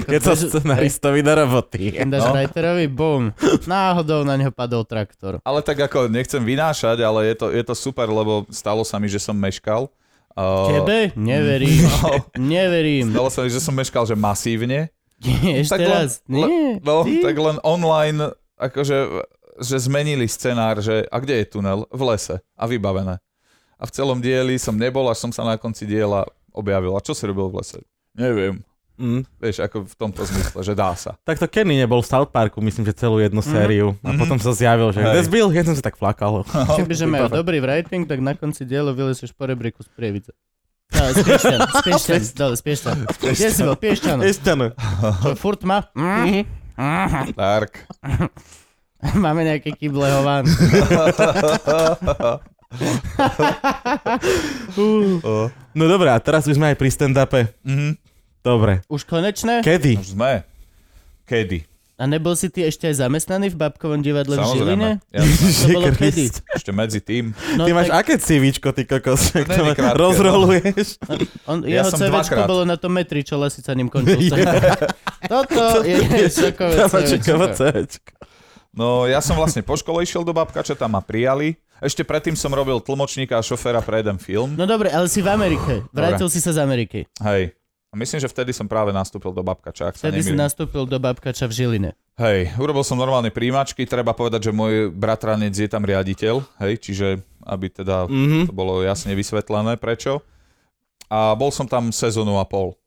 S2: Keď sa scenaristovi do roboty.
S1: Dáš
S3: No.
S1: writerovi, bum, náhodou na neho padol traktor.
S3: Ale tak ako, nechcem vynášať, ale je to, je to super, lebo stalo sa mi, že som meškal. Uh,
S1: Tebe? Neverím.
S3: No,
S1: Neverím.
S3: stalo sa mi, že som meškal, že masívne.
S1: Nie, Ešte
S3: Tak len-
S1: raz. Nie.
S3: No,
S1: ty.
S3: tak len online, akože, že zmenili scenár, že a kde je tunel? V lese. A vybavené. A v celom dieli som nebol, až som sa na konci diela objavil. A čo si robil v lese? Neviem.
S2: Mm.
S3: Vieš, ako v tomto zmysle, že dá sa.
S2: Tak to Kenny nebol v South Parku, myslím, že celú jednu sériu. A
S3: Mhm.
S2: potom sa zjavil, že
S3: Hej.
S2: kde Bill? Ja som sa tak flakal.
S1: Keby, že majú dobrý writing, tak na konci dielu vylezieš po rebríku z prievidze. No, z Piešťan, z Piešťan, dole, z Piešťan. Kde si bol? Piešťan.
S2: Ešte
S1: Čo, Furt ma?
S3: Mhm. Dark.
S1: Máme nejaké kyble hován.
S2: No dobré, a teraz už sme aj pri stand-upe.
S3: Mhm.
S2: Dobre.
S1: Už konečné?
S2: Kedy?
S3: Už sme. Kedy?
S1: A nebol si ty ešte aj zamestnaný v Babkovom divadle v Žiline?
S3: Samozrejme. Ja,
S1: To bolo kedy?
S3: ešte medzi tým.
S1: No,
S2: Ty máš
S1: tak
S2: aké civičko, ty kokos, že
S3: To
S2: to
S3: není krátke, no.
S2: rozroluješ?
S1: on,
S3: Ja
S1: jeho
S3: som
S1: CVčko
S3: dvakrát.
S1: bolo na tom metri, čo lasica ním končil. Toto No, je šokové
S2: Čokovo
S1: CVčko.
S2: CVčko.
S3: No ja som vlastne po škole išiel do babkače, tam ma prijali. Ešte predtým som robil tlmočníka a šoféra pre jeden film.
S1: No dobre, ale si v Amerike. Vrátil si sa z Ameriky.
S3: Hej. A myslím, že vtedy som práve nastúpil do babkača, ak sa
S1: Vtedy si
S3: nemýlim.
S1: nastúpil do Babkača v Žiline.
S3: Hej, urobil som normálne príjimačky, treba povedať, že môj bratranec je tam riaditeľ, hej, čiže aby teda
S2: Mhm.
S3: to bolo jasne vysvetlené prečo. A bol som tam sezónu a pol.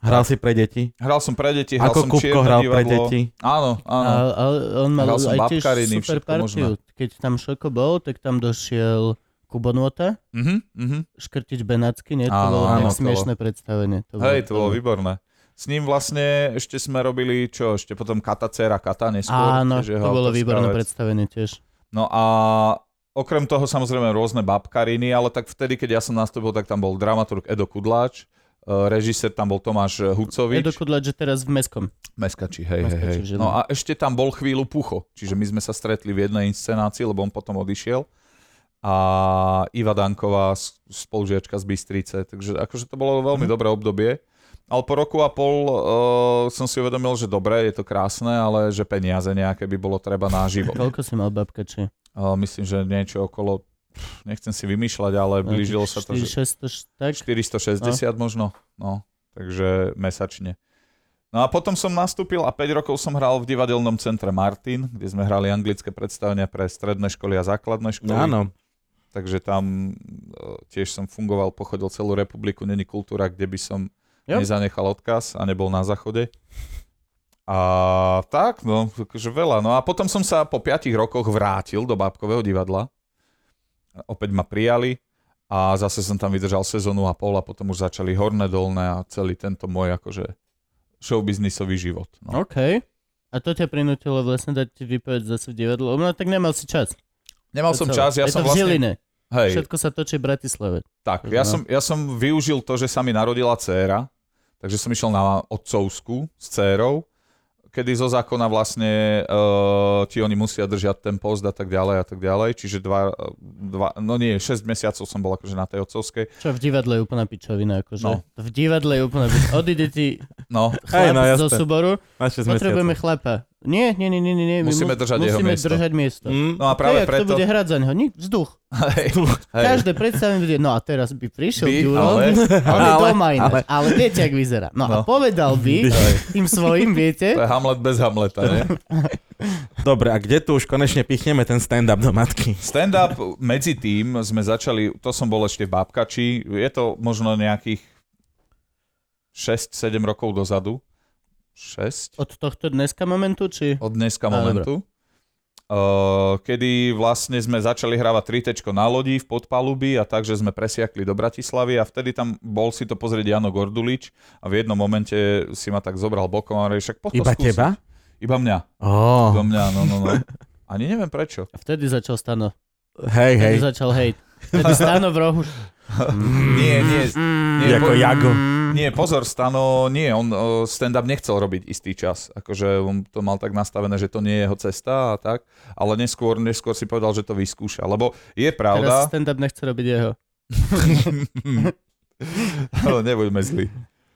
S2: Hral si pre deti?
S3: Hral som pre deti, hral
S2: Ako
S3: som
S2: Kupko
S3: čierne
S2: hral pre
S3: divadlo.
S2: deti?
S3: Áno, áno.
S1: A, a on mal
S3: Hral som
S1: aj tiež
S3: babkariny,
S1: super
S3: všetko možné.
S1: partiu. Keď tam Šoko bol, tak tam došiel Kubonota,
S3: Mhm, mhm.
S1: Škrtič Benácky, nie? To bolo
S3: Áno, áno,
S1: tak
S3: to bolo.
S1: smiešné predstavenie. To
S3: Hej, to bolo výborné. S ním vlastne ešte sme robili, čo ešte potom Katacera, Kata neskôr.
S1: Áno, to
S3: tiež jeho
S1: bolo
S3: autorská
S1: výborné
S3: vec.
S1: predstavenie tiež.
S3: No a okrem toho samozrejme rôzne babkariny, ale tak vtedy, keď ja som nastúpil, tak tam bol dramaturg Edo Kudláč, e, režisér tam bol Tomáš Hucovič,
S1: Edo Kudlač je teraz v Meskom.
S3: Meskači, hej, hej,
S1: Meskači
S3: hej.
S1: v Žiline.
S3: No a ešte tam bol chvíľu Pucho, čiže my sme sa stretli v jednej inscenácii, lebo on potom odišiel a Iva Danková, s- spolužiačka z Bystrice, takže akože to bolo veľmi
S1: Mhm.
S3: dobré obdobie. Ale po roku a pol uh, som si uvedomil, že dobre, je to krásne, ale že peniaze nejaké by bolo treba naživo.
S1: Koľko si mal babka, či?
S3: Uh, myslím, že niečo okolo, pff, nechcem si vymýšľať, ale
S1: No,
S3: blížilo sa to, že
S1: 400, tak?
S3: 460 možno, no, takže mesačne. No a potom som nastúpil a 5 rokov som hral v divadelnom centre Martin, kde sme hrali anglické predstavenia pre stredné školy a základné školy.
S2: Áno.
S3: Takže tam eh, tiež som fungoval, pochodil celú republiku, není kultúra, kde by som
S1: Jo.
S3: nezanechal odkaz a nebol na záchode. A tak, no, akože veľa. No a potom som sa po 5 rokoch vrátil do Bábkového divadla. Opäť ma prijali a zase som tam vydržal sezónu a pol a potom už začali horné, dolné a celý tento môj akože showbiznisový život. No.
S1: OK. A to ťa prinútilo vlastne dať ti výpoveď zase v divadle? No tak nemal si čas.
S3: Nemal
S1: To
S3: som
S1: celé.
S3: čas, ja
S1: je
S3: som
S1: to v
S3: vlastne...
S1: Žiline.
S3: Hej,
S1: Všetko sa točí v Bratislave.
S3: Tak,
S1: Takže
S3: ja
S1: no.
S3: som, ja som využil to, že sa mi narodila dcéra, takže som išiel na otcovskú s dcérou, kedy zo zákona vlastne uh, ti oni musia držať ten post a tak ďalej a tak ďalej, čiže dva, dva no nie, 6 mesiacov som bol akože na tej otcovskej.
S1: Čo v divadle je úplná pičovina, akože.
S3: No.
S1: V divadle je úplná pičovina. Odíde ti
S3: No,
S1: chlap
S2: Hej, no
S1: zo
S2: jasné.
S1: súboru,
S2: Na 6
S1: potrebujeme chlapa. Nie, nie, nie, nie, nie. nie, my
S3: Musíme držať jeho
S1: musíme
S3: miesto.
S1: držať miesto.
S3: no a
S1: Hej,
S3: práve
S1: ak
S3: preto...
S1: to bude hrať za neho, nik, vzduch.
S3: Hej, hej,
S1: Každé predstavenie bude, no a teraz by prišiel
S3: by,
S1: Ďuro,
S3: ale,
S1: on je
S2: Ale-
S1: doma ináč, ale,
S2: ale-
S1: viete, ak vyzerá. No, a
S3: No.
S1: povedal by
S3: hej,
S1: tým svojim, viete,
S3: to je Hamlet bez Hamleta, nie?
S2: Dobre, a kde tu už konečne pichneme ten stand-up do matky?
S3: Stand-up medzi tým sme začali, to som bol ešte v Bábkači, je to možno nejakých 6-7 rokov dozadu. 6?
S1: od tohto dneska momentu, či...
S3: Od
S1: Á,
S3: dneska momentu. Uh, kedy vlastne sme začali hrávať tritečko na lodi v podpalubi a takže sme presiakli do Bratislavy a vtedy tam bol si to pozrieť Jano Gordulič a v jednom momente si ma tak zobral bokom a hovorí, však poď to
S2: Iba
S3: skúsiť."
S2: teba?
S3: Iba mňa, iba
S2: Ó,
S3: mňa, no, no, no. Ani neviem prečo.
S1: Vtedy začal Stano.
S2: hej,
S1: Vtedy
S2: hej.
S1: začal hejt. Vtedy Stano v rohu.
S2: Mm,
S3: Nie, nie, nie,
S2: Jako
S3: po-
S2: Jago.
S1: Mm,
S3: Nie, pozor, Stano, nie, on o, stand-up nechcel robiť istý čas. Akože on to mal tak nastavené, že to nie je jeho cesta a tak, ale neskôr, neskôr si povedal, že to vyskúša, lebo je
S1: Teraz
S3: pravda...
S1: stand-up nechce robiť jeho.
S3: Ale Nebuďme zlí.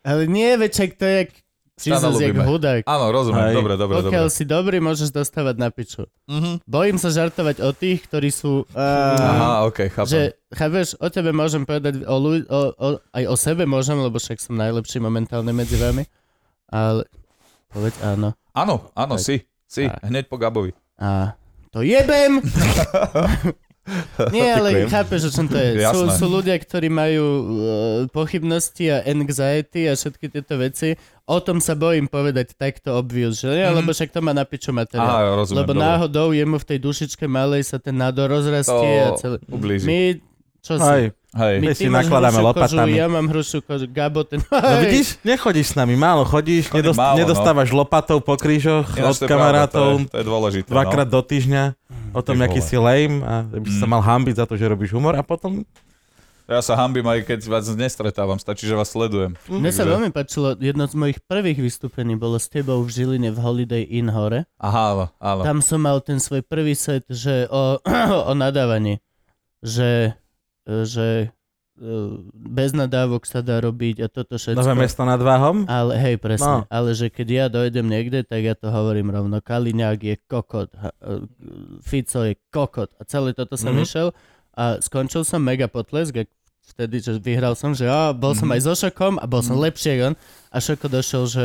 S1: Ale nie, veček, to je jak
S3: Stano
S1: Jesus, jak
S3: ľubíme.
S1: hudák.
S3: Áno, rozumiem,
S2: Hej.
S3: dobre, dobre, dobre.
S1: Pokiaľ si dobrý, môžeš dostávať na piču.
S3: Mhm.
S1: Bojím sa žartovať o tých, ktorí sú...
S3: Aha,
S1: Uh,
S3: ok, chápem.
S1: že, chápeš, o tebe môžem povedať, o, ľu- o, o, aj o sebe môžem, lebo však som najlepší momentálne medzi vami. Ale, povedz áno.
S3: Áno, áno,
S1: Tak.
S3: si, si,
S1: Tak.
S3: hneď po Gabovi.
S1: A to jebem! Nie, ale
S2: Ďakujem.
S1: chápeš, o čom to je. Sú,
S3: Jasné.
S1: sú ľudia, ktorí majú uh, pochybnosti a anxiety a všetky tieto veci. O tom sa bojím povedať takto obvious, že? Mm. Lebo však to má na piču materiál.
S3: Mhm. Aha, rozumiem,
S1: Lebo
S3: dobre.
S1: náhodou jemu v tej dušičke malej sa ten nádor rozrastie a
S3: To
S1: celé...
S3: ublíži.
S1: My, čo si?
S2: Hej.
S3: Hej.
S1: My, ty
S2: my si
S1: máš
S2: nakladáme
S1: hrušiu
S2: lopatami.
S1: Kožu, ja mám hrušiu kožu, Gabo ten...
S2: No vidíš, nechodíš s nami, málo chodíš,
S3: Chodím
S2: nedost,
S3: málo, no.
S2: nedostávaš lopatou po krížoch
S3: Ináč
S2: od
S3: to je pravda, to je-
S2: kamarátov
S3: To je dôležité. no.
S2: dvakrát do týždňa o tom,
S3: Ty
S2: aký
S3: vole.
S2: si lame a by si sa mal hambiť za to, že robíš humor a potom
S3: Ja sa hambím aj keď vás nestretávam, stačí, že vás sledujem.
S1: Mne sa
S3: Takže-
S1: veľmi páčilo, jedno z mojich prvých vystúpení bolo s tebou v Žiline v Holiday Inn hore.
S3: Aha, áno, áno.
S1: Tam som mal ten svoj prvý set, že o, o nadávaní. Že, že e, bez nadávok sa dá robiť a toto všetko.
S2: Nové mesto nad váhom?
S1: Ale hej, presne.
S2: No.
S1: Ale že keď ja dojdem niekde, tak ja to hovorím rovno. Kaliňák je kokot. ha- e, Fico je kokot. A celé toto som
S2: Mhm.
S1: išiel a skončil som mega potlesk. ak Vtedy, že vyhral som, že á, bol
S2: Mhm.
S1: som aj so Šokom a bol som lepšie ako on. A Šoko došiel, že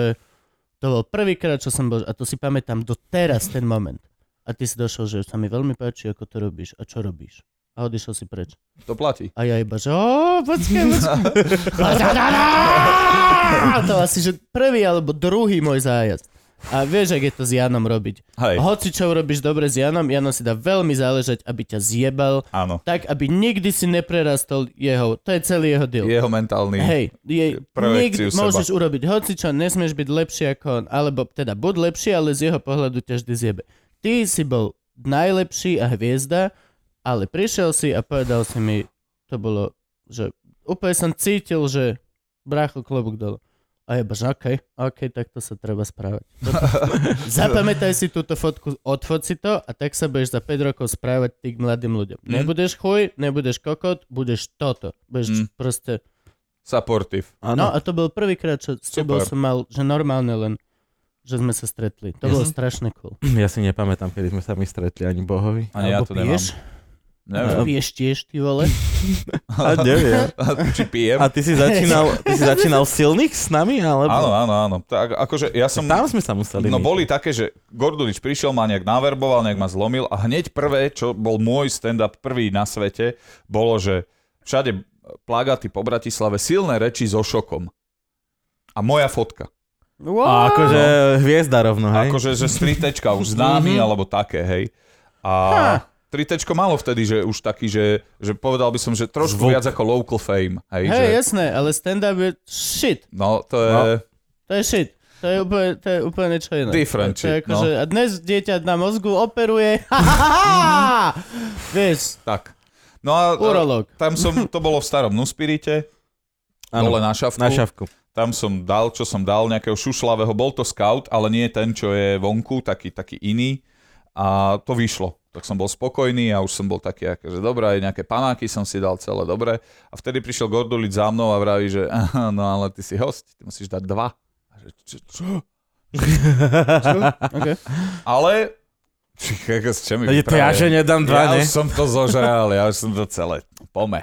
S1: to bol prvýkrát, čo som bol. A to si pamätám doteraz ten moment. A ty si došiel, že sa mi veľmi páči, ako to robíš. A čo robíš? A odišiel si preč.
S3: To platí.
S1: A ja iba, že ó, počkaj, počkaj. A tá, tá, tá! To asi, že prvý alebo druhý môj zájazd. A vieš, ak je to s Janom robiť.
S3: Hej,
S1: Hoci čo robíš dobre s Janom, Jano si dá veľmi záležať, aby ťa zjebal,
S3: áno.
S1: tak aby nikdy si neprerastol jeho, to je celý jeho deal.
S3: Jeho mentálny.
S1: Hej, je,
S3: e, Projekciu
S1: nikdy,
S3: seba.
S1: môžeš urobiť hoci čo, nesmieš byť lepší ako on, alebo teda buď lepší, ale z jeho pohľadu ťa vždy zjebe. Ty si bol najlepší a hviezda, ale prišiel si a povedal si mi, to bolo, že úplne som cítil, že brácho klobúk dole. A je baž, OK, OK, takto sa treba správať. Toto- Zapamätaj si túto fotku, odfot si to a tak sa budeš za 5 rokov správať tým mladým ľuďom.
S3: Mm.
S1: Nebudeš chuj, nebudeš kokot, budeš toto. Budeš
S3: Mm.
S1: proste
S3: Supportive.
S1: No a to bol prvýkrát, čo s
S3: Super.
S1: tebou som mal, že normálne len, že sme sa stretli. To
S2: Ja
S1: bolo
S3: Mhm.
S2: som-
S1: strašne cool.
S2: Ja si nepamätám, kedy sme sa my stretli ani bohovi.
S3: Ani ja
S1: Alebo
S3: to nemám.
S1: piješ?
S3: Neviem.
S1: Piješ tiež, ty vole.
S2: A neviem.
S3: Či pijem?
S2: A ty si začínal, ty si začínal v silných s nami, alebo?
S3: Áno, áno, áno. Tak, akože ja som...
S2: Tam sme sa museli.
S3: No
S2: my.
S3: boli také, že Gordunič prišiel, ma nejak naverboval, nejak ma zlomil a hneď prvé, čo bol môj stand-up prvý na svete, bolo, že všade plagáty po Bratislave, silné reči so šokom. A moja fotka.
S2: A akože hviezda rovno, hej?
S3: Akože, že z 3 už známy,
S2: Mhm.
S3: alebo také, hej. A 3 malo vtedy, že už taký, že, že povedal by som, že trošku
S2: Zvuk.
S3: viac ako local fame.
S1: Hej,
S3: Hej, že,
S1: jasné, ale stand-up je shit.
S3: No, to je...
S2: No.
S1: To je shit. To je úplne, to je úplne niečo iné. to
S3: Different
S1: je
S3: shit, no.
S1: akože, A dnes dieťa na mozgu operuje. Vieš,
S3: Tak. No a
S1: urológ.
S3: tam som, to bolo v starom Nuspirite,
S2: Áno,
S3: dole na šafku.
S2: na šavku.
S3: Tam som dal, čo som dal, nejakého šušlavého. Bol to scout, ale nie ten, čo je vonku, taký, taký iný. A to vyšlo. Tak som bol spokojný a už som bol taký, že dobré, aj nejaké panáky som si dal celé dobre. A vtedy prišiel Gordulič za mnou a vraví, že "Aha, no ale ty si host, ty musíš dať dva. A že, čo, čo?
S1: Okay.
S3: Ale... Či, ako, s čím mi
S2: Je to ja, že
S3: vyprávajú?
S2: nedám
S3: ja
S2: dva, ne?
S3: už som to zožral, ja už som to celé. Pome.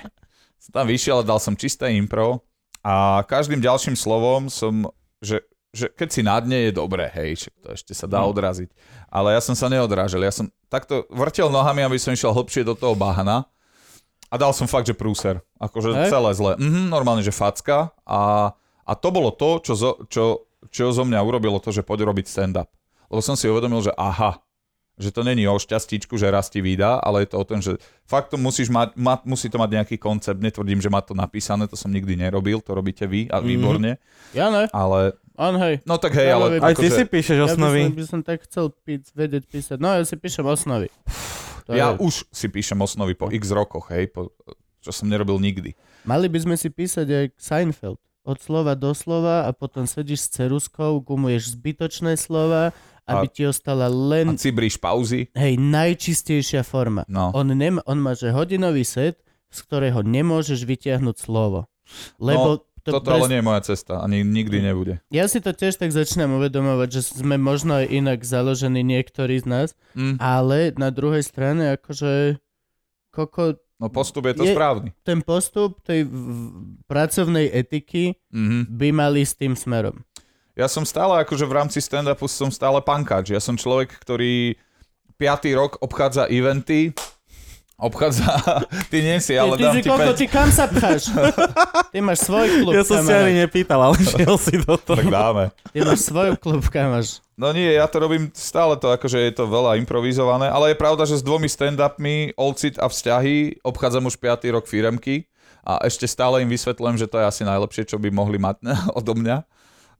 S3: Som tam vyšiel a dal som čisté impro a každým ďalším slovom som, že, že keď si na dne je dobré, hej, však to ešte sa dá
S2: Mhm.
S3: odraziť. Ale ja som sa neodrážal, ja som takto vrtel nohami, aby som išiel hlbšie do toho bahna a dal som fakt, že prúser. Akože
S1: Hej?
S3: celé zle. Mhm, normálne, že facka a, a to bolo to, čo zo, čo, čo zo mňa urobilo to, že poď robiť stand-up. Lebo som si uvedomil, že aha, že to není o šťastíčku, že raz ti vydá, ale je to o tom, že fakt to musíš mať, ma, musí to mať nejaký koncept. Netvrdím, že má to napísané, to som nikdy nerobil, to robíte vy a výborne,
S1: Ja ne,
S3: ale
S1: on hej.
S3: no tak hej, ale
S2: Aj ty
S3: akože,
S2: si píšeš
S1: Ja by som,
S2: osnovy.
S1: by som tak chcel píc, vedieť písať. No ja si píšem osnovy. To
S3: ja
S1: je-
S3: už si píšem osnovy po x rokoch, hej, po, čo som nerobil nikdy.
S1: Mali by sme si písať aj Seinfeld. Od slova do slova a potom sedíš s ceruskou, gumuješ zbytočné slova, aby
S3: A-
S1: ti ostala
S3: A
S1: len,
S3: cibríš pauzy,
S1: hej, najčistejšia forma.
S3: no.
S1: On, nem, on má, že hodinový set, z ktorého nemôžeš vytiahnuť slovo. Lebo to
S3: No, Toto
S1: bez-
S3: ale nie je moja cesta, ani nikdy nebude.
S1: ja si to tiež tak začínam uvedomovať, že sme možno aj inak založení niektorí z nás,
S3: Mm.
S1: ale na druhej strane akože koko,
S3: No postup je to
S1: Je-
S3: správny.
S1: ten postup tej v- v- pracovnej etiky
S3: Mhm.
S1: by mali s tým smerom.
S3: Ja som stále, akože v rámci stand-upu som stále pankáč. Ja som človek, ktorý piatý rok obchádza eventy, obchádza, ty nie si, ale
S1: ty,
S3: dám
S1: ty,
S3: ti
S1: si koľko,
S3: päť.
S1: ty kam sa pcháš? Ty máš svoj klub,
S2: Ja som si
S1: kamarát.
S2: ani nepýtal, ale šiel si do toho.
S3: Tak dáme.
S1: Ty máš svoj klub, kamáš.
S3: No nie, ja to robím stále to, akože je to veľa improvizované, ale je pravda, že s dvomi stand-upmi, Olcit a vzťahy, obchádzam už piatý rok firemky a ešte stále im vysvetľujem, že to je asi najlepšie, čo by mohli mať odo mňa.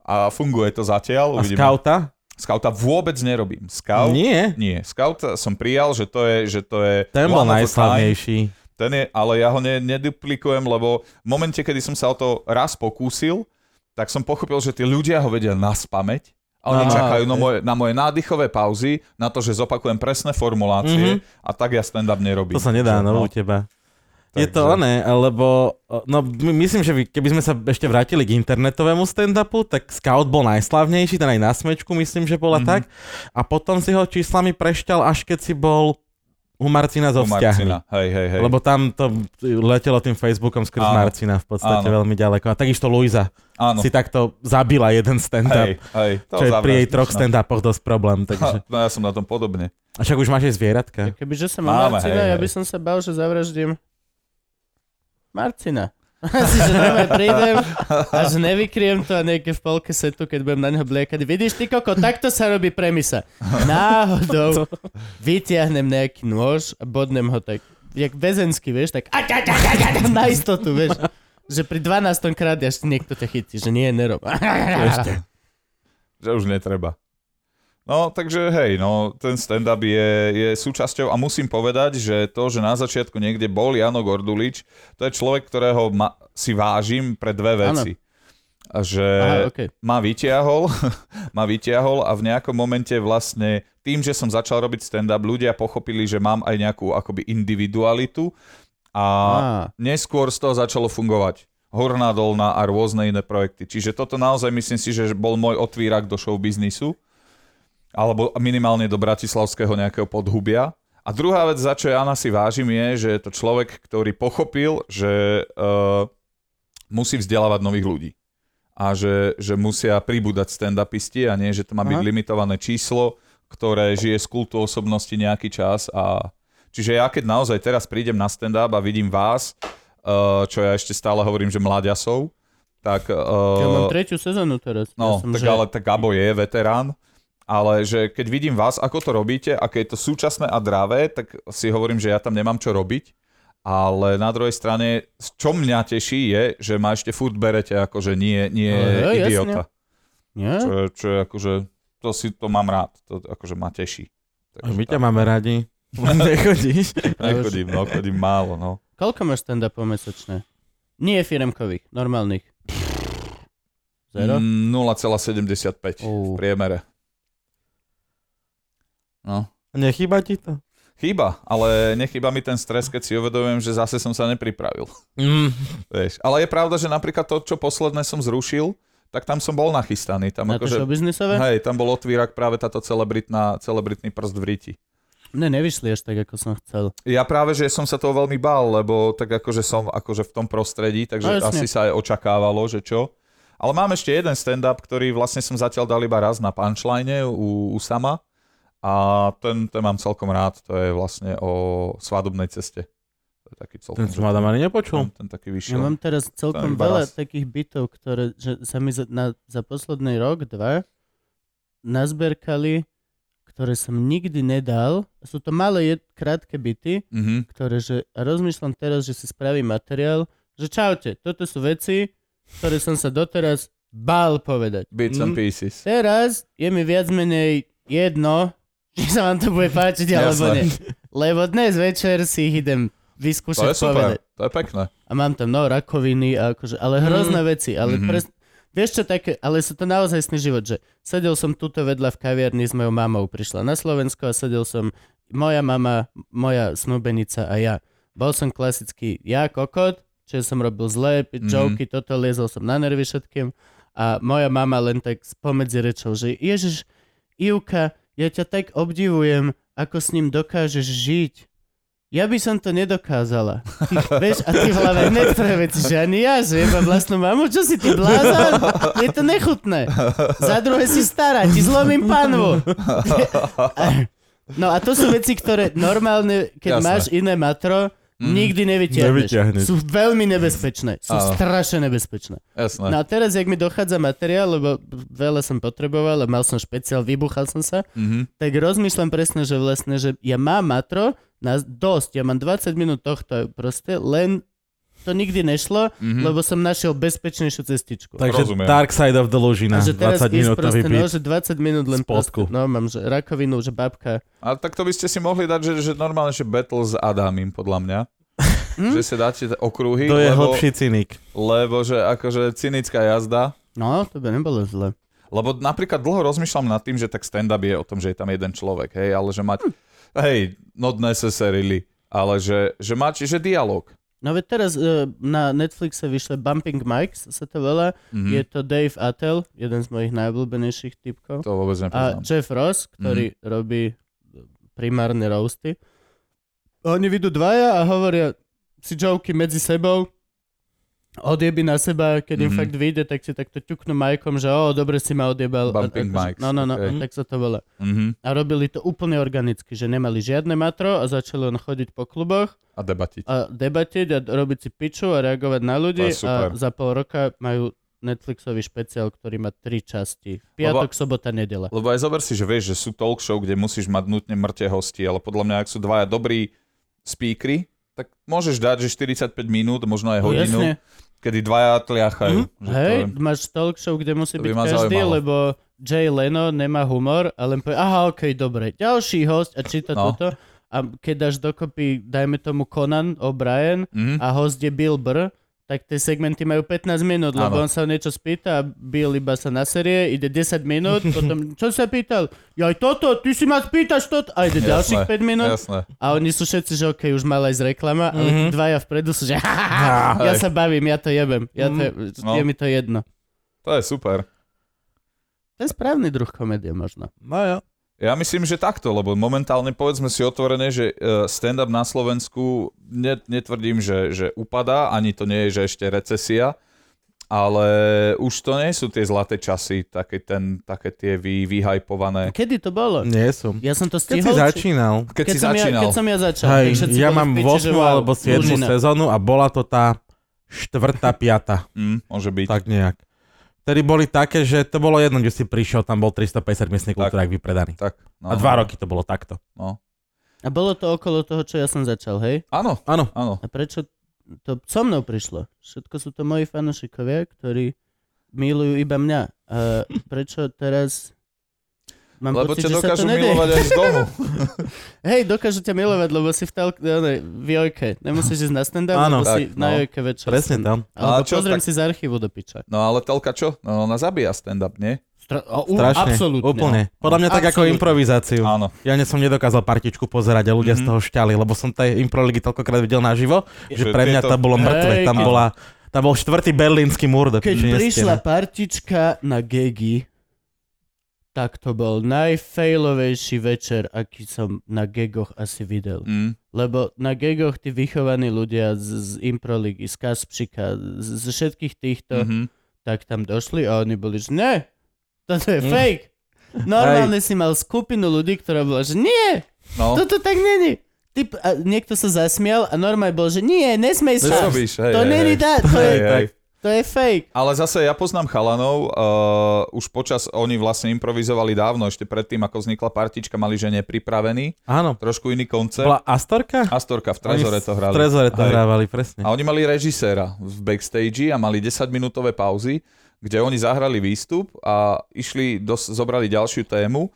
S3: A funguje to zatiaľ.
S2: A
S3: uvidíme.
S2: skauta?
S3: Skauta vôbec nerobím. Scout?
S2: Nie.
S3: Nie. Scout som prijal, že No, to je, že to je
S2: Ten bol
S3: one of a kind.
S2: najslavnejší.
S3: Ten je, ale ja ho ne, neduplikujem, lebo v momente, kedy som sa o to raz pokúsil, tak som pochopil, že tí ľudia ho vedia na spameť a oni
S2: Á,
S3: čakajú na
S2: hej.
S3: moje, na moje nádychové pauzy, na to, že zopakujem presné formulácie a tak ja stand-up nerobím.
S2: Mhm. To sa nedá, no, u teba. Je to
S3: Takže-
S2: oné, lebo no, my- myslím, že vy- keby sme sa ešte vrátili k internetovému stand-upu, tak Scout bol najslavnejší, ten aj na smečku myslím, že bola
S3: Mhm.
S2: tak. A potom si ho číslami prešťal, až keď si bol u Marcina zo
S3: U
S2: vzťahmi.
S3: Marcina. Hej, hej, hej.
S2: Lebo tam to letelo tým Facebookom skrz
S3: Áno.
S2: Marcina v podstate
S3: Áno.
S2: veľmi ďaleko. A takisto Luisa
S3: Áno.
S2: si takto zabila jeden stand-up.
S3: Hej, hej. To
S2: Čo je pri jej
S3: zavraždíš,
S2: troch
S3: no.
S2: stand-upoch dosť problém. Takže...
S3: No ja som na tom podobne.
S2: A však už máš aj zvieratka.
S1: Kebyže som
S3: Máme,
S1: Máme, Marcina,
S3: hej,
S1: hej, ja
S3: hej.
S1: by som sa bal, že zavraždím Marcina. Asi, že normálne prídem a že nevykryjem to a nejaké v polke setu, keď budem na neho bliekať. Vidíš, ty koko, takto sa robí premisa. Náhodou vyťahnem nejaký nôž a bodnem ho tak, jak väzenský, vieš, tak a, ťa, ťa, ťa, ťa, ťa, na istotu, vieš. Že pri 12. krát až niekto ťa chytí, že nie, nerob.
S2: Ešte.
S3: Že už netreba. No, takže hej, no, ten stand-up je, je súčasťou a musím povedať, že to, že na začiatku niekde bol Jano Gordulič, to je človek, ktorého ma, si vážim pre dve veci. A že
S1: Aha, okay.
S3: ma vytiahol, ma vytiahol a v nejakom momente vlastne tým, že som začal robiť stand-up, ľudia pochopili, že mám aj nejakú akoby individualitu a
S1: Á,
S3: neskôr z toho začalo fungovať. Horná dolná a rôzne iné projekty. Čiže toto naozaj myslím si, že bol môj otvírak do show biznisu. Alebo minimálne do bratislavského nejakého podhubia. A druhá vec, za čo Jana si vážim, je, že je to človek, ktorý pochopil, že uh, musí vzdelávať nových ľudí. A že, že musia pribúdať stand-upisti a nie, že to má byť
S1: Aha.
S3: limitované číslo, ktoré žije z kultu osobnosti nejaký čas a Čiže ja keď naozaj teraz prídem na stand-up a vidím vás, eh, čo ja ešte stále hovorím, že mladiasov, tak... eh,
S1: ja mám tretiu sezónu teraz.
S3: no,
S1: ja som,
S3: tak
S1: že...
S3: ale tak Gabo je veterán, ale že keď vidím vás, ako to robíte, aké je to súčasné a dravé, tak si hovorím, že ja tam nemám čo robiť. Ale na druhej strane, s- čo mňa teší je, že ma ešte furt berete ako, že nie, nie
S1: No, jo,
S3: idiota.
S1: Nie?
S3: Čo, je- čo je akože, to si to mám rád, to akože ma teší.
S2: A My ťa máme radi. Nechodíš.
S3: Nechodím, no, chodím málo, no.
S1: Koľko máš stand-upov mesačne? Nie firemkových, normálnych. Zero? Mm.
S3: Mm, 0,75 v
S1: Uh.
S3: priemere. No.
S2: Nechýba ti to?
S3: Chýba, ale nechýba mi ten stres, keď si uvedomujem, že zase som sa nepripravil.
S2: Mm.
S3: Vieš. Ale je pravda, že napríklad to, čo posledné som zrušil, tak tam som bol nachystaný. Tam
S1: Na to
S3: akože,
S1: showbiznisové?
S3: hej, tam bol otvírak práve táto celebritná, celebritný prst v riti.
S1: Mne nevyšli až tak, ako som chcel.
S3: Ja práve, že som sa toho veľmi bál, lebo tak akože som akože v tom prostredí, takže
S1: No, jasne.
S3: asi sa aj očakávalo, že čo. Ale mám ešte jeden stand-up, ktorý vlastne som zatiaľ dal iba raz na punchline u, u Sama a ten, ten mám celkom rád, to je vlastne o svadobnej ceste. To je taký celkom...
S2: Ten som Adam ani
S3: ten,
S2: nepočul.
S3: ten taký
S1: Ja
S3: vyšiel.
S1: mám teraz celkom
S3: iba
S1: veľa
S3: raz.
S1: takých bytov, ktoré že sa mi za, na, za posledný rok, dva nazberkali, ktoré som nikdy nedal. Sú to malé, jed, krátke byty,
S3: Mhm.
S1: ktoré, že a rozmýšľam teraz, že si spravím materiál, že čaute, toto sú veci, ktoré som sa doteraz bál povedať. Mm.
S3: Bits and pieces.
S1: Teraz je mi viac menej jedno, či sa vám to bude páčiť alebo
S3: Jasné.
S1: nie. Lebo dnes večer si ich idem
S3: To je
S1: vyskúšať
S3: super,
S1: povedať.
S3: to je pekné.
S1: A mám tam no rakoviny, a akože, ale hrozné veci. Ale
S3: Mhm.
S1: mm-hmm. pres, vieš čo také, ale sú to naozaj sný život, že sedel som tuto vedľa v kaviarni s mojou mamou, prišla na Slovensko a sedel som moja mama, moja snúbenica a ja. Bol som klasický ja kokot, čo som robil zlé, mm-hmm.
S3: Mhm.
S1: joky, toto, liezol som na nervy všetkým. A moja mama len tak spomedzi rečou, že Ježiš, Ivka, ja ťa tak obdivujem, ako s ním dokážeš žiť. Ja by som to nedokázala. Ty, vieš, a ty v hlave hneď prvé veci, že ani ja, že jeba vlastnú mamu, čo si ty blázan? Je to nechutné. Za druhé si stará, ti zlomím panvu. No a to sú veci, ktoré normálne, keď
S3: Jasné. Mhm.
S1: máš iné matro, nikdy nevyťahneš.
S2: Nevyťahneš.
S1: Sú veľmi nebezpečné. Sú
S3: Áno.
S1: strašne nebezpečné.
S3: Jasné.
S1: No a teraz, jak mi dochádza materiál, lebo veľa som potreboval, a mal som špeciál, vybuchal som sa,
S3: Mhm.
S1: tak rozmýšľam presne, že vlastne, že ja mám matro, na dosť, ja mám 20 minút tohto proste, len to nikdy nešlo,
S3: Mhm.
S1: lebo som našiel bezpečnejšiu cestičku.
S2: Takže
S3: Rozumiem.
S2: Dark Side of the Lužina.
S1: a že teraz
S2: 20
S1: ísť
S2: minútový
S1: proste, no,
S2: beat.
S1: že 20 minút len
S2: Spodku.
S1: proste, no mám, že rakovinu, že babka.
S3: A tak to by ste si mohli dať, že, že normálne, že battle s Adámim, podľa mňa. že si dáte t- okruhy,
S2: To je
S3: lebo,
S2: hlbší cynik.
S3: lebo že akože cynická jazda.
S1: No, to by nebolo zle.
S3: Lebo napríklad dlho rozmýšľam nad tým, že tak stand-up je o tom, že je tam jeden človek, hej, ale že
S1: Hm.
S3: mať, hej, not necessarily, ale že, že mať, že dialog.
S1: No veď teraz e, na Netflixe vyšle Bumping Mics, sa to volá.
S3: Mhm,
S1: Mm-hmm. Je to Dave Attell, jeden z mojich najobľúbenejších typkov.
S3: To vôbec
S1: A
S3: nepoznám.
S1: Jeff
S3: Mhm.
S1: Ross, ktorý mm-hmm. robí primárne roasty. Oni vidú dvaja a hovoria si joky medzi sebou, odjeby na seba, keď mm-hmm. im
S3: Mhm.
S1: fakt vyjde, tak si takto ťuknú majkom, že o, dobre si ma odjebal. A- akože-
S3: Bumping mics,
S1: No, no, no,
S3: ok.
S1: tak sa to volá.
S3: Mhm.
S1: A robili to úplne organicky, že nemali žiadne matro a začali len chodiť po kluboch
S3: A debatiť.
S1: a debatiť a robiť si piču a reagovať na ľudí
S3: To je super.
S1: a za pol roka majú Netflixový špeciál, ktorý má tri časti. Piatok, sobota, nedela.
S3: Lebo aj zober si, že vieš, že sú talk show, kde musíš mať nutne mŕte hosti, ale podľa mňa, ak sú dvaja dobrí speakery, tak môžeš dať, že 45 minút, možno aj hodinu,
S1: Jasne.
S3: kedy dvaja tliachajú. Že to
S1: Mhm. Hej,
S3: je-
S1: máš talk show, kde musí
S3: to
S1: byť
S3: by ma
S1: každý,
S3: zaujímalo.
S1: lebo Jay Leno nemá humor a len povie, aha, okej, dobre, ďalší host a číta
S3: No.
S1: toto. A keď dáš dokopy, dajme tomu Conan O'Brien
S3: Mhm.
S1: a host je Bill Burr, tak tie segmenty majú 15 minút, lebo on
S3: Áno.
S1: sa o niečo spýta a Bill iba sa naserie, ide 10 minút, potom, čo sa pýtal? Ja aj toto, ty si ma spýtaš toto, a ide ďalších 5 minút.
S3: Jasné.
S1: A oni sú všetci, že okej, už mala ísť reklama, ale
S3: Mhm.
S1: mm-hmm. dvaja vpredu sú, že ja sa bavím, ja to jebem, ja to,
S3: No.
S1: je mi to jedno.
S3: To je super.
S1: To je správny druh komédie možno.
S2: No jo.
S3: Ja myslím, že takto, lebo momentálne povedzme si otvorené, že eh, stand-up na Slovensku, ne, netvrdím, že, že upadá, ani to nie je, že ešte recesia, ale už to nie sú tie zlaté časy, také, ten, také tie vy, vyhajpované.
S1: Kedy to bolo?
S2: Nie som.
S1: Ja som to
S2: Keď
S1: stihol.
S2: si
S1: či-
S2: začínal,
S3: Keď, si
S1: som ja,
S3: začínal.
S1: keď som ja začal. tak
S2: hej,
S1: všetci
S2: ja
S1: boli v
S2: mám
S1: piči, že
S2: 8
S1: wow,
S2: alebo 7
S1: Lužina.
S2: sezónu a bola to tá štvrtá, piata,
S3: Mm, môže byť.
S2: tak nejak. Vtedy boli také, že to bolo jedno, kde si prišiel, tam bol 350 miestnych
S3: Tak.
S2: kultúrák vypredaný.
S3: tak no,
S2: A dva roky to bolo takto.
S3: No.
S1: A bolo to okolo toho, čo ja som začal, hej?
S3: Áno,
S2: Áno.
S3: áno.
S1: A prečo to so mnou prišlo? Všetko sú to moji fanúšikovia, ktorí milujú iba mňa. A prečo teraz... Mám
S3: Lebo
S1: pocit,
S3: ťa
S1: že sa to
S3: dokážu
S1: nedeje.
S3: milovať aj z domu.
S1: Hej, dokážu ťa milovať, lebo si v, tal- ne, v jojke. Nemusíš ísť na stand-up,
S2: Áno.
S1: lebo si
S3: Tak,
S1: na
S3: no.
S1: jojke večer.
S2: Presne
S1: som.
S2: tam.
S1: Alebo
S3: A čo,
S1: pozriem
S3: tak-
S1: si z archívu do piča.
S3: No ale telka čo? No ona zabíja stand-up, nie?
S1: Stra- o, u-
S2: Strašne.
S1: absolútne.
S2: Úplne. Podľa mňa tak ako
S1: Absolútne.
S2: improvizáciu.
S3: Áno.
S2: Ja ne som nedokázal partičku pozerať a ľudia
S3: Mhm.
S2: mm-hmm. z toho šťali, lebo som tej improligy toľkokrát videl naživo, že
S3: Že
S2: pre mňa
S3: tieto-
S2: to bolo
S1: Hej,
S2: mŕtve. Tam
S1: keď-
S2: bola tam bol štvrtý berlínsky múr do
S1: Keď
S2: piči, nestiena.
S1: prišla partička na Gegi, tak to bol najfejlovejší večer, aký som na Gegoch asi videl.
S3: Mm.
S1: Lebo na Gegoch tí vychovaní ľudia z, z Improligy, z Kaspčika, z, z všetkých týchto, mm-hmm.
S3: Mhm.
S1: tak tam došli a oni boli, že ne, toto je fake. Normálne si mal skupinu ľudí, ktorá bola, že nie,
S3: No,
S1: toto tak není. Typ, a niekto sa zasmial a normálne bol, že nie, nesmej
S3: to
S1: sa.
S3: robíš. Hej,
S1: To
S3: hej,
S1: není
S3: hej.
S1: dá, to je,
S3: Hej, hej.
S1: to je fake.
S3: Ale zase ja poznám chalanov, uh, už počas, oni vlastne improvizovali dávno, ešte predtým, ako vznikla partička, mali že nepripravený,
S2: Áno.
S3: trošku iný koncept.
S2: Bola Astorka?
S3: Astorka v Trezore to hrali.
S2: V Trezore to
S3: Hej.
S2: hrávali, presne.
S3: A oni mali režiséra v backstage a mali 10-minútové pauzy, kde oni zahrali výstup a išli, dos- zobrali ďalšiu tému,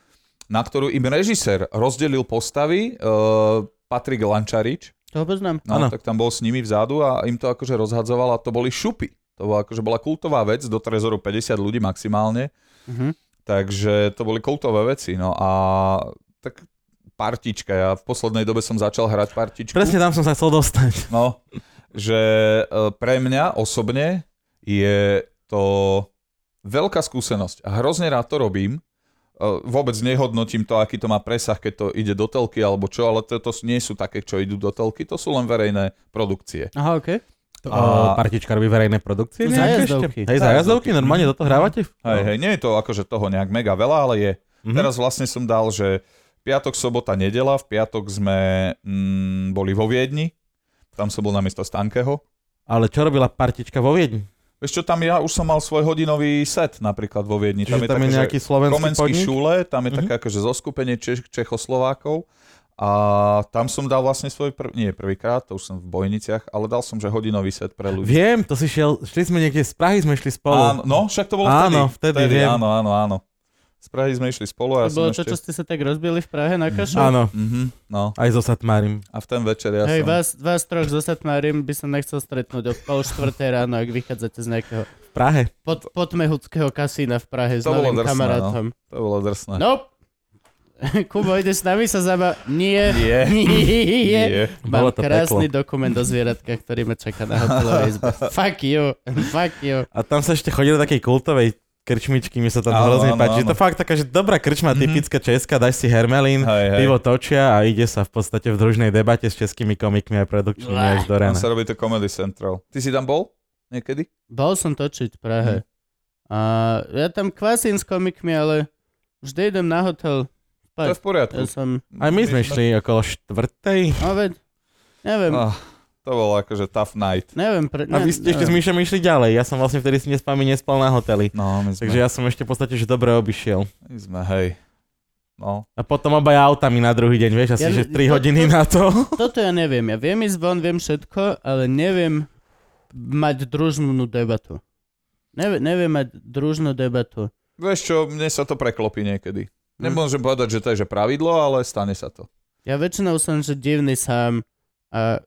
S3: na ktorú im režisér rozdelil postavy uh, Patrik Lančarič,
S1: To poznám.
S3: no,
S2: Áno.
S3: tak tam bol s nimi vzadu a im to akože rozhadzoval a to boli šupy. To bola, akože bola kultová vec, do trezoru 50 ľudí maximálne,
S1: Mhm.
S3: takže to boli kultové veci. No a tak partička, ja v poslednej dobe som začal hrať partičku.
S2: Presne tam som sa chcel dostať.
S3: No, že e, pre mňa osobne je to veľká skúsenosť. A hrozne rád to robím. E, Vôbec nehodnotím to, aký to má presah, keď to ide do telky alebo čo, ale to, to nie sú také, čo idú do telky, to sú len verejné produkcie.
S1: Aha, okej.
S2: A... Partička robí verejné produkcie.
S1: No,
S2: nejaké
S1: zájazdovky.
S2: ešte? Hej, zájazdovky, normálne do toho hrávate?
S3: Hej,
S2: No.
S3: hej, nie je to akože toho nejak mega veľa, ale je.
S2: Mhm.
S3: Teraz vlastne som dal, že piatok, sobota, nedela, v piatok sme mm, boli vo Viedni, tam som bol namiesto Stankeho.
S2: Ale čo robila partička vo Viedni?
S3: Vieš čo, tam ja už som mal svoj hodinový set napríklad vo Viedni.
S2: Čiže tam je
S3: také, že
S2: nejaký slovenský
S3: Komenský
S2: podnik?
S3: šule, tam je
S2: Mhm.
S3: také akože zoskupenie Čech, Čechoslovákov a tam som dal vlastne svoj prvý, nie prvýkrát, to už som v Bojniciach, ale dal som, že hodinový set pre ľudí.
S2: Viem, to si šiel, šli sme niekde z Prahy, sme šli spolu.
S3: Áno, no, však to bolo
S2: Áno,
S3: vtedy.
S2: vtedy, viem.
S3: áno, áno, áno. Z Prahy sme išli spolu a
S1: to
S3: ja
S1: bolo
S3: som
S1: to, čo
S3: ešte...
S1: ste sa tak rozbili v Prahe na kašu?
S2: Áno,
S3: Mhm, no.
S2: aj so Satmárim.
S3: A v ten večer ja
S1: Hej,
S3: som...
S1: vás, vás troch so Satmárim by som nechcel stretnúť o pol štvrtej ráno, ak vychádzate z nejakého
S2: V Prahe.
S1: pod, podmehudského kasína v Prahe s
S3: To bolo
S1: novým
S3: drsné, no.
S1: kamarátom.
S3: To bolo drsné.
S1: No. Kubo, ide s nami sa zaba... Nie.
S3: Nie.
S1: Nie.
S3: Je.
S2: Bolo
S1: Mám
S2: to
S1: krásny
S2: peklo.
S1: dokument o zvieratkách, ktorý ma čaká na hotelovej izbe. Fuck you. Fuck you.
S2: A tam sa ešte chodí do takej kultovej krčmičky, mi sa tam
S3: Áno,
S2: hrozne
S3: áno,
S2: páči. Je to
S3: áno.
S2: fakt taká, že dobrá krčma,
S3: Mhm.
S2: typická česká, dáš si hermelín,
S3: Hej, hej.
S2: pivo točia a ide sa v podstate v družnej debate s českými komikmi a produkčnými
S1: Uah.
S2: až do
S3: Tam
S2: rána.
S3: sa robí to Comedy Central. Ty si tam bol? Niekedy?
S1: Bol som točiť v Prahe.
S2: Hm.
S1: A ja tam kvasím s komikmi, ale vždy idem na hotel.
S3: To je v poriadku.
S1: Ja som...
S2: Aj my sme išli okolo štvrtej.
S1: No veď, neviem.
S3: Ah, to bolo akože tough night.
S1: Neviem, pre...
S2: A vy ste ešte s
S1: neviem.
S2: Myšom išli ďalej. Ja som vlastne vtedy si nespami nespal na hoteli.
S3: No, my sme,
S2: Takže ja som ešte v podstate že dobre obišiel.
S3: my sme hej. No,
S2: A potom obaja autami na druhý deň, vieš, asi
S1: Ja-
S2: že 3
S1: to-
S2: hodiny
S1: to-
S2: na to.
S1: Toto ja neviem. Ja viem ísť von, viem všetko, ale neviem mať družnú debatu. Neve, neviem mať družnú debatu.
S3: vieš čo, mne sa to preklopí niekedy. Nemôžem povedať, že to je že pravidlo, ale stane sa to.
S1: Ja väčšinou som, že divný sám. A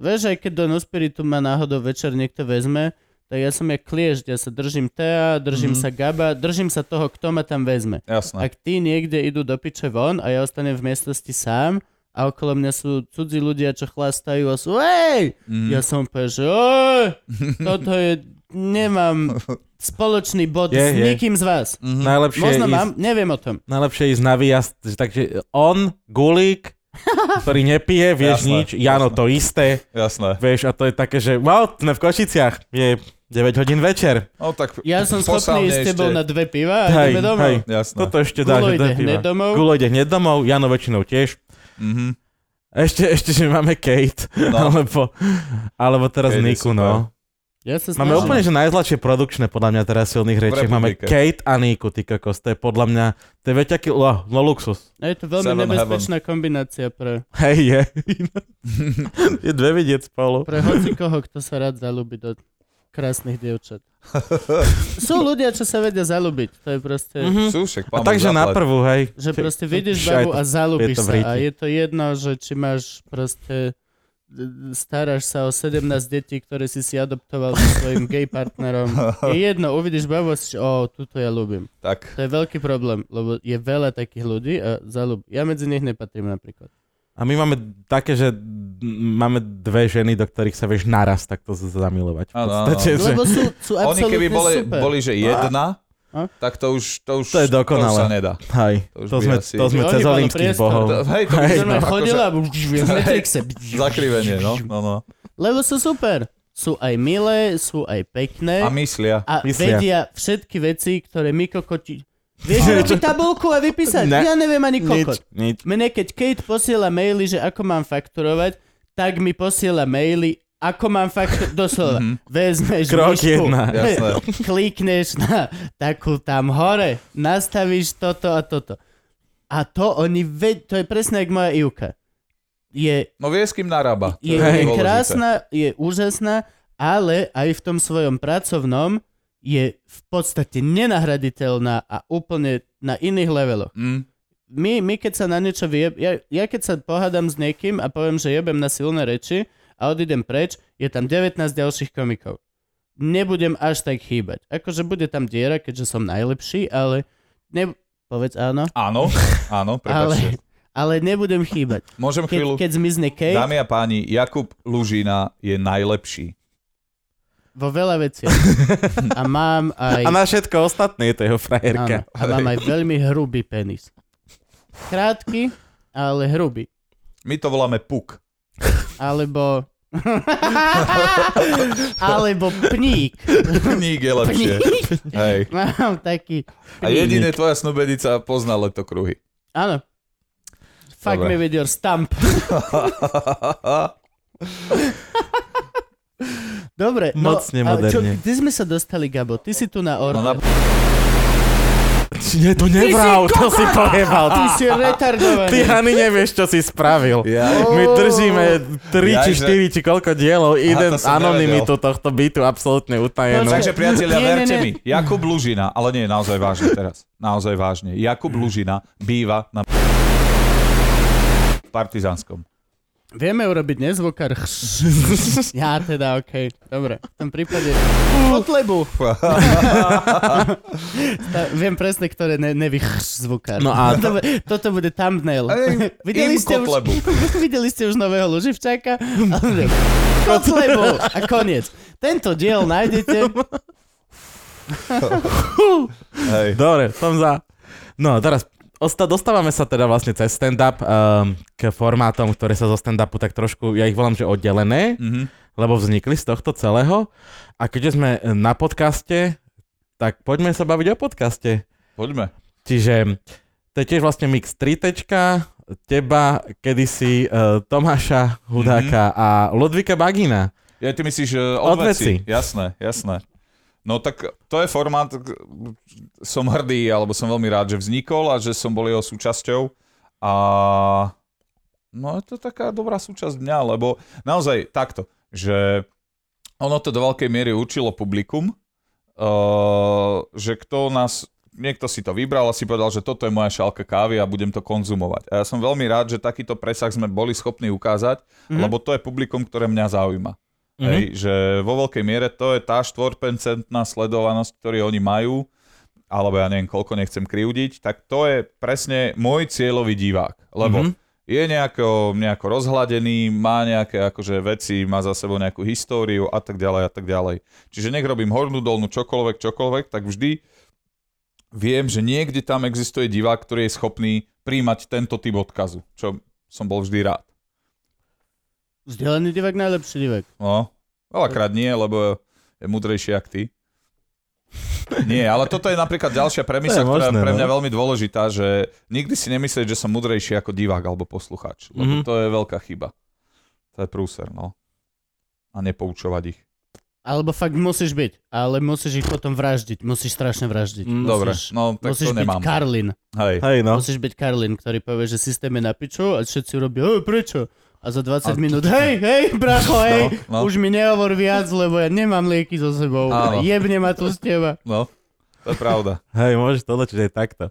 S1: vieš, aj keď do Nospiritu ma náhodou večer niekto vezme, tak ja som jak kliežť, ja sa držím Tea, držím
S3: Mhm.
S1: sa Gaba, držím sa toho, kto ma tam vezme.
S3: Jasné.
S1: Ak tí niekde idú do piče von a ja ostanem v miestnosti sám a okolo mňa sú cudzí ľudia, čo chlastajú a sú Ej!
S2: Mhm.
S3: Mm.
S1: Ja som úplne, že "Oj, toto je, nemám spoločný bod
S2: Je,
S1: s
S2: je.
S1: nikým z vás.
S3: Mhm.
S2: Najlepšie je
S1: Možno
S2: ísť
S1: mám, neviem o tom.
S2: Najlepšie ísť na výjazd, že takže on, Gulík, ktorý nepije, vieš
S3: Jasné,
S2: nič, Jano to isté,
S3: Jasné.
S2: vieš, a to je také, že wow, sme v Košiciach, je 9 hodín večer.
S3: No tak
S1: Ja som schopný
S3: posalne
S1: ísť s tebou
S3: ešte.
S1: na dve piva a
S2: Hej,
S1: ideme domov.
S2: hej.
S3: Jasné.
S2: Toto ešte dá,
S1: Gulo
S2: že
S1: ide
S2: dá piva.
S1: hneď domov.
S2: Gulo ide hneď domov, Jano väčšinou tiež.
S3: Mhm.
S2: Ešte, ešte, že máme Kate,
S3: No.
S2: alebo, alebo teraz
S3: Kate je
S2: Niku, no.
S1: Ja sa
S2: Máme
S1: snažím.
S2: úplne, že najzlačšie produkčné, podľa mňa teraz silných rečiek. Máme
S3: republike.
S2: Kate a Niku, ty kokos, to je podľa mňa, to je veťaký, no, no luxus.
S1: A je to veľmi
S3: Seven
S1: nebezpečná kombinácia pre,
S2: Hej, je. je dve vidieť spolu.
S1: pre hoci koho, kto sa rád zalúbi do krásnych dievčat. Sú ľudia, čo sa vedia zalúbiť. To je proste,
S2: Mhm.
S3: Sú však,
S2: A
S3: pán
S2: takže
S3: Boh
S2: na
S3: zaplať.
S2: prvú, hej.
S1: že
S2: Či-
S1: proste vidíš
S2: Či aj
S1: babu
S2: to-
S1: a zalúbiš
S2: je to v
S1: sa. A
S2: ríti.
S1: je to jedno, že či máš proste staráš sa o 17 detí, ktoré si si adoptoval so svojím gay partnerom. Je jedno, uvidíš babu a si, o, tuto ja ľúbim.
S3: Tak,
S1: To je veľký problém, lebo je veľa takých ľudí a zalúb. Ja medzi nich nepatrím napríklad.
S2: A my máme také, že m, máme dve ženy, do ktorých sa vieš naraz takto z- zamilovať. V
S3: Áno,
S2: podstate,
S3: áno.
S2: že...
S1: Lebo sú, sú
S3: oni
S1: absolútne
S3: keby boli,
S1: super.
S3: boli že jedna,
S1: A?
S3: tak to už, to už,
S2: To je dokonalé.
S3: To už sa nedá.
S2: Hej,
S3: To už
S2: to
S3: by
S2: sme,
S3: asi-
S2: to sme
S1: Oni
S2: cez
S1: majú
S2: olimských
S1: priestor,
S2: bohov.
S3: To, hej, to by
S2: Hej. no.
S3: sme
S1: Normálne chodila a
S3: akože
S1: v Matrixe.
S3: zakrivenie, no. no, no.
S1: Lebo sú super. Sú aj milé, sú aj pekné
S3: A
S1: a,
S3: myslia.
S2: myslia.
S1: vedia všetky veci, ktoré my kokoti... Vieš robiť tabulku a vypísať?
S2: No. Ne.
S1: Ja neviem ani
S2: Nič,
S1: kokot.
S2: nič.
S1: Mne keď Kate posiela maily, že ako mám fakturovať, tak mi posiela maily, ako mám fakturovať, doslova. Vezmeš
S2: Mhm. Krok
S1: myšku,
S2: jedna.
S3: Jasné.
S1: klikneš na takú tam hore, nastavíš toto a toto. A to oni ved... To je presne jak moja Ivka. Je,
S3: No vie, s kým narába. To
S1: je, je
S3: veľmi dôležité.
S1: krásna, je úžasná, ale aj v tom svojom pracovnom je v podstate nenahraditeľná a úplne na iných leveloch.
S3: Mm.
S1: My, my keď sa na niečo vyjeb... Ja, ja keď sa pohádam s niekým a poviem, že jebem na silné reči a odídem preč, je tam 19 ďalších komikov nebudem až tak chýbať. Akože bude tam diera, keďže som najlepší, ale ne... povedz áno,
S3: Áno, áno, prepáčte.
S1: ale, ale nebudem chýbať.
S3: Môžem
S1: Keď,
S3: chvíľu.
S1: keď zmizne Kate
S3: Dámy a páni, Jakub Lužina je najlepší.
S1: vo veľa veciach a mám aj,
S2: A na všetko ostatné je to jeho
S1: áno,
S2: frajerka.
S1: a mám aj veľmi hrubý penis. Krátky, ale hrubý.
S3: My to voláme Puk.
S1: Alebo alebo pník.
S3: Kník je lepšie.
S1: Pník.
S3: Hej.
S1: Mám taký
S3: A jediné tvoja snubenica pozná letokruhy.
S1: Áno. Fuck
S3: Dobre.
S1: me with your stump. Dobre. no
S2: Moc
S1: A
S2: nemoderne.
S1: čo, kde sme sa dostali, Gabo? Ty si tu na
S3: No
S1: Orbe.
S3: na...
S2: Či nie, to nevral, to si pojebal.
S1: Ty si
S2: Ty
S1: retardovaný.
S2: ani nevieš, čo si spravil.
S3: Ja.
S2: My držíme 3 či
S3: Jajže.
S2: 4 či koľko dielov
S3: Aha,
S2: jeden
S3: to som
S2: anonimitu tohto bytu absolútne
S1: Počkaj.
S2: utajenú.
S3: No, Takže priatelia,
S1: Nie, nie,
S3: verte
S1: nie.
S3: mi, Jakub Lužina, ale nie, naozaj vážne teraz, naozaj vážne, Jakub Lužina býva na Partizánskom.
S1: Vieme urobiť nezvukar. Ja teda, okej. Dobre, v tom prípade... Kotlebu. Tá- Viem presne, ktoré ne, nevy zvukar.
S2: No a-
S1: Dobre, toto bude thumbnail.
S3: Ej,
S1: Videli
S3: im
S1: ste, už,
S3: Kotlebu.
S1: videli ste už nového Luživčáka? Ale- Kotlebu. A koniec. Tento diel nájdete.
S3: Hej.
S2: Dobre, som za. No, teraz osta- dostávame sa teda vlastne cez stand-up um, k formátom, ktoré sa zo stand-upu tak trošku, ja ich volám, že oddelené,
S3: Mhm.
S2: lebo vznikli z tohto celého. A keďže sme e, na podcaste, tak poďme sa baviť o podcaste.
S3: Poďme.
S2: Čiže to je tiež vlastne mix 3 teba, kedysi uh, Tomáša Hudáka a Ludvika Bagina.
S3: Ja, ty myslíš e,
S2: Od
S3: odveci.
S2: veci.
S3: Jasné, jasné. No tak to je formát, k- som hrdý, alebo som veľmi rád, že vznikol a že som bol jeho súčasťou. A no je to taká dobrá súčasť dňa, lebo naozaj takto, že ono to do veľkej miery určilo publikum, eh, že kto nás, niekto si to vybral a si povedal, že toto je moja šálka kávy a budem to konzumovať. A ja som veľmi rád, že takýto presah sme boli schopní ukázať,
S1: Mhm.
S3: lebo to je publikum, ktoré mňa zaujíma.
S2: Mhm.
S3: Hej, že vo veľkej miere to je tá štvorpencentná sledovanosť, ktorú oni majú, alebo ja neviem, koľko nechcem kriudiť, tak to je presne môj cieľový divák. Lebo
S2: Mhm.
S3: je nejako, nejako rozhladený, má nejaké akože veci, má za sebou nejakú históriu a tak ďalej a tak ďalej. Čiže nech robím hornú, dolnú, čokoľvek, čokoľvek, tak vždy viem, že niekde tam existuje divák, ktorý je schopný príjmať tento typ odkazu, čo som bol vždy rád.
S1: Vzdelaný divák, najlepší divák.
S3: No, veľakrát nie, lebo je múdrejší jak ty. Nie, ale toto je napríklad ďalšia
S2: To
S3: premisa,
S2: je
S3: ktorá
S2: možné,
S3: je pre mňa
S2: no.
S3: veľmi dôležitá, že nikdy si nemyslieť, že som múdrejší ako divák alebo poslucháč, lebo
S2: Mhm.
S3: to je veľká chyba. To je prúser, no. A nepoučovať ich.
S1: Alebo fakt musíš byť, ale musíš ich potom vraždiť. Musíš strašne vraždiť.
S2: Mm,
S1: Musíš,
S3: Dobre, no tak
S1: musíš
S3: to
S1: byť
S3: nemám.
S1: Karlin.
S3: Hej.
S2: Hej, no.
S1: Musíš byť Karlin, ktorý povie, že systém je na piču a všetci urobia, hej, prečo? A za 20
S3: A to-
S1: minút, hej, hej, bracho, hej,
S3: No, no.
S1: už mi nehovor viac, lebo ja nemám lieky so sebou.
S3: Áno.
S1: Jebne ma tu z teba.
S3: No, to je pravda.
S2: Hej, môžeš to otočiť aj takto.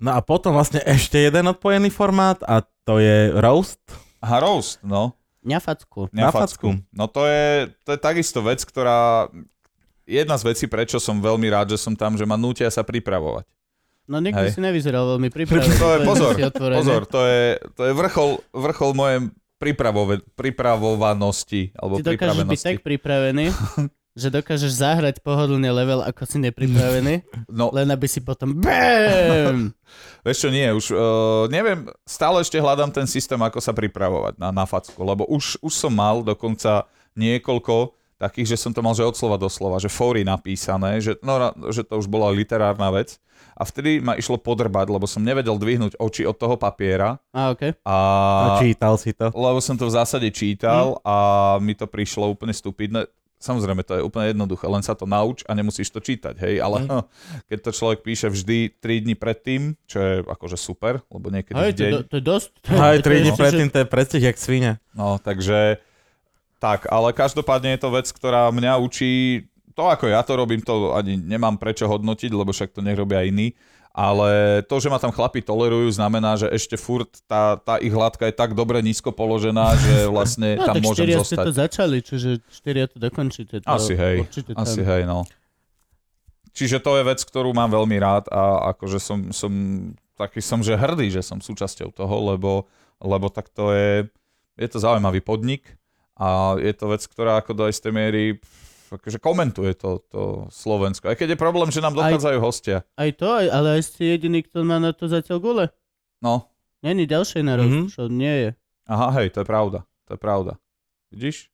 S2: No a potom vlastne ešte jeden odpojený formát a to je roast
S3: Aha, roast, no.
S1: Ňafacku.
S2: na
S3: Na
S2: facku.
S3: facku. No to je, to je takisto vec, ktorá... Jedna z vecí, prečo som veľmi rád, že som tam, že ma nútia sa pripravovať.
S1: No nikdy
S3: Hej.
S1: si nevyzeral veľmi pripravený.
S3: To je pozor,
S1: si otvorené.
S3: Pozor, to je, to je vrchol, vrchol mojej pripravove, pripravovanosti alebo
S1: Ty dokážeš byť tak
S3: pripravenosti.
S1: pripravený, že dokážeš zahrať pohodlne level, ako si nepripravený,
S3: No,
S1: len aby si potom BAM!
S3: vieš čo, nie, už uh, neviem, stále ešte hľadám ten systém, ako sa pripravovať na, na facku, lebo už, už som mal dokonca niekoľko takých, že som to mal, že od slova do slova, že fóry napísané, že, no, ra- že to už bola literárna vec. A vtedy ma išlo podrbať, lebo som nevedel dvihnúť oči od toho papiera.
S1: A okej.
S3: A,
S2: A čítal si to.
S3: lebo som to v zásade
S1: Mhm.
S3: čítal a mi to prišlo úplne stupidné. Samozrejme, to je úplne jednoduché, len sa to nauč a nemusíš to čítať, hej, ale
S1: Mhm.
S3: hm, keď to človek píše vždy 3 dní predtým, čo je akože super, lebo niekedy
S1: Hej,
S3: v
S1: to, je
S3: deň,
S1: do- to je dosť. To je-
S2: Aj
S1: to je
S2: 3
S1: ešte,
S2: dní
S1: že-
S2: predtým to je predstih jak svine.
S3: no, takže tak, ale každopádne je to vec, ktorá mňa učí, to ako ja to robím, to ani nemám prečo hodnotiť, lebo však to nech robia iní, ale to, že ma tam chlapi tolerujú, znamená, že ešte furt tá, tá ich hladka je tak dobre nízko položená, že vlastne
S1: No,
S3: tam
S1: tak
S3: môžem
S1: štyria ste
S3: zostať.
S1: to začali, čiže štyria to dokončíte. To
S3: Asi hej,
S1: Určite tam.
S3: asi hej, no. Čiže to je vec, ktorú mám veľmi rád a akože som, som taký som, že hrdý, že som súčasťou toho, lebo, lebo tak to je, je to zaujímavý podnik a je to vec, ktorá ako do istej miery pf, akože komentuje to, to Slovensko. Aj keď je problém, že nám
S1: Aj-
S3: dochádzajú hostia.
S1: Aj to, aj- ale aj ste jediný, kto má na to zatiaľ gule.
S3: No,
S1: Není ďalšej na
S2: Mhm.
S1: mm-hmm. čo nie je.
S3: aha, hej, to je pravda. To je pravda. Vidíš?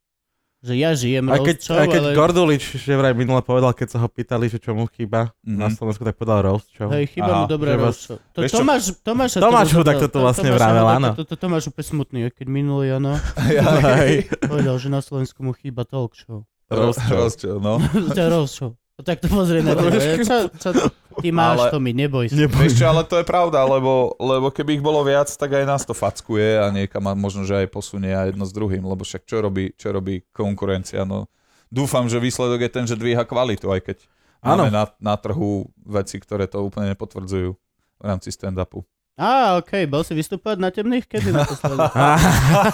S1: Že ja žijem
S2: A keď,
S1: roast show,
S2: a keď
S1: No, ale...
S2: Gordulič, že vraj minule povedal, keď sa ho pýtali, že čo mu chýba
S3: Mhm.
S2: na Slovensku, tak povedal roast show.
S1: Hej, chyba
S3: Aha,
S1: mu dobré
S2: že vás-
S1: roast show. To,
S3: Vieš čo?
S1: Tomáš, Tomáš,
S2: Tomáš Hudák to tu vlastne vravel, áno.
S1: To, to, Tomáš úplne smutný, aj keď minulý, áno,
S3: Ja,
S2: Hej,
S1: povedal, že na Slovensku mu chýba talk show.
S2: roast show.
S3: Rozčel, no.
S1: to je roast show. No tak to pozrie na teba. Čo, čo ty máš,
S3: Ale-
S1: to mi neboj sa.
S2: Neboj.
S3: Vieš čo, ale to je pravda, lebo, lebo keby ich bolo viac, tak aj nás to fackuje a niekam a možno, že aj posunie a jedno s druhým, lebo však čo robí, čo robí konkurencia, no dúfam, že výsledok je ten, že dvíha kvalitu, aj keď
S2: Áno.
S3: máme na, na trhu veci, ktoré to úplne nepotvrdzujú v rámci stand-upu.
S1: Á, okej, bol si vystupovať na temných? Kedy naposledy?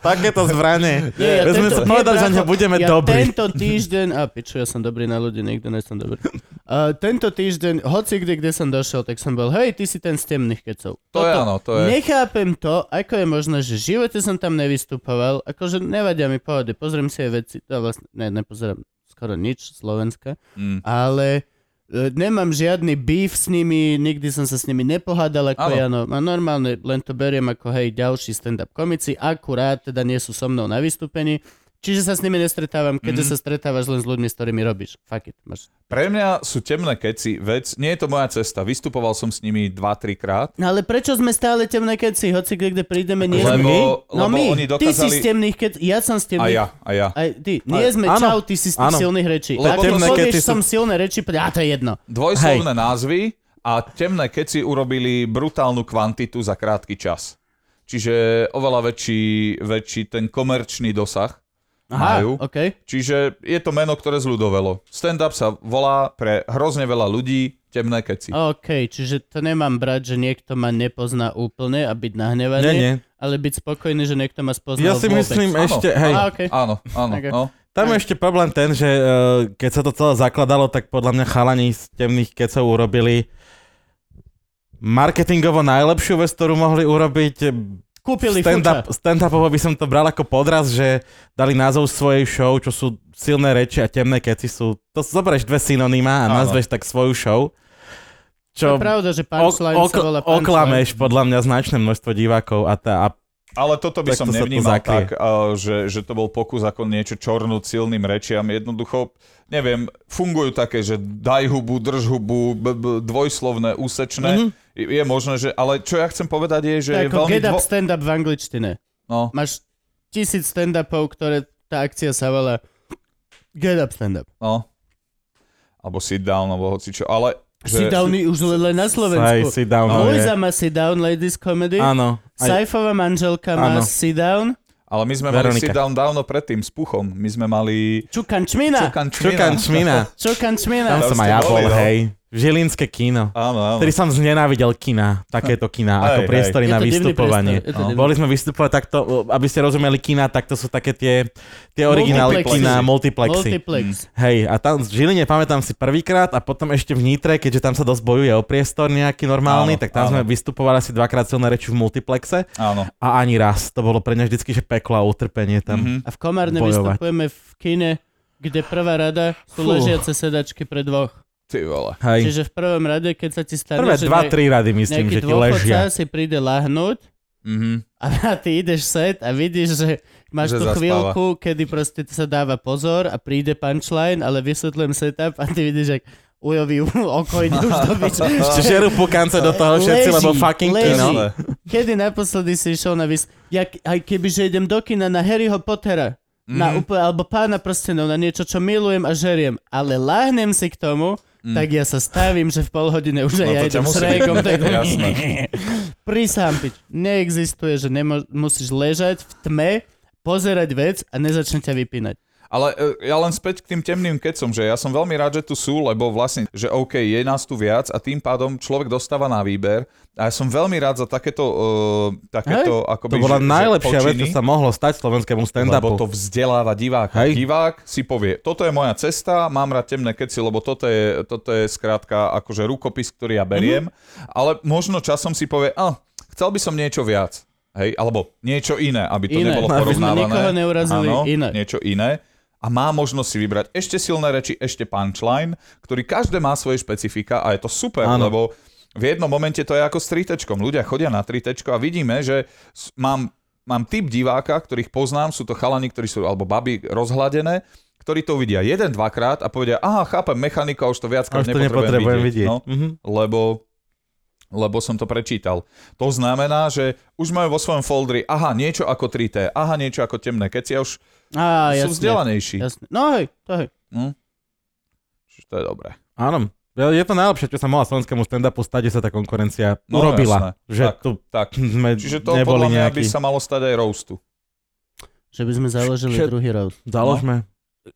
S2: Takéto zbranie. My sme si povedali, že
S1: bracho,
S2: nebudeme
S1: ja
S2: dobrí.
S1: tento týždeň, a piču, ja som dobrý na ľudí, nikdy nie som dobrý. Uh, tento týždeň, hoci kde, kde som došiel, tak som bol, hej, ty si ten z temných kecov.
S3: To je áno, to je.
S1: Nechápem to, ako je možné, že v živote som tam nevystupoval, akože nevadia mi pohody, pozriem si aj veci, to vlastne, ne, nepozerám skoro nič Slovenska,
S3: Mm.
S1: ale e, nemám žiadny beef s nimi, nikdy som sa s nimi nepohádal ako
S3: Áno.
S1: Jano. A normálne len to beriem ako hej, ďalší stand-up komici, akurát teda nie sú so mnou na vystúpení, čiže sa s nimi nestretávam, keďže
S3: Mhm.
S1: sa stretávaš len s ľuďmi, s ktorými robíš. Fuck it, máš.
S3: Pre mňa sú temné keci vec, nie je to moja cesta, vystupoval som s nimi 2-3 krát,
S1: No ale prečo sme stále temné keci, hoci kde, kde prídeme, nie sme
S3: lebo,
S1: No
S3: lebo
S1: my,
S3: oni
S1: ty si z
S3: dokázali...
S1: temných kec, ja som z
S3: A
S1: temných
S3: ja, a ja.
S1: Aj ty, nie
S2: Aj-
S1: sme
S2: áno,
S1: čau, ty si z tých
S2: áno.
S1: silných rečí.
S3: Lebo
S1: Lebo Ak
S2: temné
S1: povieš,
S2: keci sú-
S1: som silné reči, povedia, a to je jedno.
S3: dvojslovné názvy a temné keci urobili brutálnu kvantitu za krátky čas. Čiže oveľa väčší, väčší ten komerčný dosah
S1: Aha,
S3: majú.
S1: okej.
S3: Čiže je to meno, ktoré zľudovelo. Stand-up sa volá pre hrozne veľa ľudí temné keci.
S1: OK, čiže to nemám brať, že niekto ma nepozná úplne a byť nahnevaný,
S2: Nie, nie.
S1: ale byť spokojný, že niekto ma spoznal
S2: Ja si
S1: vôbec.
S2: myslím ešte, hej,
S1: Á, okay.
S3: Áno, áno.
S1: Okay.
S3: No.
S2: tam je ešte problém ten, že eh, keď sa to celé zakladalo, tak podľa mňa chalani z temných kecov urobili marketingovo najlepšiu vec, ktorú mohli urobiť eh,
S1: Kúpili
S2: stand-up,
S1: stand-up.
S2: stand-upovo by som to bral ako podraz, že dali názov svojej show, čo sú silné reči a temné keci sú... To sú- zoberieš dve synonymá a
S3: Áno.
S2: nazveš tak svoju show,
S1: Je
S2: čo
S1: pravda, že
S2: ok-
S1: punchline sa volá punchline.
S2: ok- oklameš podľa mňa značné množstvo divákov a, tá, a
S3: Ale toto by
S2: Tak
S3: som
S2: to sa tu
S3: nevnímal
S2: zakrie.
S3: tak, a že, že to bol pokus ako niečo čornúť silným rečiam. Jednoducho, neviem, fungujú také, že daj hubu, drž hubu, b- b- dvojslovné,
S2: Mhm.
S3: úsečné. Mm-hmm. Je možné, že... Ale čo ja chcem povedať je, že
S1: To je
S3: je
S1: ako
S3: veľmi...
S1: get up,
S3: Dvo...
S1: stand-up v angličtine.
S3: No,
S1: Máš tisíc stand-upov, ktoré tá akcia sa volá get up, stand-up.
S3: no. Alebo sit down, alebo hoci čo. Ale...
S1: Sit downy už len na
S2: aj
S1: Slovensku.
S2: sit down. no,
S1: Lojza
S2: je.
S1: má sit down, ladies comedy.
S2: Áno. Aj,
S1: Saifová manželka má
S2: Áno.
S1: sit down.
S3: Ale my sme mali
S2: Veronika.
S3: sit down dávno predtým s Puchom. My sme mali...
S1: Čukan čmina.
S3: Čukan
S2: Čukan Čmina.
S1: Čukan
S2: Tam
S1: čmina.
S3: Tam
S2: som aj
S3: ste
S2: ja
S3: boli,
S2: bol,
S3: no.
S2: hej. Žilinské kino.
S3: Áno, áno.
S2: Ktorý som znenávidel kina, takéto kina,
S3: Hej,
S2: ako
S3: hej.
S2: priestory
S1: Je
S2: na
S1: to divný
S2: vystupovanie.
S1: priestor, je to
S2: No.
S1: divný.
S2: Boli sme vystupovať takto, aby ste rozumeli kina, tak to sú také tie, tie originály
S1: Multiplexy.
S2: kina, multiplexy.
S1: Multiplex.
S2: Hej, a tam v Žiline pamätám si prvýkrát a potom ešte v Nitre, keďže tam sa dosť bojuje o priestor nejaký normálny,
S3: Áno,
S2: tak tam
S3: áno.
S2: sme vystupovali asi dvakrát silné reči v multiplexe
S3: Áno.
S2: a ani raz. To bolo pre mňa vždycky, že peklo a utrpenie tam.
S3: Mhm.
S1: A v Komárne
S2: Bojovať.
S1: vystupujeme v kine, kde prvá rada sú
S2: Fú.
S1: ležiace sedačky pre dvoch.
S3: Ty vole.
S2: Hej.
S1: Čiže v prvom rade, keď sa ti stane,
S2: Prvé
S1: že
S2: dva,
S1: ne-
S2: tri rady myslím,
S1: nejaký
S2: že ti
S1: dôchodca
S2: ležia.
S1: si príde lahnúť
S3: Mhm.
S1: a ty ideš set a vidíš, že máš
S3: Že
S1: tú
S3: zaspáva.
S1: chvíľku, kedy proste sa dáva pozor a príde punchline, ale vysvetľujem setup a ty vidíš, jak ujovi oko ide už do piče.
S2: Čiže žerú pukance do toho všetci,
S1: Leží,
S2: lebo fucking
S1: leží.
S2: kino.
S3: Jasné.
S1: Kedy naposledy si išiel na vys... Ja, k- aj kebyže idem do kina na Harryho Pottera, mm-hmm.
S3: Mhm.
S1: na úplne, alebo pána prstenov, na niečo, čo milujem a žeriem, ale láhnem si k tomu, mm. tak ja sa stavím, že v pol hodine už aj
S3: Mhm. No
S1: ja
S3: to ťa
S1: idem s
S3: musí.
S1: Rejkom. Tak...
S3: Jasné.
S1: Prísám, pič. Neexistuje, že nemo- musíš ležať v tme, pozerať vec a nezačne ťa vypínať.
S3: Ale e, ja len späť k tým temným kecom, že ja som veľmi rád, že tu sú, lebo vlastne, že OK, je nás tu viac a tým pádom človek dostáva na výber a ja som veľmi rád za takéto, uh, takéto
S2: To
S3: akoby,
S2: bola
S3: že- že
S2: najlepšia vec, čo
S3: počiny,
S2: sa mohlo stať slovenskému
S3: lebo
S2: stand-upu.
S3: to vzdeláva diváka.
S2: Hej.
S3: Divák si povie, toto je moja cesta, mám rád temné keci, lebo toto je, toto je skrátka akože rukopis, ktorý ja beriem,
S2: Mhm.
S3: ale možno časom si povie, a chcel by som niečo viac. Hej, alebo niečo iné, aby to
S1: Iné.
S3: nebolo
S1: Aby sme
S3: porovnávané.
S1: nikoho neurazili.
S3: Áno,
S1: Iné.
S3: niečo iné a má možnosť si vybrať ešte silné reči, ešte punchline, ktorý každé má svoje špecifika a je to super,
S2: Áno.
S3: Áno. lebo v jednom momente to je ako s tritečkom. Ľudia chodia na tritečko a vidíme, že s- mám, mám typ diváka, ktorých poznám, sú to chalani, ktorí sú, alebo baby rozhľadené, ktorí to uvidia jeden, dvakrát a povedia, aha, chápem, mechanika, už to
S2: A
S3: viackrát
S2: už to
S3: nepotrebujem,
S2: nepotrebujem vidieť.
S3: No,
S2: Mhm.
S3: lebo lebo som to prečítal. To znamená, že už majú vo svojom foldri, aha, niečo ako 3T, aha, niečo ako temné keci a už
S1: Á,
S3: sú
S1: jasne.
S3: vzdelanejší.
S1: jasne. No hej, to hej.
S3: Hm? Čiže to je dobré.
S2: Áno. Je to najlepšie, čo sa mohla slovenskému stand-upu stať, že sa tá konkurencia
S3: No,
S2: urobila.
S3: jasné.
S2: Že
S3: Tak.
S2: tu
S3: Tak.
S2: sme
S3: Čiže to podľa
S2: neboli
S3: mňa
S2: nejakí.
S3: by sa no. malo stať aj roastu.
S1: Že by sme založili
S2: Čo-
S1: druhý roast.
S2: Založme.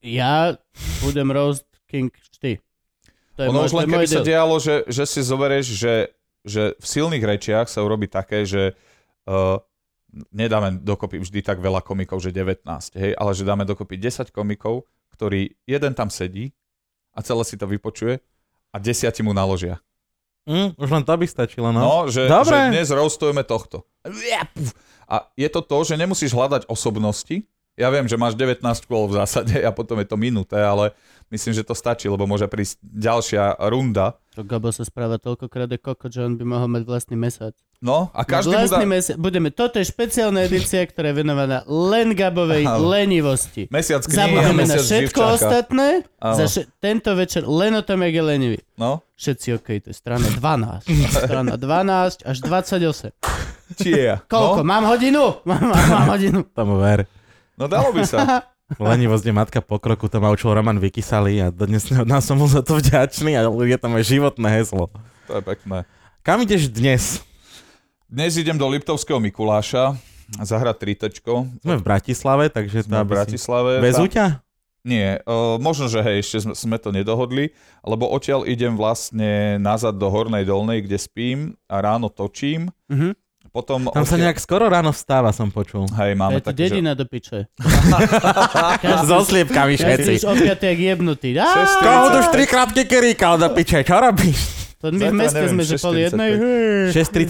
S1: Ja budem roast king ty. To je
S3: Ono
S1: môj,
S3: už
S1: to
S3: len
S1: je môj
S3: keby sa
S1: deal.
S3: dialo, že, že si zoberieš, že, že v silných rečiach sa urobí také, že uh, nedáme dokopy vždy tak veľa komikov, že 19, hej, ale že dáme dokopy 10 komikov, ktorý jeden tam sedí a celé si to vypočuje a desiati mu naložia.
S2: Mm, už len to by stačilo, no.
S3: No, že,
S2: Dobre.
S3: že dnes roastujeme tohto. A je to to, že nemusíš hľadať osobnosti. Ja viem, že máš 19 kôl v zásade a potom je to minuté, ale myslím, že to stačí, lebo môže prísť ďalšia runda.
S1: To Gabo sa správa toľkokrát je koko, že on by mohol mať vlastný mesiac.
S3: No a každý mu dá...
S1: vlastný mesiac. Budeme, toto je špeciálna edícia, ktorá je venovaná len Gabovej
S3: Áno.
S1: lenivosti.
S3: Mesiac knihy a
S1: Zabudeme na
S3: mesiac
S1: všetko
S3: živčáka.
S1: ostatné.
S3: Áno.
S1: Za še- tento večer len o tom, jak je lenivý.
S3: No,
S1: Všetci OK, to je strana 12. Strana 12 až 28.
S3: či je.
S1: Koľko?
S3: No,
S1: Mám hodinu? Mám, mám, mám hodinu.
S2: Tomu ver.
S3: no dalo by sa.
S2: Lenivosť je matka pokroku, to ma učil Roman Vykysalý a do dnesného dňa som mu za to vďačný a je tam aj životné heslo.
S3: To je pekné.
S2: Kam ideš dnes?
S3: Dnes idem do Liptovského Mikuláša zahrať trítečko.
S2: Sme v Bratislave, takže to
S3: Sme v
S2: aby si...
S3: Bratislave.
S2: Vezú
S3: Tam-
S2: ťa?
S3: Nie, uh, možno, že hej, ešte sme, sme to nedohodli, lebo odtiaľ idem vlastne nazad do Hornej Dolnej, kde spím a ráno točím.
S1: Mhm.
S3: Potom
S2: Tam sa
S3: odtiaľ-
S2: nejak skoro ráno vstáva, som počul.
S3: Hej,
S1: To
S3: máme
S1: je to
S3: také, že...
S1: dedina do piče.
S2: So sliepkami
S1: Každý
S2: všetci.
S1: už o piatok jebnutý. Á,
S3: Sestry,
S2: Kohut už trikrát kekeríkal do piče, čo robíš?
S1: To my
S3: Zajtra,
S1: v meste
S3: neviem,
S1: sme, že pol
S3: 6.45.
S1: jednej.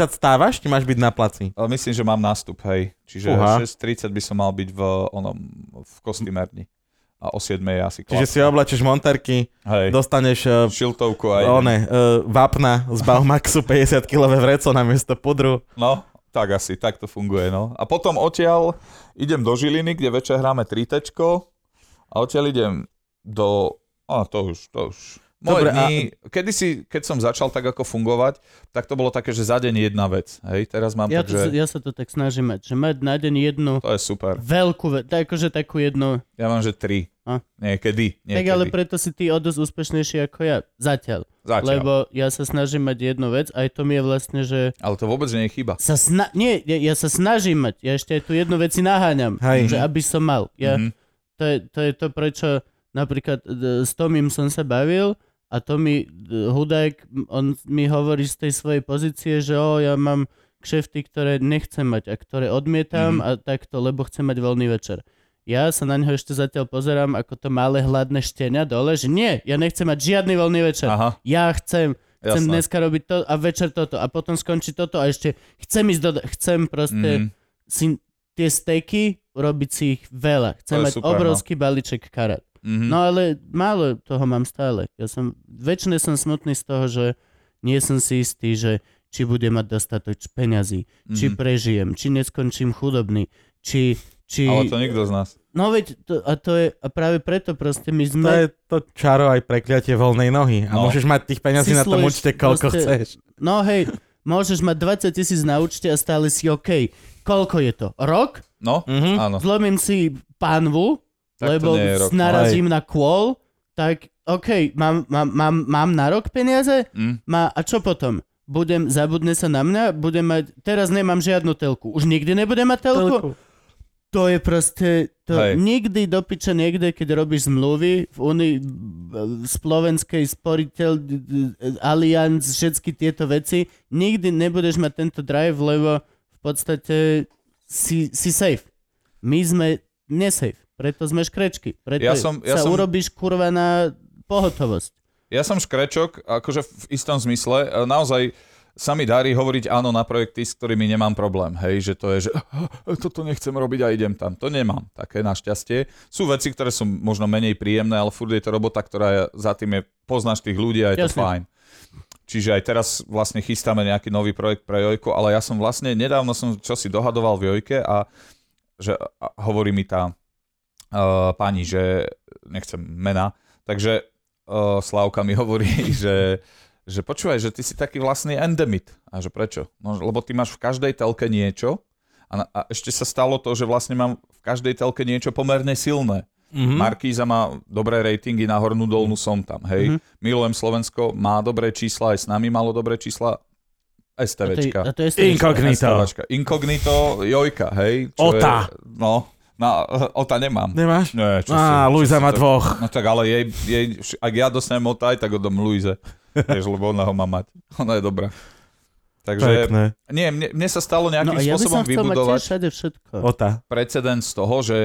S2: 6.30 stávaš, ti máš byť na placi.
S3: Ale myslím, že mám nástup, hej. Čiže
S2: Fúha.
S3: 6.30 by som mal byť v, onom, v kostýmerni. A o 7.00 je asi
S2: Čiže
S3: klas.
S2: si oblečeš monterky,
S3: Hej,
S2: dostaneš eh,
S3: šiltovku aj...
S2: one, eh, vápna z Baumaxu 50-kilové vreco na miesto pudru.
S3: No, tak asi, tak to funguje, no. A potom odtiaľ idem do Žiliny, kde večer hráme trítečko a odtiaľ idem do... A to už, to už.
S2: Dobre,
S3: Moje Dobre,
S2: a-
S3: dni, kedysi, keď som začal tak ako fungovať, tak to bolo také, že za deň jedna vec, hej, teraz mám
S1: Ja,
S3: ja
S1: to,
S3: takže... To,
S1: ja sa to tak snažím mať, že mať na deň jednu
S3: to je super.
S1: veľkú vec, akože takú jednu.
S3: Ja mám, že tri.
S1: A?
S3: Niekedy, niekedy.
S1: Tak ale preto si ty o dosť úspešnejší ako ja. Zatiaľ.
S3: Zatiaľ.
S1: Lebo ja sa snažím mať jednu vec, aj to mi je vlastne, že
S3: Ale to vôbec nie je chyba.
S1: sa sna- nie, ja, ja sa snažím mať, ja ešte aj tú jednu vec si naháňam,
S2: Hej.
S1: že aby som mal. Ja,
S3: Mhm.
S1: to, je, to je to, prečo napríklad e, s Tomím som sa bavil a Tomi e, Hudák, m, on mi hovorí z tej svojej pozície, že o, ja mám kšefty, ktoré nechcem mať a ktoré odmietam
S3: Mhm.
S1: a takto, lebo chcem mať voľný večer. Ja sa na neho ešte zatiaľ pozerám ako to malé hladné štenia dole, že nie, ja nechcem mať žiadny voľný večer.
S3: Aha,
S1: Ja chcem, chcem
S3: jasné.
S1: dneska robiť to a večer toto a potom skončí toto a ešte chcem ísť do... Chcem proste
S3: Mhm.
S1: si tie steky, robiť si ich veľa. Chcem
S3: To je
S1: mať
S3: super, no.
S1: obrovský balíček karát.
S3: Mhm.
S1: No ale málo toho mám stále. Ja som, väčšine som smutný z toho, že nie som si istý, že či budem mať dostatok peňazí, či
S3: Mhm.
S1: prežijem, či neskončím chudobný, či... či...
S3: mhm. Ale to nikto z nás.
S1: No veď, to, a to je, a práve preto proste my
S2: To
S1: sme...
S2: je to čaro aj prekliatie voľnej nohy. A
S3: No.
S2: môžeš mať tých peňazí na
S1: Číslo
S2: tom
S1: je
S2: účte, koľko
S1: proste-
S2: chceš.
S1: No hej, môžeš mať 20 tisíc na účte a stále si OK. Koľko je to? Rok?
S3: No,
S2: Mhm.
S3: áno.
S1: zlomím si panvu,
S3: Tak to
S1: lebo
S3: nie je rok.
S1: narazím na kôl, tak OK, mám, mám, mám, mám na rok peniaze?
S3: Mm.
S1: Má, a čo potom? Budem, zabudne sa na mňa, budem mať, teraz nemám žiadnu telku. Už nikdy nebudem mať telku?
S2: Toľko.
S1: To je proste, to
S3: Hej.
S1: nikdy do piče niekde, keď robíš zmluvy v Unii, v Slovenskej sporiteľ, Allianz, všetky tieto veci, nikdy nebudeš mať tento drive, lebo v podstate si, si safe. My sme nesafe, preto sme škrečky, preto
S3: Ja som- ja
S1: sa
S3: som-
S1: urobíš kurva na pohotovosť.
S3: Ja som škrečok, akože v istom zmysle. E, Naozaj sa mi darí hovoriť áno na projekty, s ktorými nemám problém. Hej, že to je, že "Ah, toto nechcem robiť a idem tam. To nemám také našťastie. Sú veci, ktoré sú možno menej príjemné, ale furt je to robota, ktorá je, za tým je, poznáš tých ľudí a je to
S1: Jasne.
S3: fajn. Čiže aj teraz vlastne chystáme nejaký nový projekt pre Jojko, ale ja som vlastne nedávno som čosi dohadoval v Jojke a že a hovorí mi tá uh, pani, že nechcem mena, takže uh, Slavka mi hovorí, že, že počúvaj, že ty si taký vlastný endemit. A že prečo? No, lebo ty máš v každej telke niečo a, na, a ešte sa stalo to, že vlastne mám v každej telke niečo pomerne silné.
S2: Mhm.
S3: Mm-hmm. Markíza má dobré ratingy na hornú dolnú som tam,
S2: Mhm.
S3: hej. Mm-hmm. Milujem Slovensko, má dobré čísla, aj s nami malo dobré čísla.
S1: A to, je-
S3: STVčka.
S1: a to je
S2: Inkognito.
S3: STVčka. Inkognito, Jojka, hej. čo je-
S2: Ota.
S3: no, na, Ota nemám.
S2: Nemáš?
S3: Nie, čo si,
S2: Á,
S3: čo
S2: Luisa
S3: si
S2: má
S3: to-
S2: dvoch.
S3: No tak ale jej, jej, ak ja dostanem Ota, aj tak ho dom Luize. Vieš, lebo ona ho má mať. Ona je dobrá. Takže,
S2: Pekné.
S3: nie, mne, mne sa stalo
S1: No
S3: nejakým
S1: a ja by som chcel
S3: spôsobom
S1: mať tiež
S3: vybudovať
S1: všade všetko.
S2: Ota.
S3: precedens toho, že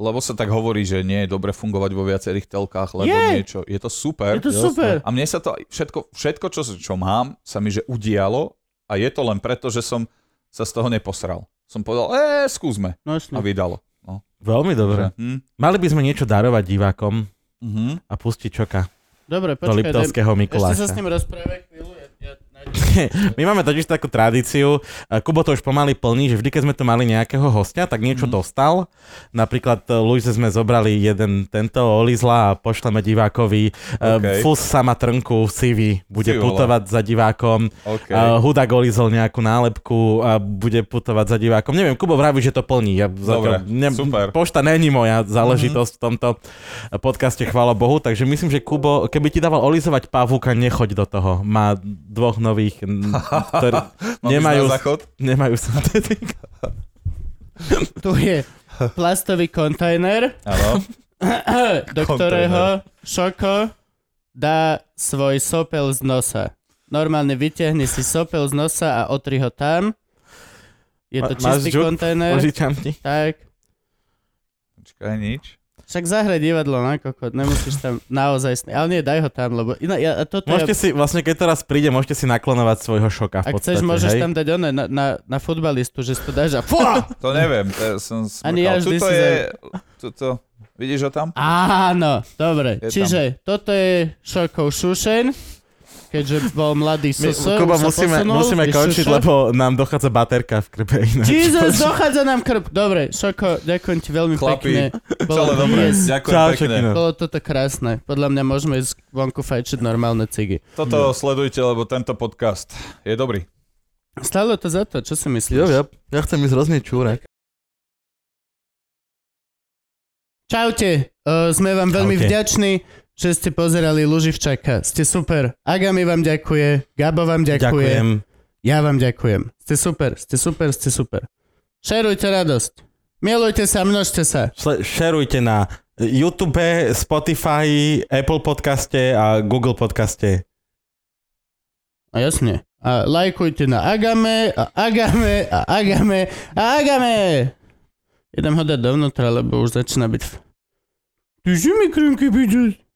S3: lebo sa tak hovorí, že nie je dobre fungovať vo viacerých telkách, lebo
S1: Je.
S3: niečo. Je to super.
S1: Je to super.
S3: A mne sa to aj- všetko, všetko čo, čo mám, sa mi že udialo a je to len preto, že som sa z toho neposral. Som povedal, eh, skúsme.
S1: No jasne.
S3: A vydalo. No.
S2: Veľmi dobré.
S3: Hm?
S2: Mali by sme niečo darovať divákom
S3: Mhm.
S2: a pustiť čoka
S1: Dobre,
S2: do
S1: počkaj. daj- Ešte
S2: Liptovského
S1: sa s
S2: Mikuláša.
S1: ním rozprávaj chvíľu. Ja, ja nájdem...
S2: My máme totiž takú tradíciu, a Kubo to už pomaly plní, že vždy, keď sme tu mali nejakého hostia, tak niečo
S3: Mhm.
S2: dostal. Napríklad e, Luise sme zobrali jeden tento olizla a pošleme divákovi. Okay.
S3: OK.
S2: Fus sama trnku, sivý, bude
S3: Ty vole.
S2: putovať za divákom. Okay.
S3: OK.
S2: Huda golizol nejakú nálepku a bude putovať za divákom. Neviem, Kubo vraví, že to plní. Ja zatiaľ ne-
S3: super.
S2: Pošta není moja záležitosť v tomto podcaste, chvála Bohu. Takže myslím, že Kubo, keby ti dával olizovať pavúka, nechoď do toho. Má dvoch nových, n- ktorí
S3: Mám ísť
S2: nemajú,
S3: na záchod?
S2: nemajú syntetik.
S1: Tu je plastový kontajner,
S3: Áno.
S1: do ktorého Šoko dá svoj sopel z nosa. Normálne vyťahne si sopel z nosa a otri ho tam. Je to
S2: Ma- máš
S1: čistý
S2: žuk?
S1: kontajner.
S2: Požičam ti.
S1: Tak.
S3: Počkaj, nič.
S1: Však zahraj divadlo na kokot, nemusíš tam naozaj... sn- Ale nie, daj ho tam, lebo... Iná, ja, a toto
S2: Môžete
S1: ja,
S2: si, vlastne keď teraz príde, môžete si naklonovať svojho šoka v
S1: ak chceš,
S2: podstate.
S1: môžeš
S2: hej?
S1: tam dať one na, na, na futbalistu, že si to dáš a... Fua!
S3: To neviem, to je- som smrkal.
S1: Ani ja vždy
S3: Tuto
S1: si
S3: je, tuto, vidíš ho tam?
S1: Áno, dobre.
S3: Je tam.
S1: Čiže toto je Šokov Šušen, keďže bol mladý
S2: My,
S1: Suso.
S2: Kuba,
S1: už sa
S2: musíme,
S1: posunul,
S2: musíme
S1: je
S2: končiť,
S1: Šušo.
S2: lebo nám dochádza baterka v krbe. ináč.
S1: Jesus, dochádza nám krp. Dobre, Šoko, ďakujem ti veľmi
S3: Chlapi,
S1: pekne.
S3: Celé dobre,
S1: yes,
S3: ďakujem
S2: Čau,
S3: pekne.
S2: Čekino.
S1: bolo toto krásne. Podľa mňa môžeme ísť vonku fajčiť normálne cigy.
S3: Toto sledujte, lebo tento podcast je dobrý.
S1: Stalo to za to, čo si myslíš?
S2: Jo, jo, ja chcem ísť roznieť čúrek.
S1: Čaute, uh, sme vám veľmi
S2: Čaute.
S1: vďační, že ste pozerali Luživčaka. Ste super. Agami vám ďakuje, Gabo vám ďakuje.
S2: Ďakujem.
S1: Ja vám ďakujem. Ste super, ste super, ste super. Šerujte radosť. Milujte sa, množte sa.
S2: Šle- Šerujte na YouTube, Spotify, Apple podcaste a Google podcaste.
S1: A jasne. A lajkujte na Agame, a Agame, a Agame, a Agame. Idem ho dať dovnútra, lebo už začína byť... Ty si mi krinky vidieť.